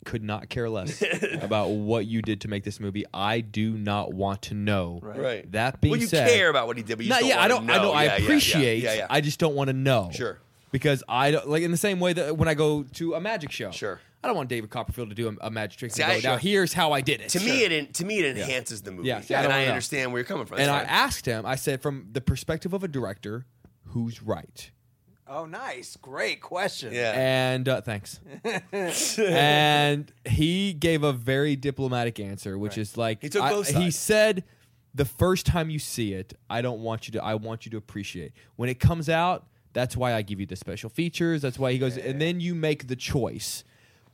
Speaker 3: could not care less about what you did to make this movie. I do not want to know.
Speaker 4: right.
Speaker 3: That being
Speaker 4: well, you
Speaker 3: said,
Speaker 4: care about what he did, but you
Speaker 3: No,
Speaker 4: just
Speaker 3: yeah, I don't.
Speaker 4: wanna
Speaker 3: I know. I
Speaker 4: Yeah, yeah, yeah,
Speaker 3: appreciate.
Speaker 4: Yeah, yeah.
Speaker 3: I just don't want to know.
Speaker 4: Sure.
Speaker 3: Because I don't like in the same way that when I go to a magic show.
Speaker 4: Sure.
Speaker 3: I don't want David Copperfield to do a, a magic trick.
Speaker 4: See,
Speaker 3: and
Speaker 4: I-
Speaker 3: go, now
Speaker 4: sure.
Speaker 3: here's how I did it.
Speaker 4: to me, it to me it enhances the movie,
Speaker 3: Yeah, see, I
Speaker 4: and
Speaker 3: don't
Speaker 4: I,
Speaker 3: know.
Speaker 4: understand where you're coming from.
Speaker 3: and I
Speaker 4: That's fine.
Speaker 3: asked him. I said, from the perspective of a director, who's right?
Speaker 2: Oh, nice. Great question.
Speaker 4: yeah.
Speaker 3: And uh, thanks. and he gave a very diplomatic answer, which is like
Speaker 4: He took
Speaker 3: I-
Speaker 4: both
Speaker 3: He
Speaker 4: sides.
Speaker 3: said, "The first time you see it, I don't want you to. I want you to appreciate when it comes out. That's why I give you the special features. That's why he goes, and then you make the choice."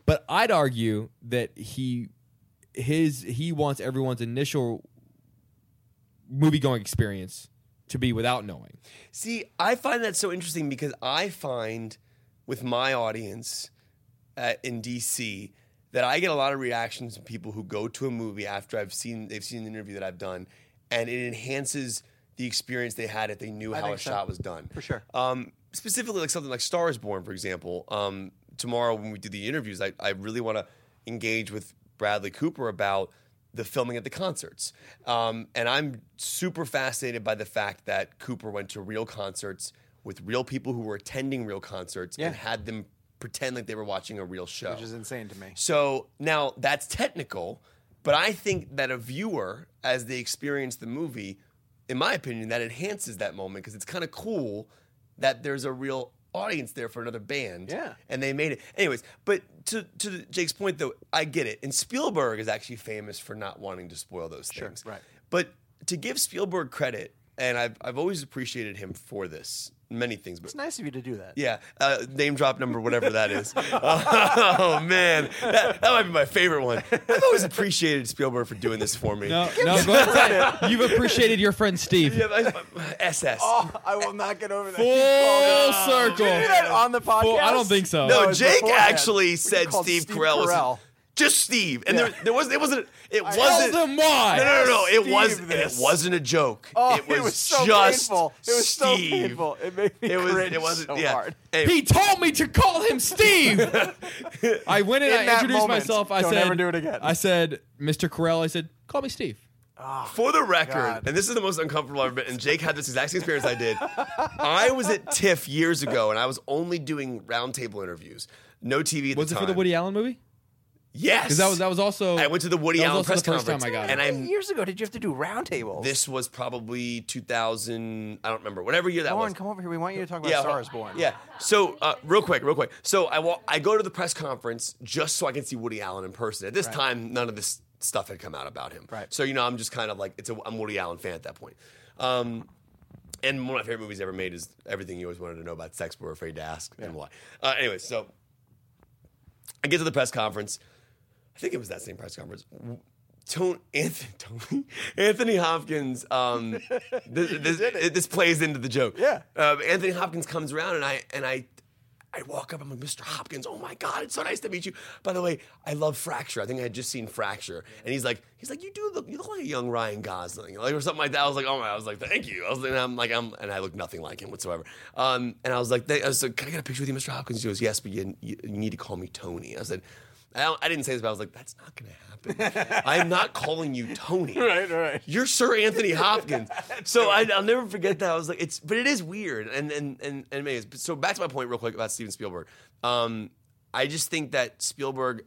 Speaker 3: But I'd argue that he his he wants everyone's initial movie going experience to be without knowing.
Speaker 4: See, I find that so interesting because I find with my audience uh, in DC that I get a lot of reactions from people who go to a movie after I've seen they've seen an interview that I've done, and it enhances the experience they had if they knew how a
Speaker 2: think so.
Speaker 4: shot was done
Speaker 2: For sure.
Speaker 4: um, specifically like something like Star is Born, for example. Um, tomorrow when we do the interviews, I, I really want to engage with Bradley Cooper about the filming at the concerts. Um, and I'm super fascinated by the fact that Cooper went to real concerts with real people who were attending real concerts and
Speaker 2: Yeah.
Speaker 4: had them pretend like they were watching a real show.
Speaker 2: Which is insane to me.
Speaker 4: So now that's technical, but I think that a viewer, as they experience the movie, in my opinion, that enhances that moment because it's kind of cool that there's a real audience there for another band.
Speaker 2: Yeah.
Speaker 4: And they made it. Anyways, but to, to Jake's point, though, I get it. And Spielberg is actually famous for not wanting to spoil those things.
Speaker 2: right.
Speaker 4: But to give Spielberg credit, and I've, I've always appreciated him for this, many things, but
Speaker 2: It's nice of you to do that.
Speaker 4: yeah, uh, name drop number, whatever that is. oh man, that, that might be my favorite one. I've always appreciated Spielberg for doing this for me.
Speaker 3: No, no, go ahead. and say it. You've appreciated your friend Steve.
Speaker 4: Yeah, I- SS.
Speaker 2: Oh, I will not get over that.
Speaker 3: Full
Speaker 2: You called me-
Speaker 3: circle.
Speaker 2: Did you do that on the podcast?
Speaker 3: I don't think so.
Speaker 4: no,
Speaker 3: that
Speaker 2: Oh, it's
Speaker 4: Jake
Speaker 2: beforehand.
Speaker 4: actually
Speaker 2: We
Speaker 4: said
Speaker 2: called
Speaker 4: Steve, Carell,
Speaker 2: Carell.
Speaker 4: was just Steve, and
Speaker 2: Yeah.
Speaker 4: there, there was it wasn't it
Speaker 3: Tell
Speaker 4: wasn't
Speaker 3: them
Speaker 4: no
Speaker 3: why.
Speaker 4: no no, no it
Speaker 2: Steve
Speaker 4: was and it
Speaker 2: this.
Speaker 4: wasn't a joke.
Speaker 2: Oh,
Speaker 4: it was,
Speaker 2: so
Speaker 4: just
Speaker 2: painful. It was so
Speaker 4: Steve.
Speaker 2: painful. It made me
Speaker 4: It was
Speaker 2: cringe
Speaker 4: it wasn't
Speaker 2: so
Speaker 4: yeah.
Speaker 2: hard.
Speaker 4: Anyway.
Speaker 3: He told me to call him Steve. I went and
Speaker 2: In
Speaker 3: I
Speaker 2: that
Speaker 3: introduced
Speaker 2: moment,
Speaker 3: myself. I
Speaker 2: don't
Speaker 3: said,
Speaker 2: ever do it again.
Speaker 3: I said, Mr. Carell. I said, call me Steve.
Speaker 4: For the record,
Speaker 2: God.
Speaker 4: and this is the most uncomfortable I've ever been, and Jake had this exact same experience I did. I was at TIFF years ago, and I was only doing roundtable interviews. No TV at
Speaker 3: Was
Speaker 4: the
Speaker 3: it
Speaker 4: time.
Speaker 3: for the Woody Allen movie?
Speaker 4: Yes.
Speaker 3: Because that was that was also.
Speaker 4: I went to the Woody
Speaker 3: that was
Speaker 4: Allen
Speaker 3: also
Speaker 4: press
Speaker 3: the first
Speaker 4: conference.
Speaker 3: time I got it.
Speaker 4: and
Speaker 2: How many
Speaker 4: I'm,
Speaker 2: years ago did you have to do roundtables?
Speaker 4: this was probably 2000, I don't remember, whatever year that
Speaker 2: Lauren,
Speaker 4: was.
Speaker 2: come over here. We want you to talk about Star Is Born.
Speaker 4: Yeah. So uh, real quick, real quick. So I wa- I go to the press conference just so I can see Woody Allen in person. At this time, none of this stuff had come out about him.
Speaker 2: Right.
Speaker 4: So you know, I'm just kind of like it's a I'm a Woody Allen fan at that point. Um, and one of my favorite movies ever made is Everything You Always Wanted to Know About Sex But Were Afraid to Ask and Why. Uh, anyway, so I get to the press conference. I think it was that same press conference. Tony Anthony, Tony, Anthony Hopkins. Um, this, this, it- this plays into the joke.
Speaker 2: Yeah.
Speaker 4: Um, Anthony Hopkins comes around, and I and I, I walk up. I'm like, Mr. Hopkins. Oh my God, it's so nice to meet you. By the way, I love Fracture. I think I had just seen Fracture, and he's like, he's like, you do look, you look like a young Ryan Gosling, like or something like that. I was like, oh my, I was like, thank you. I was like, and I'm like, I'm, and I look nothing like him whatsoever. Um, and I was like, they, I was like, can I get a picture with you, Mr. Hopkins? He goes, yes, but you, you, you need to call me Tony. I said. I, don't- I didn't say this, but I was like, that's not going to happen. I'm not calling you Tony.
Speaker 2: Right, right.
Speaker 4: You're Sir Anthony Hopkins. so I, I'll never forget that. I was like, it's, but it is weird. And, and, and, and anyways, but so back to my point real quick about Steven Spielberg. Um, I just think that Spielberg,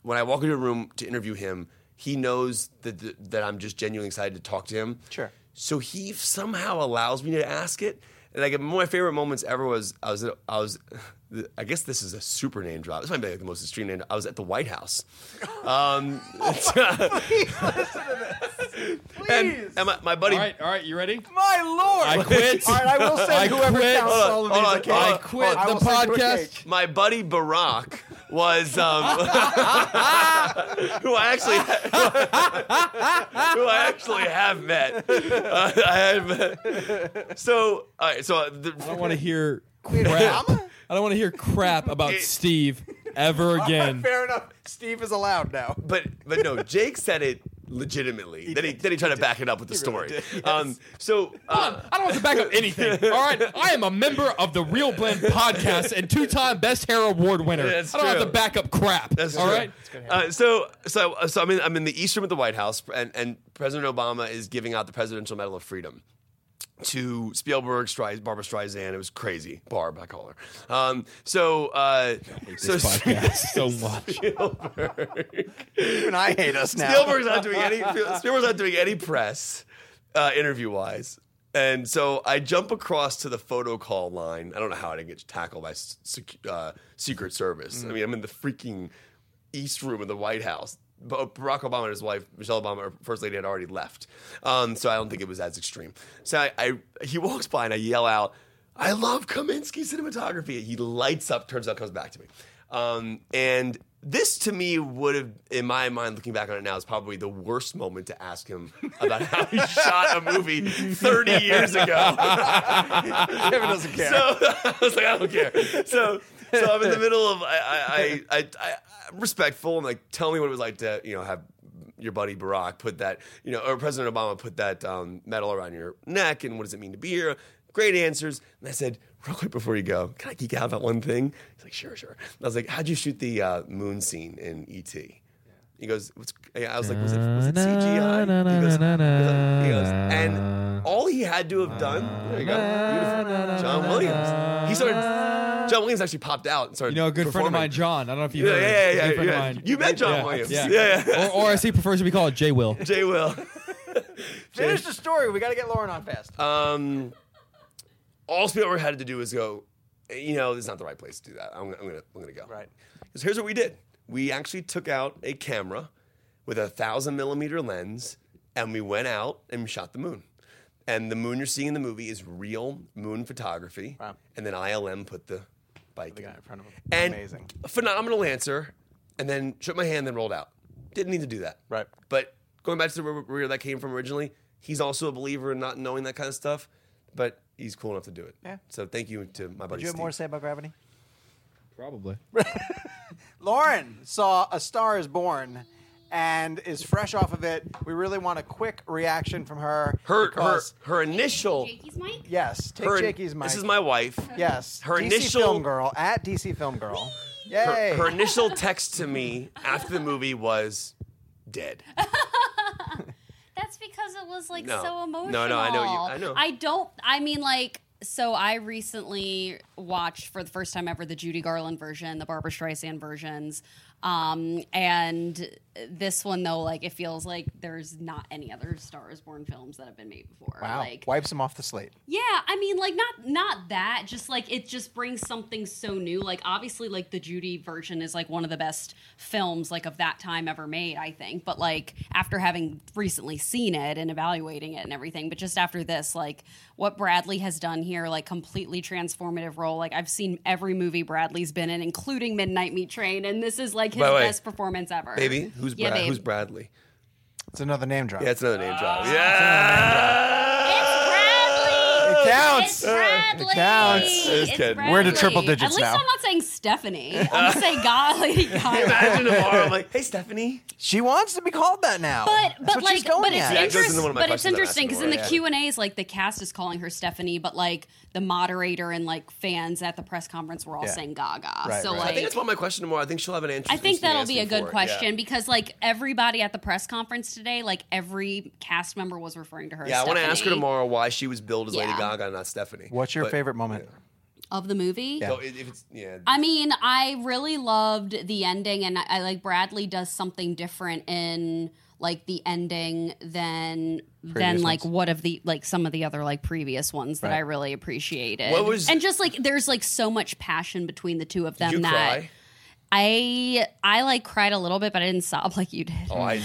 Speaker 4: when I walk into a room to interview him, he knows that, that, that I'm just genuinely excited to talk to him.
Speaker 2: Sure.
Speaker 4: So he somehow allows me to ask it. And like one of my favorite moments ever was I was at, I was I guess this is a super name drop. This might be like the most extreme name. I was at the White House. Um, and, and my, my buddy
Speaker 3: All right, all right, you ready?
Speaker 2: My lord!
Speaker 3: I quit.
Speaker 2: All right, I will
Speaker 3: I
Speaker 2: send whoever
Speaker 3: quit.
Speaker 2: counts
Speaker 3: Hold on,
Speaker 2: all of
Speaker 4: hold
Speaker 2: these
Speaker 4: on,
Speaker 2: a cake.
Speaker 4: I
Speaker 3: quit
Speaker 2: will
Speaker 3: the
Speaker 2: send you a
Speaker 3: podcast.
Speaker 2: cake.
Speaker 4: my buddy Barack was um, who I actually who I actually have met. Uh, I have met. So all right, so uh, the,
Speaker 3: I don't want to hear crap.
Speaker 2: Obama?
Speaker 3: I don't want to hear crap about Steve ever again.
Speaker 2: Fair enough. Steve is allowed now.
Speaker 4: but but no, Jake said it legitimately. then he then he tried to back it up with the story. Um, so uh,
Speaker 3: I don't have to back up anything. All right, I am a member of the Real Blend podcast and two-time Best Hair Award winner.
Speaker 4: Yeah, that's
Speaker 3: I don't have
Speaker 4: true.
Speaker 3: to back up crap.
Speaker 4: That's
Speaker 3: all
Speaker 4: true.
Speaker 3: right?
Speaker 4: Uh, so, so, so I'm in, I'm in the East Room at the White House, and, and President Obama is giving out the Presidential Medal of Freedom to Spielberg, Streis, Barbara Streisand. It was crazy. Barb, I call her. Um, so, uh, so
Speaker 3: Podcast so much.
Speaker 4: Spielberg.
Speaker 2: Even I hate us now.
Speaker 4: Spielberg's not doing any. Spielberg's not doing any press uh, interview wise. And so I jump across to the photo call line. I don't know how I didn't get tackled by s- sec- uh, Secret Service. I mean, I'm in the freaking East Room of the White House. But Barack Obama and his wife Michelle Obama, our first lady, had already left. Um, so I don't think it was as extreme. So I, I he walks by and I yell out, "I love Kaminsky cinematography." He lights up. Turns out, comes back to me. Um, and this to me would have, in my mind, looking back on it now, is probably the worst moment to ask him about how he shot a movie 30 years ago.
Speaker 2: Kevin doesn't care.
Speaker 4: So I was like, I don't care. So, so I'm in the middle of I, I, I, I, I I'm respectful. I'm like, tell me what it was like to you know have your buddy Barack put that you know or President Obama put that um, medal around your neck and what does it mean to be here? Great answers. And I said, real quick before you go, can I geek out about one thing? He's like, sure, sure. And I was like, how'd you shoot the uh, moon scene in E ET? He goes, What's, I was like, was it, was it CGI? he, goes, he goes, and all he had to have done, there you go, beautiful. John Williams. He started, John Williams actually popped out and started.
Speaker 3: You know, a good friend of
Speaker 4: performing.
Speaker 3: mine, John. I don't know if you
Speaker 4: Yeah,
Speaker 3: heard.
Speaker 4: yeah,
Speaker 3: a
Speaker 4: yeah,
Speaker 3: good friend
Speaker 4: yeah.
Speaker 3: of mine.
Speaker 4: You met John
Speaker 3: Yeah,
Speaker 4: Williams.
Speaker 3: yeah.
Speaker 4: Yeah, yeah.
Speaker 3: Or, or as he prefers to be called, J. Will.
Speaker 4: Jay Will.
Speaker 2: Finish the story. We got to get Lauren on fast.
Speaker 4: Um, all Spielberg had to do was go, "Eh, you know, this is not the right place to do that. I'm, I'm gonna, I'm gonna go.
Speaker 2: Right.
Speaker 4: Because here's what we did: we actually took out a camera with a thousand millimeter lens, and we went out and we shot the moon. And the moon you're seeing in the movie is real moon photography.
Speaker 2: Wow.
Speaker 4: And then ILM put the bike
Speaker 2: the guy
Speaker 4: in.
Speaker 2: in front of him.
Speaker 4: And
Speaker 2: Amazing.
Speaker 4: a phenomenal answer. And then shook my hand, then rolled out. Didn't need to do that.
Speaker 2: Right.
Speaker 4: But going back to the where- where that came from originally, he's also a believer in not knowing that kind of stuff, but he's cool enough to do it.
Speaker 2: Yeah.
Speaker 4: So thank you to my
Speaker 2: Did
Speaker 4: buddy.
Speaker 2: you have
Speaker 4: Steve.
Speaker 2: more to say about gravity?
Speaker 3: Probably.
Speaker 2: Lauren saw A Star is Born and is fresh off of it. We really want a quick reaction from her.
Speaker 4: her her
Speaker 2: because-
Speaker 4: her initial
Speaker 5: Jakey's mic?
Speaker 2: Yes. Take
Speaker 4: her,
Speaker 2: Jakey's mic.
Speaker 4: This is my wife.
Speaker 2: Yes.
Speaker 4: her
Speaker 2: DC
Speaker 4: initial-
Speaker 2: Film Girl at DC Film Girl. Yay.
Speaker 4: Her, her initial text to me after the movie was dead.
Speaker 5: That's because it was like
Speaker 4: No.
Speaker 5: so emotional.
Speaker 4: No, no, I know you- I know.
Speaker 5: I don't. I mean, like, so I recently watched for the first time ever the Judy Garland version, the Barbara Streisand versions, um, and this one though, like, it feels like there's not any other Stars Born films that have been made before.
Speaker 2: wow.
Speaker 5: Like,
Speaker 2: Wipes him off the slate.
Speaker 5: yeah, I mean, like not not that, just like it just brings something so new. Like obviously, like the Judy version is like one of the best films like of that time ever made, I think. But like after having recently seen it and evaluating it and everything, but just after this, like what Bradley has done here like completely transformative role. Like I've seen every movie Bradley's been in, including Midnight Meat Train, and this is like his
Speaker 4: By the way,
Speaker 5: best performance ever.
Speaker 4: Baby, who's
Speaker 5: Yeah,
Speaker 4: Brad?
Speaker 5: babe.
Speaker 4: Who's Bradley?
Speaker 2: It's another name drop.
Speaker 4: Yeah, it's another name drop.
Speaker 5: Oh.
Speaker 4: Yeah,
Speaker 5: Bradley!
Speaker 2: It counts.
Speaker 5: It's Bradley.
Speaker 2: It counts.
Speaker 4: It's good.
Speaker 5: Bradley.
Speaker 2: We're into triple digits
Speaker 5: At least
Speaker 2: now.
Speaker 5: I'm not saying Stephanie. I'm gonna say God, Lady Gaga.
Speaker 4: Imagine tomorrow, I'm like, hey, Stephanie.
Speaker 2: She wants to be called that now.
Speaker 5: But
Speaker 2: That's
Speaker 5: but
Speaker 2: what she's
Speaker 5: like
Speaker 2: going
Speaker 5: but
Speaker 2: at.
Speaker 5: it's,
Speaker 4: Yeah, it goes
Speaker 5: interest-
Speaker 4: into one of my
Speaker 5: but it's
Speaker 4: questions I'm
Speaker 5: interesting
Speaker 4: asking
Speaker 5: because in the
Speaker 4: tomorrow, yeah.
Speaker 5: Q and A's like the cast is calling her Stephanie, but like the moderator and like fans at the press conference were all
Speaker 2: Yeah.
Speaker 5: saying Gaga.
Speaker 2: Right,
Speaker 5: so
Speaker 2: right.
Speaker 5: like
Speaker 4: I think that's one of my question tomorrow. I think she'll have an answer.
Speaker 5: I think
Speaker 4: interesting
Speaker 5: that'll be a
Speaker 4: answer for
Speaker 5: good
Speaker 4: it,
Speaker 5: question
Speaker 4: Yeah.
Speaker 5: because, like, everybody at the press conference today, like, every cast member was referring to her.
Speaker 4: Yeah, I want to ask her
Speaker 5: Stephanie.
Speaker 4: tomorrow why she was billed as Lady
Speaker 5: Yeah.
Speaker 4: Gaga and not Stephanie.
Speaker 2: What's your
Speaker 4: But-
Speaker 2: favorite moment?
Speaker 5: of the movie.
Speaker 4: So if if it's yeah,
Speaker 5: I mean, I really loved the ending, and I, I like Bradley does something different in like the ending than than
Speaker 2: Previous
Speaker 5: like
Speaker 2: ones?
Speaker 5: what of the like some of the other like previous ones that
Speaker 2: Right.
Speaker 5: I really appreciated.
Speaker 4: What was-
Speaker 5: and just like there's like so much passion between the two of them
Speaker 4: you
Speaker 5: that
Speaker 4: cry.
Speaker 5: I I like cried a little bit, but I didn't sob like you did.
Speaker 4: Oh, I,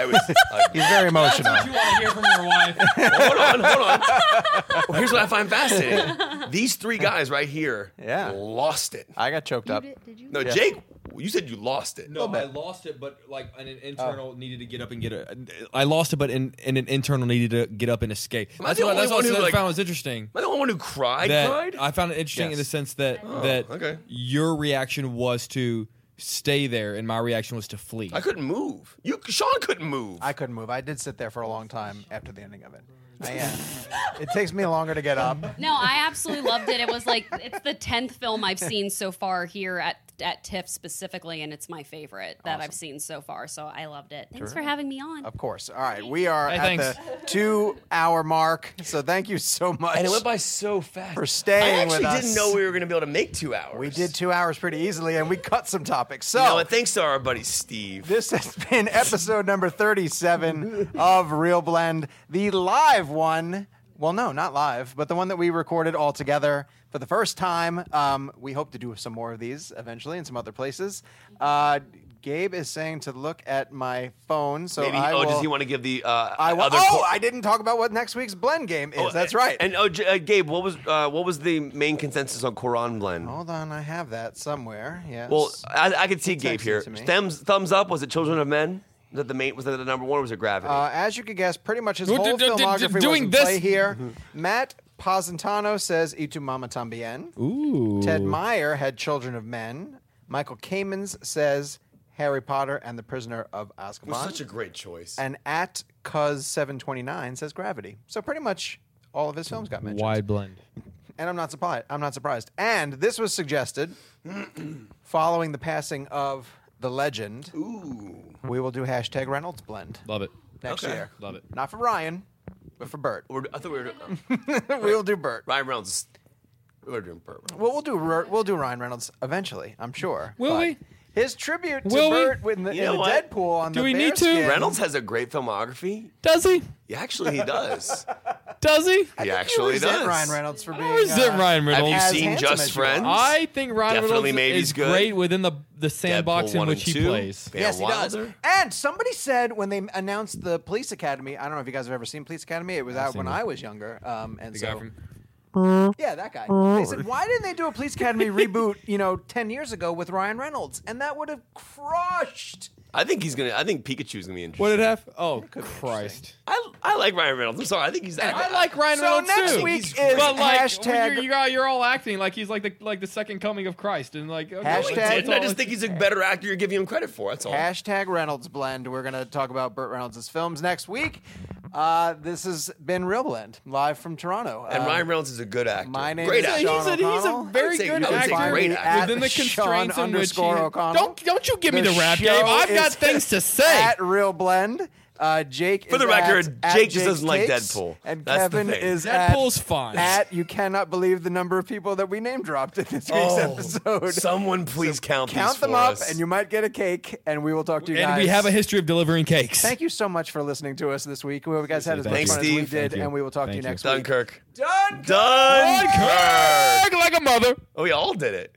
Speaker 4: I was. I,
Speaker 2: He's very emotional.
Speaker 3: What you want to hear from your wife?
Speaker 4: hold on, hold on. Well, here's what I find fascinating: these three guys right here,
Speaker 2: Yeah.
Speaker 4: lost it.
Speaker 2: I got choked up.
Speaker 4: No, Jake, you said you lost it.
Speaker 3: No, I lost it, but like an, an internal needed to get up and get a. I lost it, but in, and an internal needed to get up and escape.
Speaker 4: Am I
Speaker 3: That's
Speaker 4: the
Speaker 3: what
Speaker 4: only
Speaker 3: that's
Speaker 4: one
Speaker 3: also
Speaker 4: who,
Speaker 3: that I
Speaker 4: like-
Speaker 3: found was interesting.
Speaker 4: Am I the only one who cried?
Speaker 3: that
Speaker 4: cried?
Speaker 3: I found it interesting in the
Speaker 2: Yes.
Speaker 3: sense that
Speaker 2: Oh,
Speaker 3: that
Speaker 4: okay.
Speaker 3: your reaction was to stay there, and my reaction was to flee.
Speaker 4: I couldn't move. You, Sean couldn't move.
Speaker 2: I couldn't move. I did sit there for a long time after the ending of it. I am. it takes me longer to get up.
Speaker 5: No, I absolutely loved it. It was like it's the tenth film I've seen so far here at at TIFF specifically, and it's my favorite that I've seen so far. So I loved it. Thanks for having me on.
Speaker 2: Of course. All right, we are
Speaker 3: Hey,
Speaker 2: at the two-hour mark. So thank you so much.
Speaker 4: and it went by so fast.
Speaker 2: For staying
Speaker 4: I actually
Speaker 2: with us.
Speaker 4: didn't know we were going to be able to make two hours.
Speaker 2: we did two hours pretty easily, and we cut some topics. So
Speaker 4: You know, what? thanks to our buddy Steve.
Speaker 2: This has been episode number 37 of Real Blend, the live one. Well, no, not live, but the one that we recorded all together for the first time. Um, we hope to do some more of these eventually in some other places. Uh, Gabe is saying to look at my phone, so
Speaker 4: Maybe.
Speaker 2: I
Speaker 4: oh,
Speaker 2: will.
Speaker 4: does he want to give the? Uh,
Speaker 2: I will.
Speaker 4: Other
Speaker 2: oh,
Speaker 4: cor-
Speaker 2: I didn't talk about what next week's blend game is. That's right.
Speaker 4: And oh, J- uh, Gabe, what was uh, what was the main consensus on Quran blend?
Speaker 2: Hold on, I have that somewhere. Yes.
Speaker 4: Well, I, I could see Gabe
Speaker 2: texted
Speaker 4: here.
Speaker 2: to me.
Speaker 4: Thumbs thumbs up. Was it Children of Men? Was that the main? Was that the number one? Or was it Gravity?
Speaker 2: Uh, as you can guess, pretty much his
Speaker 3: Do-
Speaker 2: whole
Speaker 3: do- do- do-
Speaker 2: filmography
Speaker 3: doing
Speaker 2: was in play
Speaker 3: this- Mm-hmm.
Speaker 2: here. Matt Posentano says "Y tu mama tambien."
Speaker 3: Ooh.
Speaker 2: Ted Meyer had Children of Men. Michael Kamens says Harry Potter and the Prisoner of
Speaker 4: it was
Speaker 2: Azkaban.
Speaker 4: such a great choice.
Speaker 2: and at cuz 729 says Gravity. So pretty much all of his films got mentioned.
Speaker 3: Wide blend.
Speaker 2: And I'm not surprised. I'm not surprised. And this was suggested following the passing of the legend. Ooh. We will do hashtag Reynolds Blend
Speaker 3: Love it.
Speaker 2: next
Speaker 4: Okay.
Speaker 2: year.
Speaker 3: Love it.
Speaker 2: Not for Ryan, but for Bert.
Speaker 4: We're- I thought we were doing
Speaker 2: we'll do Bert.
Speaker 4: Ryan Reynolds. is- We were doing Burt. Reynolds.
Speaker 2: Well, we'll do Ro- we'll do Ryan Reynolds eventually. I'm sure.
Speaker 3: Will
Speaker 2: But
Speaker 3: we?
Speaker 2: His tribute to
Speaker 3: Will we?
Speaker 2: Bert in the,
Speaker 4: You
Speaker 2: in
Speaker 4: know
Speaker 2: the
Speaker 4: what?
Speaker 2: Deadpool on
Speaker 3: Do
Speaker 2: the
Speaker 3: we need to?
Speaker 2: bearskin.
Speaker 4: Reynolds has a great filmography.
Speaker 3: Does he?
Speaker 4: Yeah, actually, he does.
Speaker 3: Does he?
Speaker 4: he
Speaker 2: You
Speaker 4: actually
Speaker 2: resent
Speaker 4: does.
Speaker 2: Ryan Reynolds for being.
Speaker 3: Or is it
Speaker 2: uh,
Speaker 3: Ryan
Speaker 4: Have
Speaker 3: Reynolds?
Speaker 4: you
Speaker 2: As
Speaker 4: seen
Speaker 2: handsome
Speaker 4: Just
Speaker 2: as you are.
Speaker 4: Friends?
Speaker 3: I think Ryan
Speaker 4: Definitely
Speaker 3: Reynolds
Speaker 4: made
Speaker 3: is
Speaker 4: he's good.
Speaker 3: great within the the sandbox
Speaker 4: Deadpool
Speaker 3: in
Speaker 4: one
Speaker 3: which
Speaker 4: and
Speaker 3: he
Speaker 4: two.
Speaker 3: plays.
Speaker 4: Van
Speaker 2: Yes, he does.
Speaker 4: Wilder.
Speaker 2: And somebody said when they announced the Police Academy, I don't know if you guys have ever seen Police Academy. It was out when
Speaker 3: seen it.
Speaker 2: I was younger. Um, and
Speaker 3: The
Speaker 2: so,
Speaker 3: guy from
Speaker 2: yeah, that guy. They said, why didn't they do a Police Academy reboot? You know, ten years ago with Ryan Reynolds, and that would have crushed.
Speaker 4: I think he's gonna. I think Pikachu's gonna be interesting.
Speaker 3: what did it have? Oh Christ!
Speaker 4: I, I like Ryan Reynolds. I'm sorry. I think he's.
Speaker 3: I like Ryan
Speaker 2: So
Speaker 3: Reynolds
Speaker 2: next
Speaker 3: too.
Speaker 2: week
Speaker 4: He's
Speaker 2: is
Speaker 3: but like
Speaker 2: hashtag
Speaker 3: you're, you're, you're all acting like he's like the like the second coming of Christ and like oh, no, he
Speaker 4: I
Speaker 2: Hashtag-
Speaker 3: didn't.
Speaker 4: didn't. I just think he's a better actor. You're giving him credit for. That's all.
Speaker 2: Hashtag Reynolds Blend. We're going to talk about Burt Reynolds' films next week. Uh, this has been Real Blend, live from Toronto.
Speaker 4: And
Speaker 2: Uh,
Speaker 4: Ryan Reynolds is a good actor.
Speaker 2: my name
Speaker 4: great
Speaker 2: is
Speaker 4: actor.
Speaker 3: he's,
Speaker 2: Sean
Speaker 3: a, he's a
Speaker 2: O'Connell.
Speaker 3: very
Speaker 4: I'd say
Speaker 3: good
Speaker 4: you could
Speaker 3: actor
Speaker 4: say great actor.
Speaker 3: within the constraints
Speaker 2: Sean
Speaker 3: in which he,
Speaker 2: underscore O'Connell.
Speaker 3: don't don't you give me
Speaker 2: The
Speaker 3: the rap
Speaker 2: show
Speaker 3: game. I've got
Speaker 2: is
Speaker 3: things to say.
Speaker 2: At Real Blend. Uh, Jake
Speaker 4: For the
Speaker 2: is at-
Speaker 4: record,
Speaker 2: at
Speaker 4: Jake just
Speaker 2: Jake's
Speaker 4: doesn't like
Speaker 2: Cakes,
Speaker 4: Deadpool.
Speaker 2: And
Speaker 4: That's the
Speaker 2: Kevin
Speaker 4: thing.
Speaker 2: is
Speaker 3: Deadpool's
Speaker 2: at,
Speaker 3: fine.
Speaker 2: At you cannot believe the number of people that we name dropped in this week's episode.
Speaker 4: Someone please count
Speaker 2: Oh. Count
Speaker 4: Oh, these
Speaker 2: them
Speaker 4: for
Speaker 2: up,
Speaker 4: us.
Speaker 2: and you might get a cake. And we will talk to you guys.
Speaker 3: And we have a history of delivering cakes.
Speaker 2: Thank you so much for listening to us this week. We hope you guys had as much
Speaker 4: Thanks,
Speaker 2: fun as we
Speaker 4: Steve.
Speaker 2: did,
Speaker 3: Thank you.
Speaker 2: and we will talk
Speaker 3: Thank
Speaker 2: to you
Speaker 3: you.
Speaker 2: next week.
Speaker 4: Dunkirk.
Speaker 2: Done.
Speaker 4: Dunkirk.
Speaker 3: Kirk like a mother.
Speaker 4: Oh, we all did it.